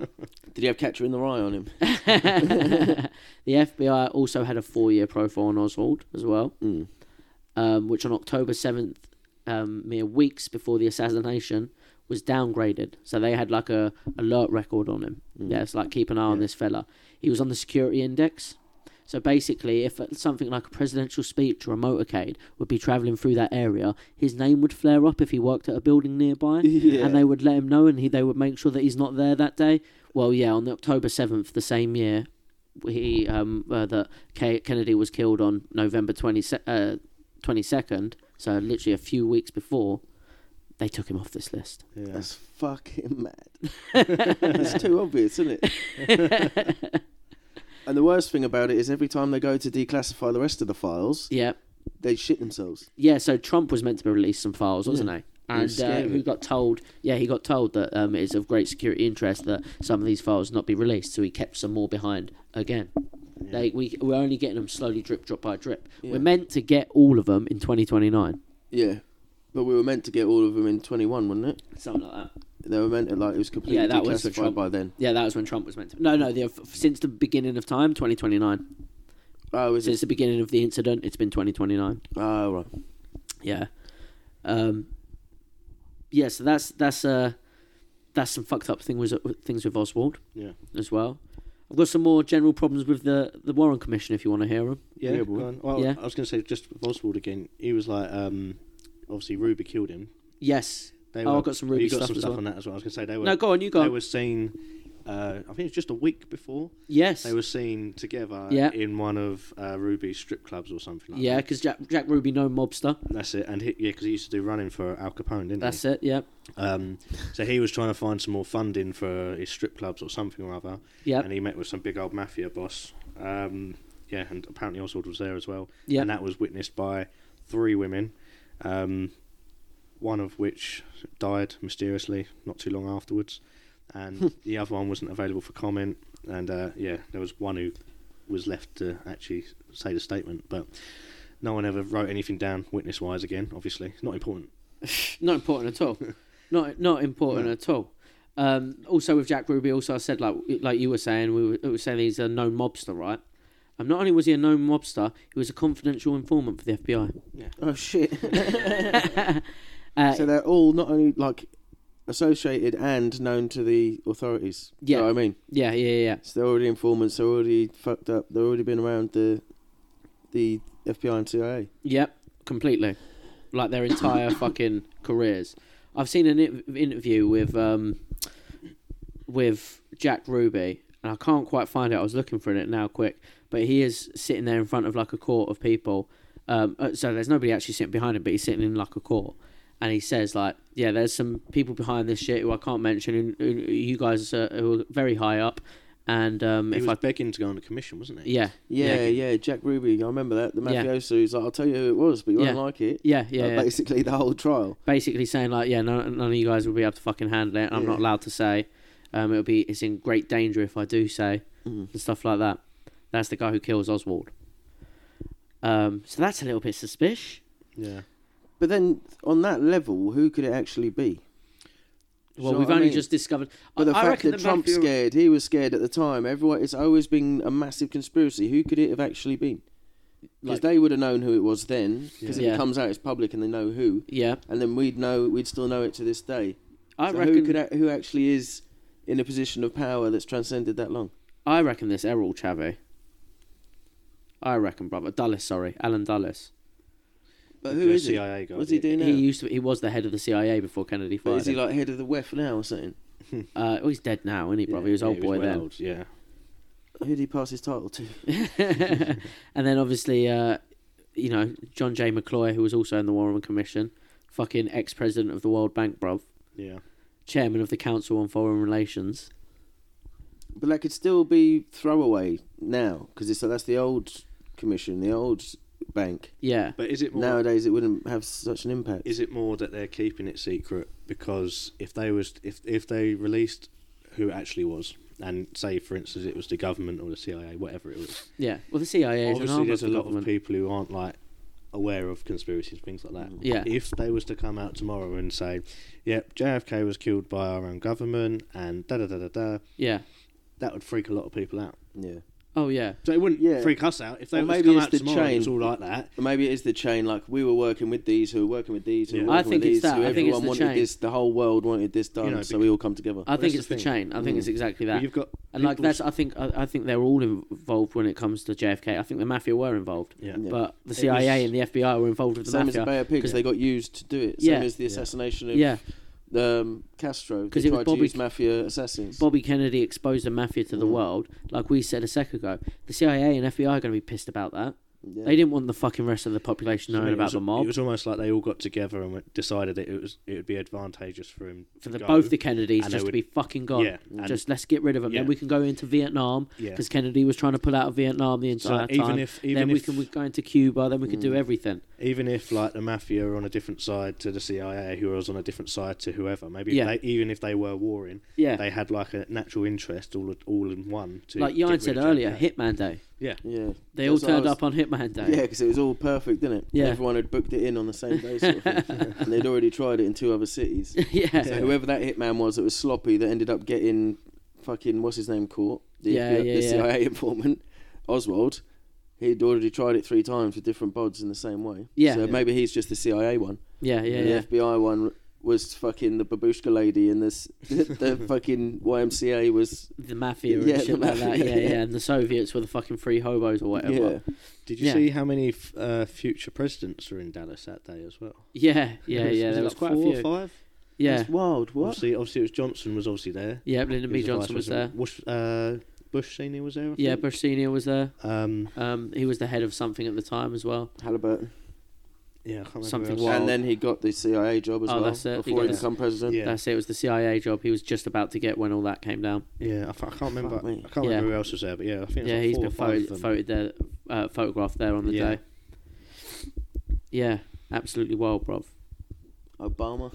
Speaker 4: he have Catcher in the Rye on him?
Speaker 1: the FBI also had a four-year profile on Oswald as well,
Speaker 4: Hmm.
Speaker 1: um, which on October seventh, um, mere weeks before the assassination, was downgraded. So they had like a alert record on him. Yeah, it's like keep an eye on this fella. He was on the security index. So basically, if something like a presidential speech or a motorcade would be traveling through that area, his name would flare up if he worked at a building nearby,
Speaker 4: Yeah.
Speaker 1: and they would let him know, and he they would make sure that he's not there that day. Well, yeah, on October seventh, the same year, he um uh, that K- Kennedy was killed on November twenty uh twenty second, so literally a few weeks before, they took him off this list.
Speaker 5: Yeah.
Speaker 4: That's fucking mad. That's too obvious, isn't it? and the worst thing about it is every time they go to declassify the rest of the files,
Speaker 1: Yeah,
Speaker 4: they shit themselves.
Speaker 1: yeah. So Trump was meant to release some files, wasn't he? And
Speaker 4: scared
Speaker 1: uh,
Speaker 4: of
Speaker 1: who
Speaker 4: it.
Speaker 1: got told? Yeah, he got told that um, it's of great security interest that some of these files not be released. So he kept some more behind again. They we we're only getting them slowly, drip drop by drip. We're meant to get all of them in twenty twenty nine,
Speaker 4: Yeah. But we were meant to get all of them in 21, wasn't it?
Speaker 1: something like that.
Speaker 4: They were meant to, like, it was completely
Speaker 1: Yeah, that was for
Speaker 4: declassified
Speaker 1: Trump.
Speaker 4: by then.
Speaker 1: Yeah, that was when Trump was meant to. No, no, the, since the beginning of time, 2029.
Speaker 4: Oh, is
Speaker 1: Since
Speaker 4: it?
Speaker 1: the beginning of the incident, it's been 2029.
Speaker 4: Oh, right.
Speaker 1: Yeah. Um. Yeah, so that's that's uh that's some fucked up thing was things with Oswald
Speaker 5: Yeah.
Speaker 1: as well. I've got some more general problems with the the Warren Commission if you want to hear them.
Speaker 5: Yeah,
Speaker 4: Yeah, boy.
Speaker 5: go on. Well,
Speaker 1: Yeah.
Speaker 5: I was going to say just with Oswald again. He was like, um, obviously Ruby killed him.
Speaker 1: Yes.
Speaker 5: They
Speaker 1: oh,
Speaker 5: were,
Speaker 1: I've got some
Speaker 5: you
Speaker 1: Ruby
Speaker 5: got
Speaker 1: stuff
Speaker 5: some
Speaker 1: as
Speaker 5: stuff
Speaker 1: well.
Speaker 5: on that as well. I was going to say they were.
Speaker 1: No, go on, you go
Speaker 5: They
Speaker 1: on.
Speaker 5: were seen. Uh, I think it was just a week before
Speaker 1: Yes.
Speaker 5: they were seen together
Speaker 1: Yeah.
Speaker 5: in one of uh, Ruby's strip clubs or something. like
Speaker 1: Yeah,
Speaker 5: that.
Speaker 1: because Jack, Jack Ruby, no mobster.
Speaker 5: that's it. And he, yeah, because he used to do running for Al Capone, didn't he?
Speaker 1: That's it. Yeah.
Speaker 5: Um, so he was trying to find some more funding for his strip clubs or something or other.
Speaker 1: Yep.
Speaker 5: And he met with some big old mafia boss. Um, yeah, and apparently Oswald was there as well.
Speaker 1: Yep.
Speaker 5: And that was witnessed by three women, um, one of which died mysteriously not too long afterwards,
Speaker 1: Hmm.
Speaker 5: and the other one wasn't available for comment. And uh, yeah, there was one who was left to actually say the statement, but no one ever wrote anything down witness wise again. Obviously, not important.
Speaker 1: Not important at all. Not not important at all. Um, also with Jack Ruby, also I said like like you were saying, we were, we were saying he's a known mobster, right? Um, not only was he a known mobster, he was a confidential informant for the FBI.
Speaker 4: Oh shit!
Speaker 1: Uh,
Speaker 4: so they're all not only like associated and known to the authorities. Do you know
Speaker 1: Yeah.
Speaker 4: what I mean,
Speaker 1: Yeah, yeah, yeah.
Speaker 4: so they're already informants. They're already fucked up. They've already been around the the FBI and CIA.
Speaker 1: Yep, completely. Like their entire fucking careers. I've seen an in- interview with um, with Jack Ruby, and I can't quite find it. I was looking for it now, quick. But he is sitting there in front of like a court of people. Um, uh, so there's nobody actually sitting behind him, but he's sitting in like a court, and he says like, "Yeah, there's some people behind this shit who I can't mention. Who, who, you guys uh, who are very high up, and um,
Speaker 5: He
Speaker 1: if
Speaker 5: was
Speaker 1: I,
Speaker 5: begging to go on a commission, wasn't he?
Speaker 1: yeah,
Speaker 4: Yeah,
Speaker 1: yeah,
Speaker 4: yeah, Jack Ruby. I remember that. The
Speaker 1: Yeah.
Speaker 4: mafioso. He's like, I'll tell you who it was, but you
Speaker 1: Yeah.
Speaker 4: won't like it.
Speaker 1: yeah, yeah,
Speaker 4: Like,
Speaker 1: yeah.
Speaker 4: Basically, the whole trial.
Speaker 1: basically saying like, yeah, none, none of you guys will be able to fucking handle it. I'm not allowed to say. Um, it'll be it's in great danger if I do say
Speaker 4: Mm-hmm.
Speaker 1: and stuff like that. That's the guy who kills Oswald. Um, so that's a little bit suspicious.
Speaker 5: yeah.
Speaker 4: But then, on that level, who could it actually be? Do you
Speaker 1: Well,
Speaker 4: know
Speaker 1: we've
Speaker 4: what I
Speaker 1: only
Speaker 4: mean?
Speaker 1: just discovered.
Speaker 4: But the
Speaker 1: I, I
Speaker 4: fact
Speaker 1: reckon
Speaker 4: that
Speaker 1: the
Speaker 4: Trump's
Speaker 1: mafia-
Speaker 4: scared, he was scared at the time. Everyone, it's always been a massive conspiracy. Who could it have actually been? Because
Speaker 1: Like-
Speaker 4: they would have known who it was then. Because if
Speaker 1: Yeah.
Speaker 4: it comes out, it's public, and they know who.
Speaker 1: Yeah,
Speaker 4: And then we'd know, we'd still know it to this day.
Speaker 1: I
Speaker 4: So who
Speaker 1: reckon.
Speaker 4: could, a- who actually is in a position of power that's transcended that long?
Speaker 1: I reckon this Errol Chavez. I reckon, brother Dulles. Sorry, Alan Dulles.
Speaker 4: But
Speaker 5: The
Speaker 4: who is
Speaker 5: CIA
Speaker 4: it?
Speaker 5: guy,
Speaker 4: What's he
Speaker 5: yeah.
Speaker 4: doing now?
Speaker 1: He used to. He was the head of the CIA before Kennedy
Speaker 4: But
Speaker 1: fired
Speaker 4: is he
Speaker 1: him.
Speaker 4: like head of the WEF now or something?
Speaker 1: uh, well, he's dead now, isn't he, brother?
Speaker 5: Yeah,
Speaker 1: he was
Speaker 5: yeah,
Speaker 1: old boy
Speaker 5: well
Speaker 1: then.
Speaker 5: old, yeah.
Speaker 4: Who did he pass his title to?
Speaker 1: and then obviously, uh, you know, John J. McCloy, who was also in the Warren Commission, fucking ex president of the World Bank, bruv,
Speaker 5: Yeah.
Speaker 1: chairman of the Council on Foreign Relations.
Speaker 4: But that could still be throwaway now because it's that's the old commission, the old bank.
Speaker 1: Yeah.
Speaker 5: But is it more
Speaker 4: Nowadays, it wouldn't have such an impact.
Speaker 5: is it more that they're keeping it secret because if they was if if they released who it actually was and say for instance it was the government or the CIA whatever it was
Speaker 1: Yeah. Well, the CIA is an
Speaker 5: obviously
Speaker 1: arm of
Speaker 5: there's a
Speaker 1: the
Speaker 5: lot
Speaker 1: government.
Speaker 5: of people who aren't like aware of conspiracies and things like that
Speaker 1: Yeah.
Speaker 5: if they was to come out tomorrow and say yep JFK was killed by our own government and da da da da da
Speaker 1: Yeah.
Speaker 5: that would freak a lot of people out
Speaker 4: Yeah.
Speaker 1: Oh, yeah.
Speaker 5: so it wouldn't
Speaker 4: Yeah.
Speaker 5: freak us out if they
Speaker 4: Or
Speaker 5: was to
Speaker 4: maybe
Speaker 5: come
Speaker 4: it's
Speaker 5: out
Speaker 4: the
Speaker 5: tomorrow and it was
Speaker 4: chain.
Speaker 5: all like that
Speaker 4: Or maybe it is the chain. Like we were working with these, who were working with these, who
Speaker 5: Yeah.
Speaker 4: were
Speaker 5: I
Speaker 4: working
Speaker 1: think
Speaker 4: with
Speaker 1: it's
Speaker 4: these,
Speaker 1: that.
Speaker 4: who
Speaker 1: I think
Speaker 4: everyone
Speaker 1: it's the
Speaker 4: wanted
Speaker 1: chain.
Speaker 4: this. The whole world wanted this done,
Speaker 5: know,
Speaker 4: so we all come together.
Speaker 1: I think
Speaker 5: that's
Speaker 1: it's
Speaker 5: the
Speaker 1: the
Speaker 5: thing. Mm.
Speaker 1: chain. I think it's exactly that.
Speaker 5: But you've got
Speaker 1: and like
Speaker 5: people's-
Speaker 1: that's, I think, I, I think they're all involved when it comes to JFK. I think the mafia were involved,
Speaker 5: yeah,
Speaker 4: Yeah.
Speaker 1: but the CIA and the FBI were involved with the
Speaker 4: Same as
Speaker 1: mafia.
Speaker 4: the Bay of Pigs,
Speaker 1: 'cause-
Speaker 4: they got used to do it.
Speaker 1: Yeah.
Speaker 4: Same as the assassination of
Speaker 1: yeah,
Speaker 4: um, Castro,
Speaker 1: 'Cause
Speaker 4: because
Speaker 1: it
Speaker 4: he
Speaker 1: was
Speaker 4: tried
Speaker 1: Bobby-
Speaker 4: to use mafia assassins.
Speaker 1: Bobby Kennedy exposed the mafia to the
Speaker 5: Mm.
Speaker 1: world, like we said a second ago. The CIA and FBI are going to be pissed about that.
Speaker 4: Yeah.
Speaker 1: They didn't want the fucking rest of the population knowing
Speaker 5: It
Speaker 1: about
Speaker 5: was-
Speaker 1: the mob.
Speaker 5: It was almost like they all got together and went- decided that it was it would be advantageous for him
Speaker 1: for the,
Speaker 5: to go.
Speaker 1: both the Kennedys
Speaker 5: and
Speaker 1: just
Speaker 5: they
Speaker 1: to be
Speaker 5: would-
Speaker 1: fucking gone.
Speaker 5: Yeah, and-
Speaker 1: just let's get rid of them. Then
Speaker 5: Yeah.
Speaker 1: we can go into Vietnam
Speaker 5: Yeah.
Speaker 1: because Kennedy was trying to pull out of Vietnam the
Speaker 5: So
Speaker 1: entire
Speaker 5: even
Speaker 1: time.
Speaker 5: if- even
Speaker 1: then we
Speaker 5: if- Mm.
Speaker 1: can we go into Cuba. Then we can do everything.
Speaker 5: even if like the mafia are on a different side to the CIA, who was on a different side to whoever. Maybe
Speaker 1: Yeah.
Speaker 5: if they, even if they were warring,
Speaker 1: Yeah.
Speaker 5: they had like a natural interest all all in one. To
Speaker 1: Like
Speaker 5: get
Speaker 1: Jan
Speaker 5: rid
Speaker 1: said
Speaker 5: of
Speaker 1: earlier,
Speaker 5: JFK.
Speaker 1: Hitman Day.
Speaker 5: Yeah,
Speaker 4: yeah. That's
Speaker 1: They all
Speaker 4: what I
Speaker 1: turned
Speaker 4: was-
Speaker 1: up on Hitman Day.
Speaker 4: Yeah, because it was all perfect, didn't it?
Speaker 1: Yeah.
Speaker 4: Everyone had booked it in on the same day, sort of thing. and they'd already tried it in two other cities.
Speaker 1: yeah.
Speaker 4: So whoever that hitman was that was sloppy that ended up getting fucking what's his name caught, the,
Speaker 1: Yeah,
Speaker 4: FBI
Speaker 1: yeah,
Speaker 4: the
Speaker 1: yeah.
Speaker 4: CIA informant, Oswald. He'd already tried it three times with different bods in the same way.
Speaker 1: Yeah.
Speaker 4: So
Speaker 1: Yeah.
Speaker 4: maybe he's just the CIA one.
Speaker 1: yeah, yeah,
Speaker 4: and
Speaker 1: yeah.
Speaker 4: The FBI one was fucking the babushka lady, and this the fucking YMCA was
Speaker 1: The mafia and
Speaker 4: Yeah, the
Speaker 1: shit like that.
Speaker 4: mafia,
Speaker 1: Yeah, yeah,
Speaker 4: yeah.
Speaker 1: And the Soviets were the fucking free hobos or whatever.
Speaker 4: yeah.
Speaker 5: did you
Speaker 1: Yeah.
Speaker 5: see how many f- uh, future presidents were in Dallas that day as well?
Speaker 1: Yeah, yeah,
Speaker 5: Was-
Speaker 1: yeah.
Speaker 5: was it
Speaker 1: There was
Speaker 5: like
Speaker 1: quite a
Speaker 5: four
Speaker 1: few.
Speaker 5: or five.
Speaker 1: Yeah,
Speaker 4: It's wild. What?
Speaker 5: Obviously, obviously, it was Johnson was obviously there.
Speaker 1: yeah. Lyndon
Speaker 5: He
Speaker 1: B.
Speaker 5: was the
Speaker 1: Johnson
Speaker 5: vice
Speaker 1: was there.
Speaker 5: president. Bush, uh, Bush senior was there. I
Speaker 1: Yeah,
Speaker 5: think.
Speaker 1: Bush Senior was there.
Speaker 5: Um,
Speaker 1: Um, he was the head of something at the time as well.
Speaker 4: Halliburton.
Speaker 5: yeah, I can't remember. who
Speaker 1: Something
Speaker 5: else.
Speaker 1: wild.
Speaker 4: And then he got the CIA job as
Speaker 1: Oh,
Speaker 4: well
Speaker 1: that's it. He
Speaker 4: before he
Speaker 1: got-
Speaker 4: became president.
Speaker 5: Yeah.
Speaker 1: That's it. It was the CIA job he was just about to get when all that came down.
Speaker 5: Yeah, I, th- I can't remember.
Speaker 4: Fuck me.
Speaker 5: I can't
Speaker 1: Yeah.
Speaker 5: remember who else was there, but yeah, I think
Speaker 1: yeah,
Speaker 5: it was
Speaker 1: he's been
Speaker 5: like four or five of
Speaker 1: photo-
Speaker 5: them.
Speaker 1: photoed there, uh, photographed there on the
Speaker 5: Yeah.
Speaker 1: day. Yeah, absolutely wild, bruv.
Speaker 4: Obama.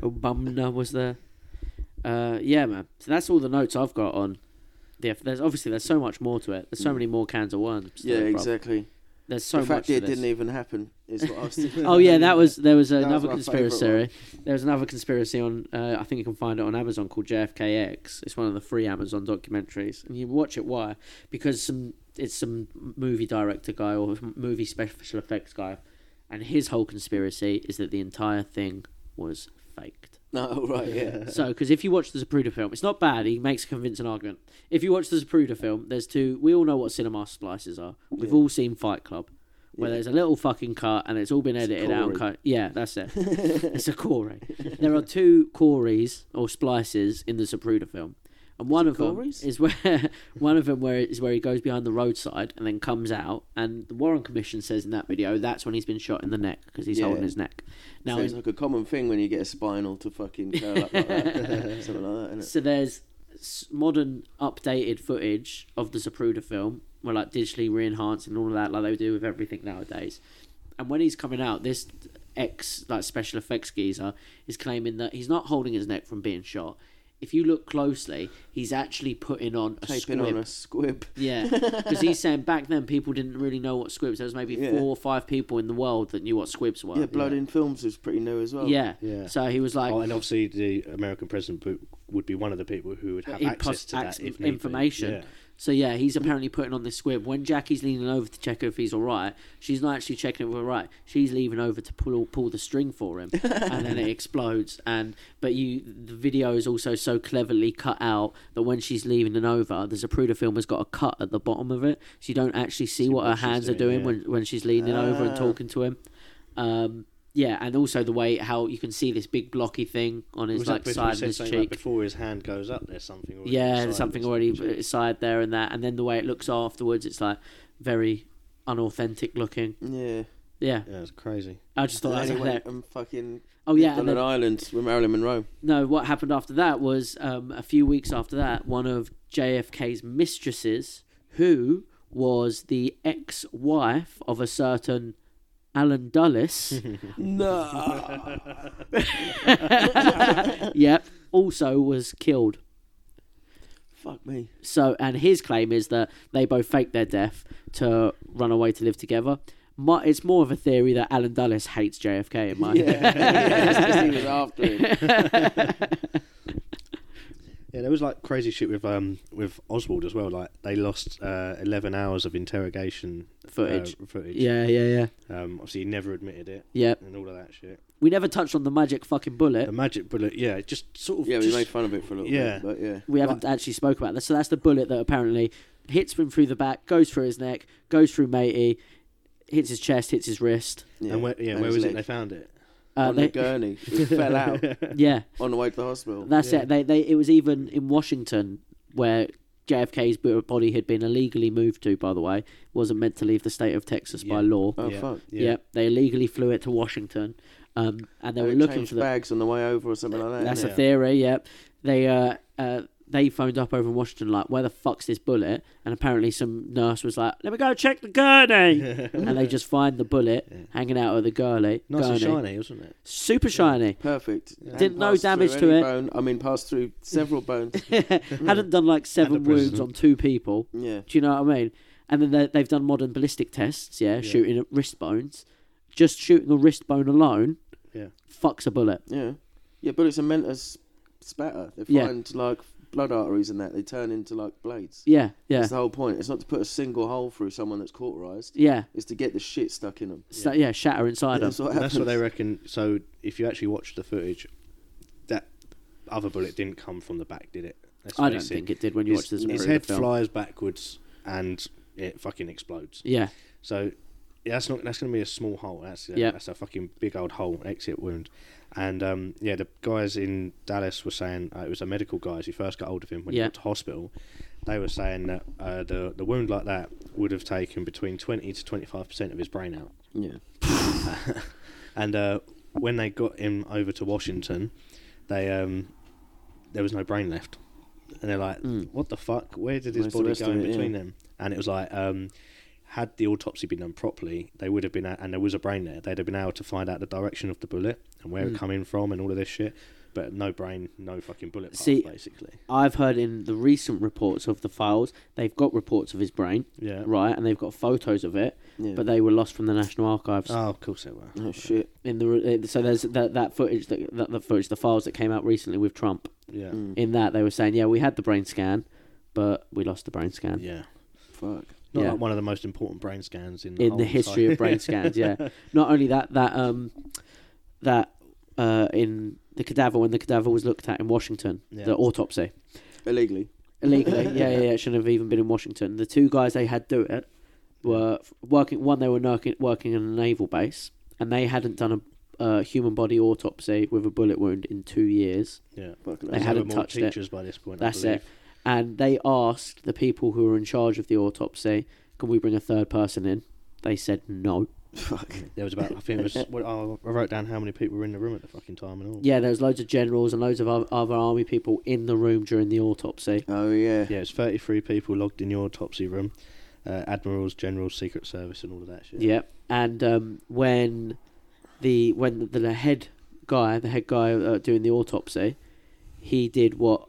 Speaker 1: Obama was there. Uh, yeah, man. So that's all the notes I've got
Speaker 5: Hmm.
Speaker 1: on. The, there's obviously there's so much more to it. There's so many more cans of worms. to
Speaker 4: Yeah,
Speaker 1: it, bruv.
Speaker 4: exactly.
Speaker 1: There's so
Speaker 4: the
Speaker 1: much.
Speaker 4: fact
Speaker 1: to
Speaker 4: it
Speaker 1: this.
Speaker 4: didn't even happen is what I was thinking.
Speaker 1: Oh yeah, that was there was
Speaker 4: was
Speaker 1: another
Speaker 4: my favourite
Speaker 1: conspiracy. There was another conspiracy on. Uh, I think you can find it on Amazon called JFKX. It's one of the free Amazon documentaries, and you watch it. Why? Because some it's some movie director guy or movie special effects guy, and his whole conspiracy is that the entire thing was faked.
Speaker 4: No, Oh, right, yeah.
Speaker 1: So, because if you watch the Zapruder film, it's not bad. He makes a convincing argument. If you watch the Zapruder film, there's two. We all know what cinema splices are. We've all seen Fight Club, where there's a little fucking cut and it's all been edited out. And
Speaker 4: Corey.
Speaker 1: cut. Yeah, that's it. it's a Corey. There are two Coreys or splices in the Zapruder film. And one of
Speaker 4: Coreys?
Speaker 1: them is where one of them where is where he goes behind the roadside and then comes out and the Warren Commission says in that video that's when he's been shot in the neck because he's
Speaker 4: Yeah.
Speaker 1: holding his neck. Now
Speaker 4: Sounds
Speaker 1: in-
Speaker 4: like a common thing when you get a spinal to fucking curl up like that. Something like that, isn't it?
Speaker 1: So there's s- modern updated footage of the Zapruder film. We're like digitally re-enhancing all of that, like they do with everything nowadays. And when he's coming out, this ex like special effects geezer is claiming that he's not holding his neck from being shot. If you look closely, he's actually putting on a
Speaker 4: Taping
Speaker 1: squib.
Speaker 4: on a squib.
Speaker 1: Yeah, because he's saying back then people didn't really know what squibs. There was maybe
Speaker 4: Yeah.
Speaker 1: four or five people in the world that knew what squibs were.
Speaker 4: Yeah, Blood in Films was pretty new as well.
Speaker 1: Yeah.
Speaker 5: Yeah.
Speaker 1: So he was like,
Speaker 5: Oh, and obviously the American president bo- would be one of the people who would have
Speaker 1: in-
Speaker 5: access to
Speaker 1: access-
Speaker 5: that if need be.
Speaker 1: information.
Speaker 5: Yeah.
Speaker 1: So yeah, he's apparently putting on this squib. When Jackie's leaning over to check if he's all right, she's not actually checking if we're all right. She's leaning over to pull pull the string for him, and then it explodes. And but you, the video is also so cleverly cut out that when she's leaning and over, the Zapruder film has got a cut at the bottom of it, so you don't actually see, what,
Speaker 5: what
Speaker 1: her
Speaker 5: she's
Speaker 1: hands are doing
Speaker 5: doing, Ah.
Speaker 1: when when she's leaning over and talking to him. Um, yeah, and also the way how you can see this big blocky thing on his
Speaker 5: Was
Speaker 1: like
Speaker 5: that
Speaker 1: side of
Speaker 5: side
Speaker 1: his
Speaker 5: something
Speaker 1: cheek.
Speaker 5: like before his hand goes up? There's something. Already
Speaker 1: Yeah,
Speaker 5: inside
Speaker 1: there's something
Speaker 5: it.
Speaker 1: already inside there and that, and then the way it looks afterwards, it's like very unauthentic looking.
Speaker 4: Yeah.
Speaker 1: Yeah,
Speaker 5: Yeah, it's crazy.
Speaker 1: I just thought that was
Speaker 4: Anyway,
Speaker 1: hilarious.
Speaker 4: I'm fucking
Speaker 1: Oh yeah,
Speaker 4: on
Speaker 1: and
Speaker 4: an
Speaker 1: then,
Speaker 4: island with Marilyn Monroe.
Speaker 1: no, what happened after that was um, a few weeks after that, one of JFK's mistresses, who was the ex-wife of a certain Alan Dulles.
Speaker 4: No.
Speaker 1: yep, also was killed.
Speaker 4: Fuck me.
Speaker 1: So, and his claim is that they both faked their death to run away to live together. My, it's more of a theory that Alan Dulles hates JFK in my
Speaker 4: Yeah, it's 'cause he was after him.
Speaker 5: Yeah, there was like crazy shit with um with Oswald as well. Like they lost uh, eleven hours of interrogation
Speaker 1: footage.
Speaker 5: Uh, footage.
Speaker 1: Yeah, yeah, yeah.
Speaker 5: Um, obviously, he never admitted it.
Speaker 1: Yeah.
Speaker 5: And all of that shit.
Speaker 1: We never touched on the magic fucking bullet.
Speaker 5: The magic bullet. Yeah, it just sort of.
Speaker 4: Yeah, we
Speaker 5: just-
Speaker 4: made fun of it for a little
Speaker 5: Yeah.
Speaker 4: bit, but yeah.
Speaker 1: We haven't actually spoke about that. So that's the bullet that apparently hits him through the back, goes through his neck, goes through matey, hits his chest, hits his wrist.
Speaker 4: yeah.
Speaker 5: And where, yeah,
Speaker 4: And
Speaker 5: where
Speaker 4: his
Speaker 5: was it?
Speaker 4: leg.
Speaker 5: They found it.
Speaker 1: Uh,
Speaker 4: on
Speaker 1: they-
Speaker 4: the gurney. It fell out
Speaker 1: yeah.
Speaker 4: on the way to the hospital.
Speaker 1: That's it. They, they it was even in Washington where JFK's bo- body had been illegally moved to. By the way, wasn't meant to leave the state of Texas by
Speaker 5: Yeah.
Speaker 1: law.
Speaker 4: oh,
Speaker 5: yeah.
Speaker 4: fuck.
Speaker 5: Yeah.
Speaker 1: Yep, they illegally flew it to Washington, um, and they
Speaker 4: And
Speaker 1: were
Speaker 4: it
Speaker 1: looking
Speaker 4: changed
Speaker 1: for the.
Speaker 4: bags on the way over or something like that.
Speaker 1: That's
Speaker 4: innit?
Speaker 1: a theory. Yep, they uh, uh, they phoned up over in Washington like, where the fuck's this bullet? And apparently, some nurse was like, let me go check the gurney, and they just find the bullet hanging out of the gurney.
Speaker 5: Nice and
Speaker 1: gurney.
Speaker 5: shiny, wasn't it?
Speaker 1: super shiny.
Speaker 4: Perfect. And
Speaker 1: Didn't no
Speaker 4: passed through
Speaker 1: damage to
Speaker 4: any
Speaker 1: it.
Speaker 4: Bone. I mean, passed through several bones.
Speaker 1: Hadn't done like seven wounds on two people.
Speaker 4: Yeah.
Speaker 1: Do you know what I mean? And then they- they've done modern ballistic tests, yeah, shooting at wrist bones. Just shooting a wrist bone alone
Speaker 5: Yeah.
Speaker 1: fucks a bullet.
Speaker 4: Yeah. Yeah, bullets are meant as spatter. They
Speaker 1: Yeah.
Speaker 4: find, like, blood arteries and that. They turn into, like, blades.
Speaker 1: Yeah, yeah,
Speaker 4: That's the whole point. It's not to put a single hole through someone that's cauterized.
Speaker 1: yeah.
Speaker 4: It's to get the shit stuck in them.
Speaker 1: So, yeah, shatter inside
Speaker 4: That's
Speaker 1: us.
Speaker 4: what happens.
Speaker 5: That's what they reckon. So if you actually watch the footage, that other bullet didn't come from the back, did it? That's
Speaker 1: I
Speaker 5: what
Speaker 1: don't
Speaker 5: they said.
Speaker 1: think it did when you
Speaker 5: his,
Speaker 1: watch this.
Speaker 5: His
Speaker 1: Zapruder
Speaker 5: head
Speaker 1: film.
Speaker 5: flies backwards and it fucking explodes.
Speaker 1: Yeah,
Speaker 5: So yeah, that's not that's gonna be a small hole. That's a,
Speaker 1: Yeah.
Speaker 5: that's a fucking big old hole, exit wound. And um, yeah, the guys in Dallas were saying uh, it was the medical guys who first got hold of him when
Speaker 1: Yeah.
Speaker 5: he got to hospital. They were saying that uh, the the wound like that would have taken between twenty to twenty five percent of his brain out.
Speaker 4: Yeah.
Speaker 5: And uh, when they got him over to Washington, they um, there was no brain left, and they're like,
Speaker 1: Hmm.
Speaker 5: "What the fuck? Where did his
Speaker 4: Where's the
Speaker 5: body
Speaker 4: rest
Speaker 5: go
Speaker 4: of
Speaker 5: in
Speaker 4: it, yeah.
Speaker 5: between them?" And it was like, um, had the autopsy been done properly, they would have been, a- and there was a brain there. They'd have been able to find out the direction of the bullet and
Speaker 1: Hmm.
Speaker 5: where it come in from and all of this shit. But no brain, no fucking bullet path,
Speaker 1: See-
Speaker 5: basically.
Speaker 1: I've heard in the recent reports of the files, they've got reports of his brain,
Speaker 5: Yeah.
Speaker 1: right, and they've got photos of it,
Speaker 4: Yeah.
Speaker 1: but they were lost from the National Archives.
Speaker 5: Oh, of course they were.
Speaker 4: oh shit.
Speaker 1: In the uh, so there's that, that footage that, that the footage the files that came out recently with Trump.
Speaker 5: Yeah.
Speaker 4: Mm.
Speaker 1: In that they were saying, yeah, we had the brain scan, but we lost the brain scan.
Speaker 5: Yeah.
Speaker 4: Fuck.
Speaker 5: Not
Speaker 1: Yeah.
Speaker 5: like one of the most important brain scans in the,
Speaker 1: in
Speaker 5: whole
Speaker 1: the history
Speaker 5: entire-
Speaker 1: of brain scans. Yeah, not only that, that um, that uh, in the cadaver when the cadaver was looked at in Washington,
Speaker 5: Yeah.
Speaker 1: the autopsy
Speaker 4: Illegally.
Speaker 1: illegally. yeah, yeah, yeah, it shouldn't have even been in Washington. The two guys they had do it were f- working. One, they were working working in a naval base, and they hadn't done a uh, human body autopsy with a bullet wound in two years.
Speaker 5: yeah.
Speaker 4: Fucking
Speaker 1: They
Speaker 4: hell.
Speaker 5: There
Speaker 1: had- hadn't
Speaker 5: were more
Speaker 1: touched it.
Speaker 5: teachers by this point. I
Speaker 1: That's it.
Speaker 5: believe.
Speaker 1: And they asked the people who were in charge of the autopsy, "Can we bring a third person in?" They said no.
Speaker 4: Fuck.
Speaker 5: There was about I think it was what, oh, I wrote down how many people were in the room at the fucking time and all.
Speaker 1: Yeah, there was loads of generals and loads of oth- other army people in the room during the autopsy.
Speaker 4: Oh yeah.
Speaker 5: Yeah, it's 33 people logged in your autopsy room. Uh, admirals, generals, secret service, and all of that shit.
Speaker 1: Yep. And um, when the when the, the head guy, the head guy uh, doing the autopsy, he did what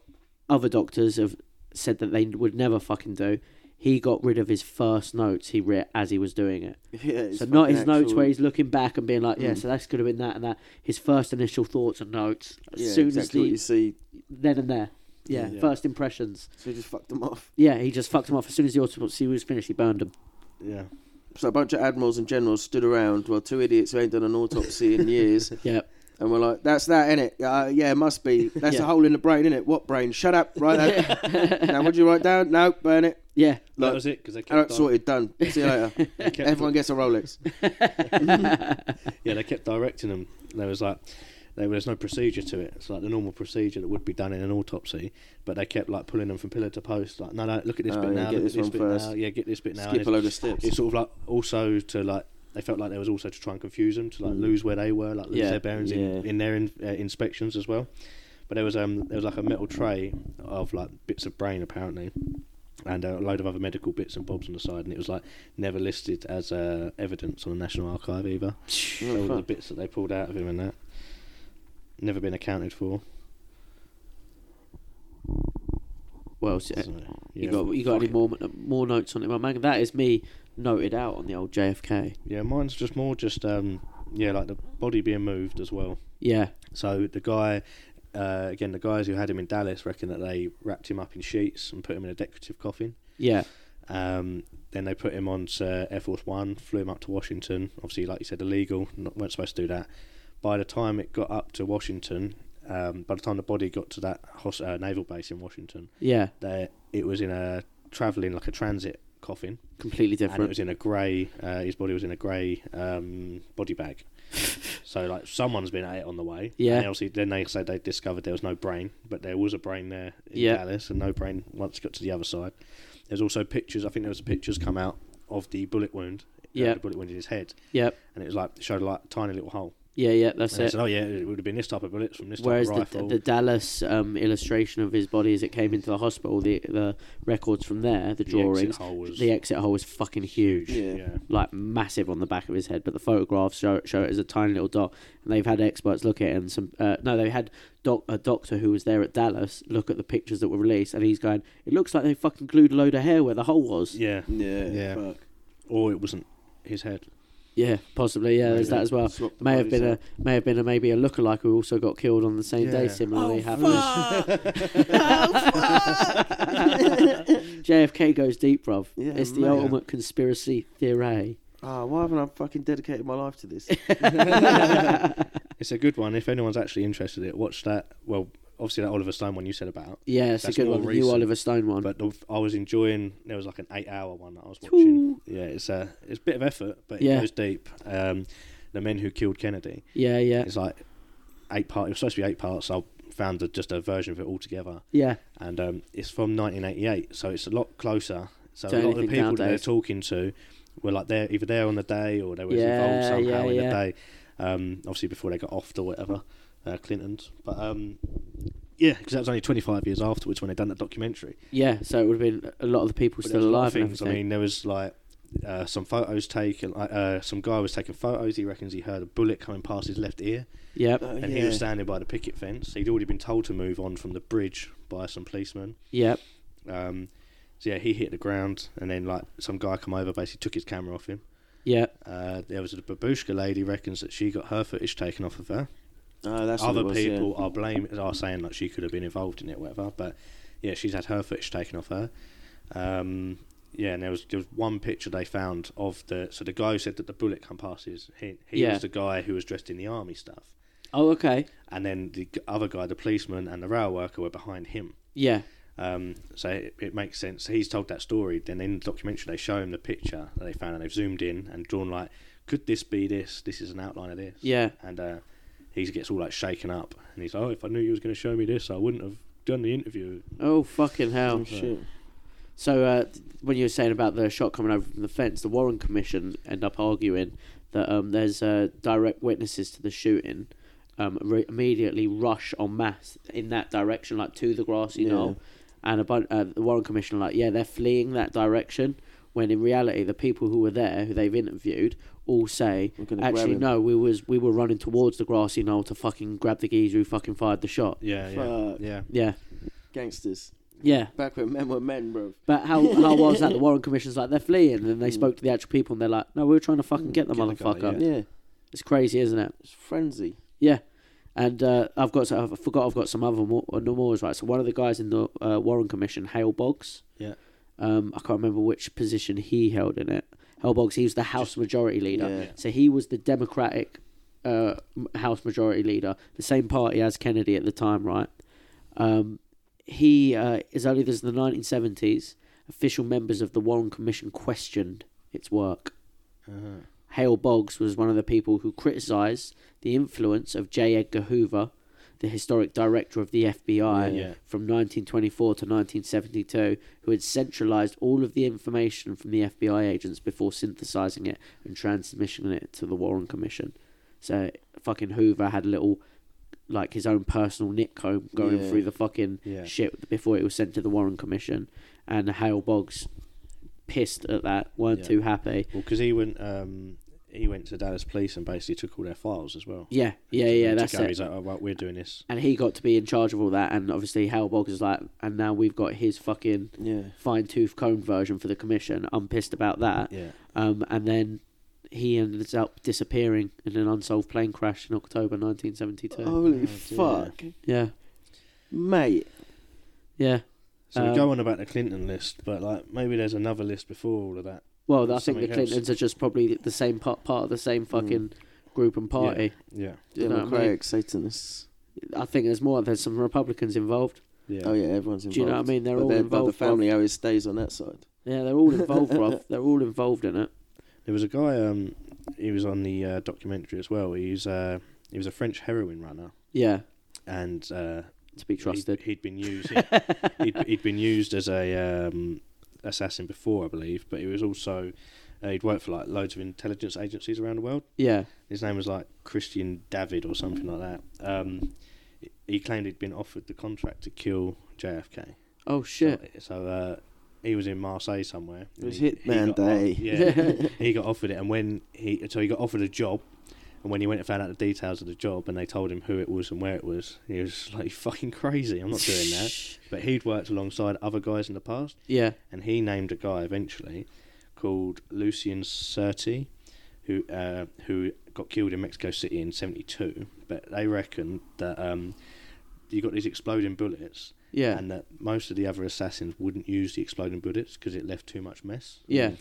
Speaker 1: other doctors have said that they would never fucking do. He got rid of his first notes he writ as he was doing it.
Speaker 4: Yeah, it's
Speaker 1: so not
Speaker 4: fucking
Speaker 1: his notes
Speaker 4: actual-
Speaker 1: where he's looking back and being like, yeah,
Speaker 4: Mm.
Speaker 1: so that's could have been that and that. His first initial thoughts and notes as
Speaker 4: yeah,
Speaker 1: soon
Speaker 4: exactly what you
Speaker 1: as
Speaker 4: see.
Speaker 1: the then and there. Yeah,
Speaker 5: Yeah.
Speaker 1: first impressions.
Speaker 4: So you just fucked them off.
Speaker 1: Yeah, he just fucked him off as soon as the autopsy was finished. He burned him.
Speaker 5: Yeah.
Speaker 4: So a bunch of admirals and generals stood around while two idiots who ain't done an autopsy in years,
Speaker 1: Yeah,
Speaker 4: and we're like, "That's that, innit? Uh, yeah, it must be. That's
Speaker 1: Yeah.
Speaker 4: a hole in the brain, innit? What brain? Shut up, right? now, now what do you write down? No, burn it.
Speaker 1: yeah.
Speaker 5: that
Speaker 4: Look,
Speaker 5: was it because they kept
Speaker 4: All right,
Speaker 5: di-
Speaker 4: sorted, done. See you later.
Speaker 5: they kept-
Speaker 4: Everyone gets a Rolex.
Speaker 5: yeah, they kept directing them. There was like, there was no procedure to it. It's like the normal procedure that would be done in an autopsy, but they kept like pulling them from pillar to post. Like, no, no, look at this
Speaker 4: Oh,
Speaker 5: bit
Speaker 4: yeah,
Speaker 5: now,
Speaker 4: get
Speaker 5: look
Speaker 4: this
Speaker 5: at this
Speaker 4: one
Speaker 5: bit
Speaker 4: first.
Speaker 5: now, yeah, get this bit now. and
Speaker 4: Skip a
Speaker 5: it's-
Speaker 4: load of steps.
Speaker 5: It's sort of like also to like they felt like there was also to try and confuse them to like lose where they were, like lose
Speaker 1: Mm. Yeah,
Speaker 5: their bearings in,
Speaker 4: yeah.
Speaker 5: in their in, uh, inspections as well. But there was um there was like a metal tray of like bits of brain apparently, and uh, a load of other medical bits and bobs on the side, and it was like never listed as uh, evidence on the National Archive either.
Speaker 4: Oh,
Speaker 5: all the
Speaker 4: fuck.
Speaker 5: bits that they pulled out of him and that never been accounted for.
Speaker 1: Well, so,
Speaker 5: So,
Speaker 1: you got you got
Speaker 5: fuck
Speaker 1: any
Speaker 5: it.
Speaker 1: more more notes on it, my man? That is me noted out on the old JFK.
Speaker 5: Yeah, mine's just more just um yeah like the body being moved as well.
Speaker 1: Yeah,
Speaker 5: So the guy, uh, again, the guys who had him in Dallas reckon that they wrapped him up in sheets and put him in a decorative coffin.
Speaker 1: yeah,
Speaker 5: Um, then they put him on to Air Force One, flew him up to Washington. Obviously, like you said, illegal, not, weren't supposed to do that. By the time it got up to Washington, um, by the time the body got to that hos- uh, naval base in Washington,
Speaker 1: yeah.
Speaker 5: there it was in a traveling like a transit coffin,
Speaker 1: Completely
Speaker 5: and it
Speaker 1: different.
Speaker 5: was in a grey. Uh, his body was in a grey um, body bag. so like someone's been at it on the way.
Speaker 1: Yeah.
Speaker 5: And obviously, then they said they discovered there was no brain, but there was a brain there in
Speaker 1: Yeah.
Speaker 5: Dallas, and no brain once it got to the other side. There's also pictures. I think there was pictures come out of the bullet wound. uh,
Speaker 1: Yeah.
Speaker 5: The bullet wound in his head,
Speaker 1: Yep.
Speaker 5: and it was like showed like a tiny little hole.
Speaker 1: Yeah, yeah. That's
Speaker 5: and they
Speaker 1: it.
Speaker 5: said, oh yeah, it would have been this type of bullets from this
Speaker 1: Whereas
Speaker 5: type of
Speaker 1: the,
Speaker 5: rifle.
Speaker 1: the Dallas um, illustration of his body as it came into the hospital, the the records from there, the
Speaker 5: The exit
Speaker 1: drawings,
Speaker 5: hole was-
Speaker 1: the exit hole was fucking huge.
Speaker 4: Yeah.
Speaker 5: yeah.
Speaker 1: like massive on the back of his head, but the photographs show show it as a tiny little dot. And they've had experts look at it and some uh, no, they had doc, a doctor who was there at Dallas look at the pictures that were released, and he's going, "It looks like they fucking glued a load of hair where the hole was." Yeah,
Speaker 5: Yeah.
Speaker 4: Yeah,
Speaker 5: Yeah.
Speaker 4: fuck.
Speaker 5: Or it wasn't his head.
Speaker 1: possibly. Yeah, there's that as well.
Speaker 4: Swap the
Speaker 1: May have
Speaker 4: bodies
Speaker 1: been a may have been a maybe a lookalike who also got killed on the same day.
Speaker 5: Yeah.
Speaker 1: Similarly happened. JFK goes deep, bruv.
Speaker 4: Yeah,
Speaker 1: it's the
Speaker 4: mate.
Speaker 1: ultimate conspiracy theory.
Speaker 4: Ah, why haven't I fucking dedicated my life to this? Uh,
Speaker 5: It's a good one. If anyone's actually interested in it, watch that. Well, obviously that Oliver Stone one you said about.
Speaker 1: Yeah, it's
Speaker 5: That's
Speaker 1: a good
Speaker 5: more
Speaker 1: one. The new
Speaker 5: recent,
Speaker 1: Oliver Stone one.
Speaker 5: But the, I was enjoying. There was like an eight-hour one that I was watching. Yeah, it's a it's a bit of effort, but it
Speaker 1: Yeah.
Speaker 5: goes deep. Um, the men who killed Kennedy.
Speaker 1: yeah, yeah,
Speaker 5: It's like eight part. It was supposed to be eight parts. I found a, just a version of it altogether,
Speaker 1: yeah,
Speaker 5: and um, it's from 1988, so it's a lot closer. So
Speaker 1: To
Speaker 5: a lot of the
Speaker 1: anything
Speaker 5: people that they're
Speaker 1: nowadays.
Speaker 5: talking to were like they're either there on the day or they were
Speaker 1: Yeah,
Speaker 5: involved somehow
Speaker 1: yeah,
Speaker 5: in
Speaker 1: yeah.
Speaker 5: the day. Um, obviously before they got offed or whatever, uh, Clinton's. But um, yeah, because that was only 25 years afterwards when they done that documentary.
Speaker 1: yeah. So it would have been a lot of the people
Speaker 5: But
Speaker 1: still
Speaker 5: there was a lot of
Speaker 1: alive. and
Speaker 5: things. I
Speaker 1: everything.
Speaker 5: mean, there was like uh, some photos taken. like, Uh, some guy was taking photos. He reckons he heard a bullet coming past his left ear,
Speaker 1: Yep.
Speaker 4: Oh,
Speaker 5: and he was standing by the picket fence. He'd already been told to move on from the bridge by some policemen.
Speaker 1: Yep.
Speaker 5: Um, so yeah, he hit the ground, and then like some guy come over, basically took his camera off him,
Speaker 1: Yeah.
Speaker 5: Uh, there was a babushka lady reckons that she got her footage taken off of her.
Speaker 4: Oh, that's what
Speaker 5: Other
Speaker 4: it was, yeah.
Speaker 5: people are blaming are saying like she could have been involved in it, whatever. But yeah, she's had her footage taken off her. Um, yeah, and there was there was one picture they found of the so the guy who said that the bullet come past his he, he
Speaker 1: Yeah.
Speaker 5: was the guy who was dressed in the army stuff,
Speaker 1: Oh, okay.
Speaker 5: and then the g- other guy, the policeman and the rail worker were behind him.
Speaker 1: Yeah.
Speaker 5: Um, so it, it makes sense. He's told that story. Then in the documentary, they show him the picture that they found, and they've zoomed in and drawn like, could this be this? This is an outline of this.
Speaker 1: Yeah.
Speaker 5: And uh, he gets all like shaken up, and he's like, oh, if I knew you was going to show me this, I wouldn't have done the interview.
Speaker 1: Oh, fucking hell.
Speaker 4: Oh, shit.
Speaker 1: So, uh, th- when you were saying about the shot coming over from the fence, the Warren Commission end up arguing that um, there's uh, direct witnesses to the shooting. Um, re- immediately rush en masse in that direction, like to the grassy
Speaker 4: Yeah.
Speaker 1: knoll, and a bun- uh, the Warren Commission, are like, yeah, they're fleeing that direction. When in reality, the people who were there, who they've interviewed, all say,
Speaker 4: We're gonna grab
Speaker 1: actually,
Speaker 4: him."
Speaker 1: no, we was we were running towards the grassy knoll to fucking grab the geezer who fucking fired the shot.
Speaker 5: Yeah,
Speaker 4: Fuck.
Speaker 5: yeah,
Speaker 1: Yeah,
Speaker 4: Gangsters.
Speaker 1: yeah.
Speaker 4: Back when men were men, bro.
Speaker 1: But how how was that? The Warren Commission's like they're fleeing, and then they spoke to the actual people, and they're like, "No, we were trying to fucking get the
Speaker 5: Mm. Get the guy,
Speaker 1: motherfucker."
Speaker 5: Yeah.
Speaker 4: Yeah,
Speaker 1: It's crazy, isn't it?
Speaker 4: it's frenzy.
Speaker 1: Yeah. And uh, I've got I forgot I've got some other more, uh, no more right. So one of the guys in the uh, Warren Commission, Hale Boggs.
Speaker 5: Yeah.
Speaker 1: Um, I can't remember which position he held in it. Hale Boggs, he was the House Majority Leader.
Speaker 4: Yeah.
Speaker 1: So he was the Democratic uh, m- House Majority Leader, the same party as Kennedy at the time, right? Um, he uh, is only this in the 1970s. Official members of the Warren Commission questioned its work.
Speaker 5: yeah. Uh-huh.
Speaker 1: Hale Boggs was one of the people who criticised the influence of J. Edgar Hoover, the historic director of the FBI,
Speaker 5: Yeah.
Speaker 1: from 1924 to 1972, who had centralised all of the information from the FBI agents before synthesising it and transmitting it to the Warren Commission. So fucking Hoover had a little, like his own personal nitcomb going
Speaker 4: Yeah.
Speaker 1: through the fucking
Speaker 5: Yeah.
Speaker 1: shit before it was sent to the Warren Commission, and Hale Boggs pissed at that, weren't
Speaker 5: Yeah.
Speaker 1: too happy.
Speaker 5: Well, because he went, um, he went to Dallas police and basically took all their files as well.
Speaker 1: Yeah, yeah,
Speaker 5: To-
Speaker 1: yeah,
Speaker 5: to
Speaker 1: that's
Speaker 5: go,
Speaker 1: it.
Speaker 5: He's like, oh, well, we're doing this.
Speaker 1: And he got to be in charge of all that, and obviously Hal Boggs is like, and now we've got his fucking
Speaker 4: Yeah.
Speaker 1: fine tooth comb version for the commission. I'm pissed about that.
Speaker 5: Yeah.
Speaker 1: Um, and then he ends up disappearing in an unsolved plane crash in October 1972.
Speaker 4: Holy
Speaker 5: Oh, dear.
Speaker 4: fuck,
Speaker 1: Yeah,
Speaker 4: mate.
Speaker 1: yeah.
Speaker 5: So
Speaker 1: Um,
Speaker 5: we go on about the Clinton list, but like maybe there's another list before all of that.
Speaker 1: Well, I think
Speaker 5: Something
Speaker 1: the
Speaker 5: else. Mm.
Speaker 1: Clintons are just probably the same part, part of the same fucking group and party.
Speaker 5: Yeah.
Speaker 1: You know what I mean?
Speaker 4: Democratic Satanists.
Speaker 1: I think there's more. There's some Republicans involved.
Speaker 5: Yeah.
Speaker 4: Oh yeah, everyone's involved.
Speaker 1: Do you know what I mean? They're
Speaker 4: But
Speaker 1: all
Speaker 4: But
Speaker 1: involved,
Speaker 4: the family always stays on that side.
Speaker 1: Yeah, they're all involved, bruv. They're all involved in it.
Speaker 5: There was a guy. Um, he was on the uh, documentary as well. He's uh, he was a French heroin runner,
Speaker 1: Yeah,
Speaker 5: and uh,
Speaker 1: to be trusted.
Speaker 5: He'd, he'd been used. He'd, he'd been used as a um, assassin before, I believe, but he was also uh, he'd worked for like loads of intelligence agencies around the world.
Speaker 1: Yeah,
Speaker 5: His name was like Christian David or something like that. Um, he claimed he'd been offered the contract to kill JFK.
Speaker 1: Oh shit!
Speaker 5: So, so, uh, he was in Marseille somewhere.
Speaker 4: It was
Speaker 5: He-
Speaker 4: Hitman
Speaker 5: he got off-
Speaker 4: Day.
Speaker 5: yeah, he got offered it, and when he so he got offered a job, and when he went and found out the details of the job, and they told him who it was and where it was, he was like, "You "Fucking crazy! I'm not doing that." But he'd worked alongside other guys in the past,
Speaker 1: Yeah,
Speaker 5: and he named a guy eventually called Lucien Certi, who uh, who got killed in Mexico City in '72. But they reckoned that um, you got these exploding bullets,
Speaker 1: yeah,
Speaker 5: and that most of the other assassins wouldn't use the exploding bullets because it left too much mess.
Speaker 1: yeah,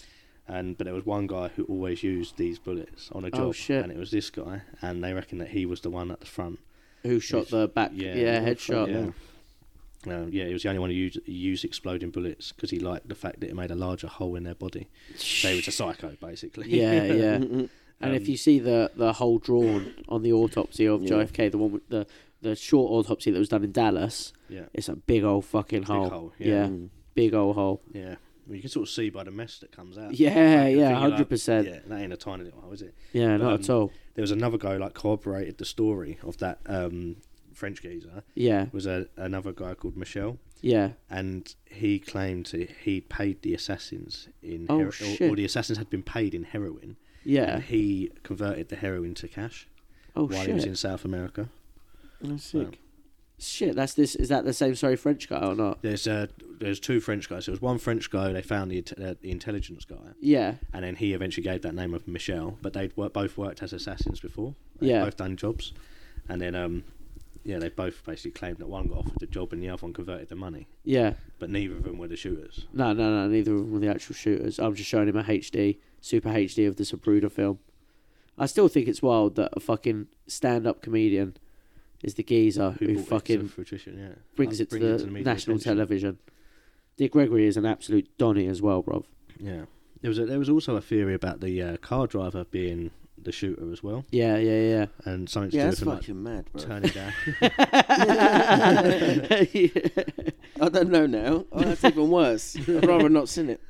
Speaker 5: And but there was one guy who always used these bullets on a job,
Speaker 1: Oh, shit.
Speaker 5: and it was this guy, and they reckon that he was the one at the front.
Speaker 1: Who shot the back? Yeah,
Speaker 5: Yeah.
Speaker 1: headshot.
Speaker 5: yeah. Um, yeah, he was the only one who used, used exploding bullets because he liked the fact that it made a larger hole in their body. So he was a psycho, basically.
Speaker 1: Yeah, yeah.
Speaker 5: Um,
Speaker 1: and if you see the the hole drawn on the autopsy of
Speaker 4: Yeah.
Speaker 1: JFK, the one with the the short autopsy that was done in Dallas,
Speaker 5: yeah,
Speaker 1: it's a big old fucking hole.
Speaker 5: hole, yeah. Mm.
Speaker 1: yeah. big old hole.
Speaker 5: yeah. Well, you can sort of see by the mess that comes out.
Speaker 1: Yeah,
Speaker 5: Like, I
Speaker 1: yeah,
Speaker 5: think you're like,
Speaker 1: 100%.
Speaker 5: Yeah, that ain't a tiny little hole, is it?
Speaker 1: Yeah,
Speaker 5: But,
Speaker 1: not
Speaker 5: um,
Speaker 1: at all.
Speaker 5: There was another guy who, like corroborated the story of that um, French geezer.
Speaker 1: Yeah,
Speaker 5: Was a, another guy called Michel.
Speaker 1: yeah,
Speaker 5: and he claimed to, he paid the assassins in
Speaker 1: Oh,
Speaker 5: hero-
Speaker 1: shit.
Speaker 5: Or, or the assassins had been paid in heroin.
Speaker 1: yeah.
Speaker 5: And he converted the heroin to cash
Speaker 1: Oh
Speaker 5: while he was
Speaker 1: shit!
Speaker 5: in South America.
Speaker 4: Oh, sick.
Speaker 1: Shit, that's this. Is that the same sorry French guy or not?
Speaker 5: There's uh, there's two French guys. There was one French guy. They found the inte- uh, the intelligence guy,
Speaker 1: Yeah.
Speaker 5: and then he eventually gave that name of Michelle. But they'd wor- both worked as assassins before. They'd
Speaker 1: Yeah.
Speaker 5: both done jobs, and then um, yeah, they both basically claimed that one got offered the job and the other one converted the money,
Speaker 1: Yeah.
Speaker 5: but neither of them were the shooters.
Speaker 1: No, no, no. Neither of them were the actual shooters. I'm just showing him a HD, super HD of the Zapruder film. I still think it's wild that a fucking stand-up comedian is the geezer Oh, who,
Speaker 5: brought it to
Speaker 1: fucking
Speaker 5: fruition, yeah.
Speaker 1: brings
Speaker 5: Like,
Speaker 1: it to
Speaker 5: bringing
Speaker 1: the
Speaker 5: media's
Speaker 1: national
Speaker 5: attention.
Speaker 1: television. Dick Gregory is an absolute donny as well, bruv.
Speaker 5: Yeah, there was a, there was also a theory about the uh, car driver being the shooter as well,
Speaker 1: Yeah, yeah, yeah.
Speaker 5: and something to
Speaker 4: Yeah,
Speaker 5: do
Speaker 4: that's
Speaker 5: with him, like,
Speaker 4: fucking mad, bro.
Speaker 5: turning down.
Speaker 4: I don't know now. Oh, that's even worse. I'd rather not seen it.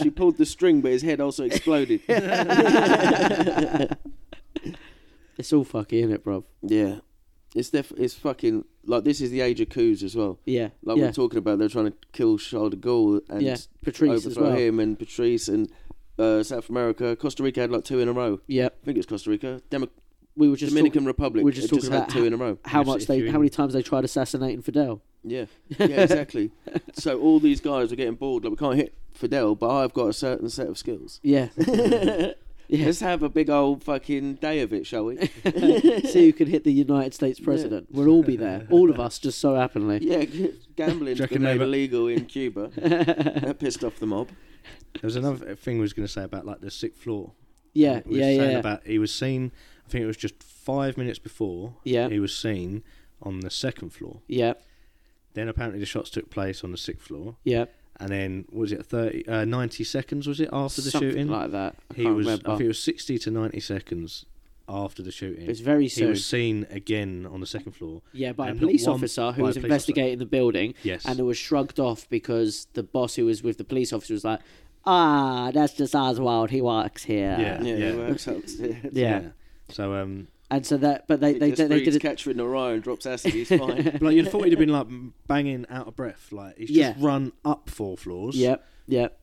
Speaker 4: she pulled the string, but his head also exploded.
Speaker 1: it's all fucky, is it, bruv?
Speaker 4: yeah, it's def- it's fucking like this is the age of coups as well.
Speaker 1: Yeah,
Speaker 4: Like
Speaker 1: yeah.
Speaker 4: we're talking about, they're trying to kill Charles de Gaulle and
Speaker 1: Yeah, Patrice as
Speaker 4: overthrow
Speaker 1: well.
Speaker 4: him and Patrice and uh, South America. Costa Rica had like two in a row.
Speaker 1: yeah.
Speaker 4: I think it was Costa Rica. Demo-
Speaker 1: We were just
Speaker 4: Dominican
Speaker 1: talk-
Speaker 4: Republic.
Speaker 1: We're just
Speaker 4: It
Speaker 1: talking about
Speaker 4: had two in a row.
Speaker 1: how
Speaker 5: If-
Speaker 1: much
Speaker 5: if
Speaker 1: they,
Speaker 5: you-
Speaker 1: how many times they tried assassinating Fidel.
Speaker 4: Yeah, yeah, exactly. so all these guys were getting bored. Like we can't hit Fidel, but I've got a certain set of skills.
Speaker 1: Yeah,
Speaker 4: Let's have a big old fucking day of it, shall we?
Speaker 1: see who can hit the United States president. We'll all be there, all of us, just so happenly.
Speaker 4: yeah, gambling
Speaker 5: Do you reckon
Speaker 4: became
Speaker 5: they-
Speaker 4: illegal in Cuba. that pissed off the mob.
Speaker 5: There was another thing we was going to say about like the sixth floor.
Speaker 1: Yeah,
Speaker 5: We was
Speaker 1: yeah,
Speaker 5: saying
Speaker 1: yeah.
Speaker 5: About he was seen. I think it was just five minutes before.
Speaker 1: Yeah.
Speaker 5: He was seen on the second floor.
Speaker 1: yeah,
Speaker 5: Then apparently the shots took place on the sixth floor,
Speaker 1: yeah.
Speaker 5: and then what was it 30, uh, 90 seconds? Was it after the
Speaker 1: Something
Speaker 5: shooting?
Speaker 1: like that. I
Speaker 5: he
Speaker 1: can't
Speaker 5: was.
Speaker 1: remember.
Speaker 5: I think it was sixty to ninety seconds after the shooting.
Speaker 1: It's very
Speaker 5: He
Speaker 1: soon.
Speaker 5: was seen again on the second floor.
Speaker 1: Yeah, by a
Speaker 5: and not
Speaker 1: police
Speaker 5: one-
Speaker 1: officer who
Speaker 5: by a
Speaker 1: was
Speaker 5: police officer.
Speaker 1: investigating the building.
Speaker 5: Yes.
Speaker 1: And it was shrugged off because the boss who was with the police officer was like, ah, that's just Oswald. He works here.
Speaker 5: Yeah.
Speaker 4: Yeah,
Speaker 5: Yeah.
Speaker 4: he works upstairs.
Speaker 1: Yeah.
Speaker 5: So um,
Speaker 1: And so that, but they,
Speaker 4: He
Speaker 1: they,
Speaker 4: just
Speaker 1: they, they
Speaker 4: reads
Speaker 1: did it.
Speaker 4: Catcher in the Rye and drops acid. He's fine.
Speaker 5: like you'd thought he'd have been like banging out of breath. Like he's
Speaker 1: Yeah.
Speaker 5: just run up four floors.
Speaker 1: Yep. Yep.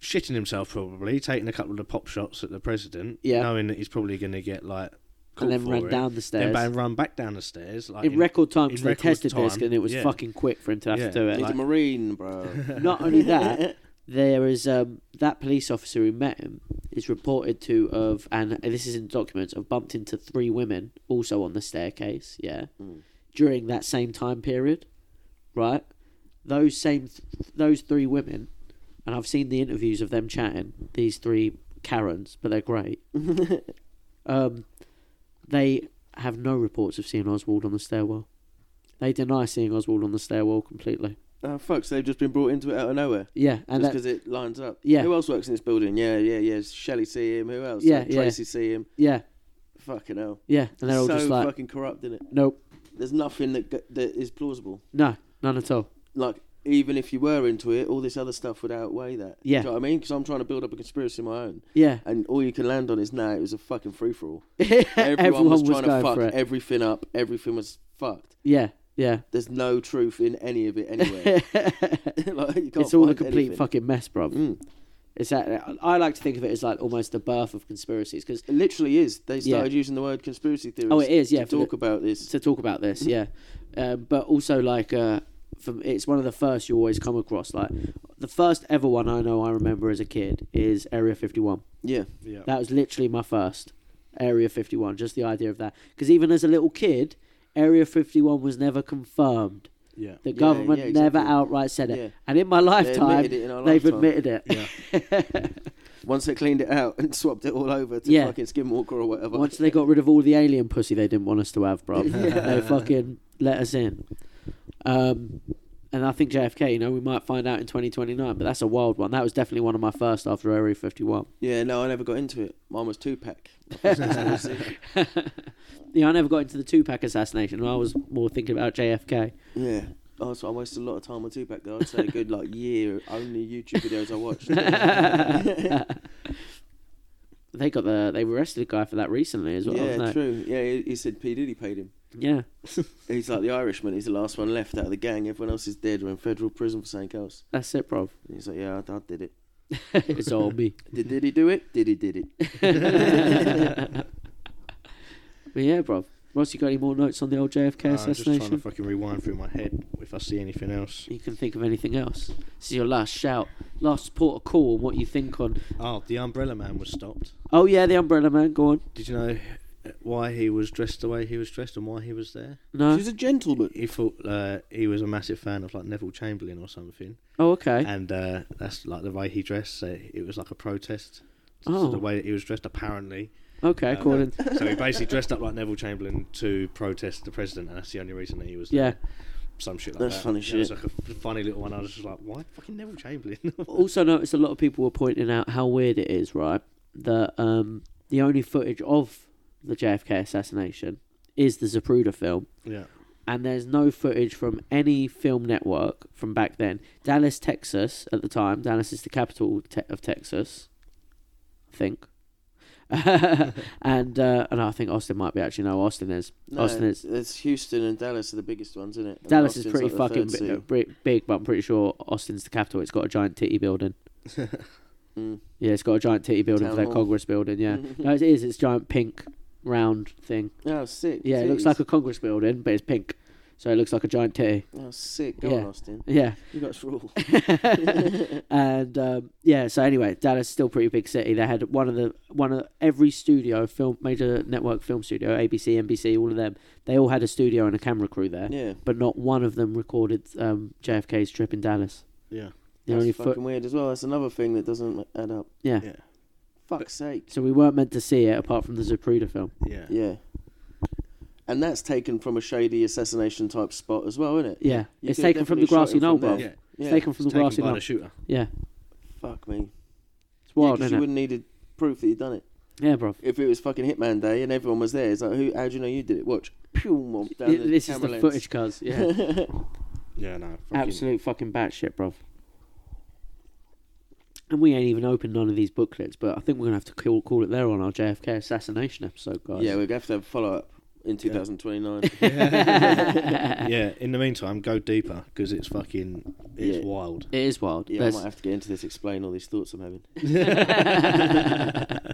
Speaker 5: shitting himself probably, taking a couple of pop shots at the president,
Speaker 1: Yeah.
Speaker 5: knowing that he's probably going to get like.
Speaker 1: And
Speaker 5: caught
Speaker 1: then
Speaker 5: for
Speaker 1: run
Speaker 5: it,
Speaker 1: down the
Speaker 5: Then
Speaker 1: stairs.
Speaker 5: bang, run back down the stairs like
Speaker 1: In record time,
Speaker 5: in
Speaker 1: because they
Speaker 5: record
Speaker 1: tested this,
Speaker 5: time,
Speaker 1: and it was
Speaker 5: yeah.
Speaker 1: fucking quick for him to have
Speaker 5: Yeah,
Speaker 1: to do it.
Speaker 4: He's a
Speaker 5: like-
Speaker 4: marine, bro.
Speaker 1: Not only that, there is um, that police officer who met him is reported to have, and this is in documents, have bumped into three women also on the staircase. Yeah, during that same time period, right? Those same, th- those three women, and I've seen the interviews of them chatting. These three Karens, but they're great. um, they have no reports of seeing Oswald on the stairwell. They deny seeing Oswald on the stairwell completely.
Speaker 4: oh, fuck, so they've just been brought into it out of nowhere.
Speaker 1: Yeah,
Speaker 4: Just
Speaker 1: and that,
Speaker 4: because it lines up.
Speaker 1: Yeah.
Speaker 4: Who else works in this building? Yeah, yeah, yeah. Shelley see him. Who else?
Speaker 1: Yeah,
Speaker 4: Uh,
Speaker 1: yeah.
Speaker 4: Tracy see him.
Speaker 1: yeah,
Speaker 4: Fucking hell.
Speaker 1: Yeah, and they're all
Speaker 4: so
Speaker 1: just like,
Speaker 4: fucking corrupt, is it?
Speaker 1: nope,
Speaker 4: There's nothing that g- that is plausible.
Speaker 1: no, none at all.
Speaker 4: Like even if you were into it, all this other stuff would outweigh that.
Speaker 1: Yeah.
Speaker 4: Do you know what I mean? Because I'm trying to build up a conspiracy of my own,
Speaker 1: Yeah,
Speaker 4: and all you can land on is nah, it was a fucking free for all.
Speaker 1: everyone,
Speaker 4: Everyone was
Speaker 1: was,
Speaker 4: trying to
Speaker 1: going
Speaker 4: fuck
Speaker 1: for it.
Speaker 4: everything up. Everything was fucked.
Speaker 1: yeah, yeah.
Speaker 4: There's no truth in any of it anywhere. like, you can't
Speaker 1: It's all a
Speaker 4: find
Speaker 1: complete
Speaker 4: anything.
Speaker 1: fucking mess, bro.
Speaker 4: Mm.
Speaker 1: It's that, uh, I like to think of it as like almost the birth of conspiracies because
Speaker 4: It literally is. They
Speaker 1: Yeah.
Speaker 4: started using the word conspiracy theories.
Speaker 1: Oh, it is, yeah,
Speaker 4: To
Speaker 1: for the-
Speaker 4: talk about this.
Speaker 1: to talk about
Speaker 4: Hmm.
Speaker 1: this, yeah, um, but also like uh, from it's one of the first you always come across. Like the first ever one I know I remember as a kid is Area Fifty One.
Speaker 4: Yeah.
Speaker 5: Yeah.
Speaker 1: That was literally my first Area 51, just the idea of that. Because even as a little kid, Area 51 was never confirmed.
Speaker 5: yeah.
Speaker 1: The
Speaker 4: Yeah,
Speaker 1: government
Speaker 4: yeah,
Speaker 1: never
Speaker 4: exactly.
Speaker 1: outright said it.
Speaker 4: Yeah.
Speaker 1: And in my lifetime,
Speaker 4: admitted it in our
Speaker 1: they've
Speaker 4: lifetime.
Speaker 1: admitted it.
Speaker 4: Once they cleaned it out and swapped it all over to
Speaker 1: Yeah.
Speaker 4: fucking Skinwalker or whatever.
Speaker 1: Once they got rid of all the alien pussy they didn't want us to have, bro, they fucking let us in. Um, and I think JFK, you know, we might find out in 2029, but that's a wild one. That was definitely one of my first after Area 51.
Speaker 4: Yeah, no, I never got into it. Mine was two pack.
Speaker 1: Yeah, I never got into the Tupac assassination. I was more thinking about JFK.
Speaker 4: Yeah. Oh, so I wasted a lot of time on two pack though. I'd say a good like year only YouTube videos I watched.
Speaker 1: They got the they arrested a guy for that recently as well. haven't
Speaker 4: yeah,
Speaker 1: they?
Speaker 4: true. Yeah, he, he said P Diddy paid him.
Speaker 1: Yeah,
Speaker 4: He's like the Irishman. He's the last one left out of the gang. Everyone else is dead or in federal prison for something else.
Speaker 1: that's it, bro.
Speaker 4: And he's like, yeah, I, I did it.
Speaker 1: it's all me.
Speaker 4: Did, did he do it? Did he did it?
Speaker 1: But yeah, bro. Ross, you got any more notes on the old JFK
Speaker 5: I'm just trying to
Speaker 1: assassination?
Speaker 5: fucking rewind through my head if if I see anything else.
Speaker 1: You can think of anything else. This is your last shout, last port of call. What you think on?
Speaker 5: Oh, the Umbrella Man was stopped.
Speaker 1: Oh yeah, the Umbrella Man. Go on.
Speaker 5: Did you know uh, why he was dressed the way he was dressed and why he was there?
Speaker 1: No.
Speaker 4: She's a gentleman.
Speaker 5: He thought uh, he was a massive fan of like Neville Chamberlain or something,
Speaker 1: Oh okay.
Speaker 5: and uh, that's like the way he dressed. So it was like a protest.
Speaker 1: Oh.
Speaker 5: So the way that he was dressed, apparently.
Speaker 1: Okay.
Speaker 5: Um,
Speaker 4: Uh,
Speaker 1: According.
Speaker 5: So he basically dressed up like Neville Chamberlain to protest the president, and that's the only reason that he was
Speaker 1: Yeah.
Speaker 5: there. Some shit like
Speaker 4: That's
Speaker 5: that.
Speaker 4: funny
Speaker 5: It was
Speaker 4: shit.
Speaker 5: like a f- funny little one. I was just like, why fucking Neville Chamberlain?
Speaker 1: Also noticed a lot of people were pointing out how weird it is, right? That um, the only footage of the JFK assassination is the Zapruder film.
Speaker 5: yeah.
Speaker 1: and there's no footage from any film network from back then. Dallas, Texas, at the time, Dallas is the capital te- of Texas, I think. and uh, and I think Austin might be actually no Austin is
Speaker 4: No,
Speaker 1: Austin is
Speaker 4: it's Houston and Dallas are the biggest ones, isn't it? And
Speaker 1: Dallas is
Speaker 4: Austin's
Speaker 1: pretty
Speaker 4: like the
Speaker 1: fucking
Speaker 4: third
Speaker 1: bi-
Speaker 4: city.
Speaker 1: bri- big, but I'm pretty sure Austin's the capital. It's got a giant titty building.
Speaker 4: Mm.
Speaker 1: Yeah, it's got a giant titty building
Speaker 4: Town
Speaker 1: for their
Speaker 4: hall. Mm-hmm.
Speaker 1: Congress building. Yeah, no, it is. It's a giant pink round thing.
Speaker 4: Oh, sick.
Speaker 1: Yeah, it looks like a Congress building, but it's pink, so it looks like a giant titty.
Speaker 4: Oh, sick. Go on,
Speaker 1: Yeah.
Speaker 4: Austin.
Speaker 1: Yeah.
Speaker 4: You got us rule.
Speaker 1: and um, yeah, so anyway, Dallas still a pretty big city. They had one of the one of every studio film major network film studio, ABC, NBC, all of them. They all had a studio and a camera crew there.
Speaker 4: Yeah.
Speaker 1: But not one of them recorded um, JFK's trip in Dallas.
Speaker 5: Yeah.
Speaker 1: The
Speaker 4: That's
Speaker 1: only
Speaker 4: fucking
Speaker 1: foot.
Speaker 4: weird as well. That's another thing that doesn't add up.
Speaker 1: Yeah.
Speaker 5: Yeah.
Speaker 4: Fuck's sake.
Speaker 1: So we weren't meant to see it apart from the Zapruder film.
Speaker 5: Yeah.
Speaker 4: Yeah. And that's taken from a shady assassination type spot as well, isn't it?
Speaker 1: Yeah.
Speaker 4: You
Speaker 1: it's
Speaker 4: could
Speaker 1: taken from the
Speaker 4: definitely shot
Speaker 1: grassy
Speaker 4: it from
Speaker 1: knoll,
Speaker 4: there.
Speaker 1: bro.
Speaker 5: Yeah.
Speaker 1: It's
Speaker 4: Yeah.
Speaker 1: taken from the
Speaker 5: It's taken
Speaker 1: grassy
Speaker 5: by
Speaker 1: knoll.
Speaker 5: the shooter.
Speaker 1: yeah.
Speaker 4: Fuck me.
Speaker 1: It's
Speaker 4: Yeah,
Speaker 1: wild,
Speaker 4: 'cause you
Speaker 1: isn't it?
Speaker 4: wouldn't needed proof that you'd done it.
Speaker 1: Yeah, bro.
Speaker 4: If it was fucking Hitman Day and everyone was there, it's like, who? How do you know you did it? Watch. Pew, mom, down the
Speaker 1: This is
Speaker 4: camera
Speaker 1: the
Speaker 4: lens.
Speaker 1: footage, cuz. Yeah.
Speaker 5: Yeah, no. Fucking,
Speaker 1: Absolute fucking batshit, bruv. And we ain't even opened none of these booklets, but I think we're gonna have to call, call it there on our JFK assassination episode, guys.
Speaker 4: Yeah, we're gonna have to have follow up in 2029.
Speaker 5: Yeah. In the meantime, go deeper because it's fucking it's
Speaker 4: Yeah.
Speaker 5: wild.
Speaker 1: it is wild.
Speaker 4: yeah, I
Speaker 1: There's-
Speaker 4: might have to get into this. Explain all these thoughts I'm having.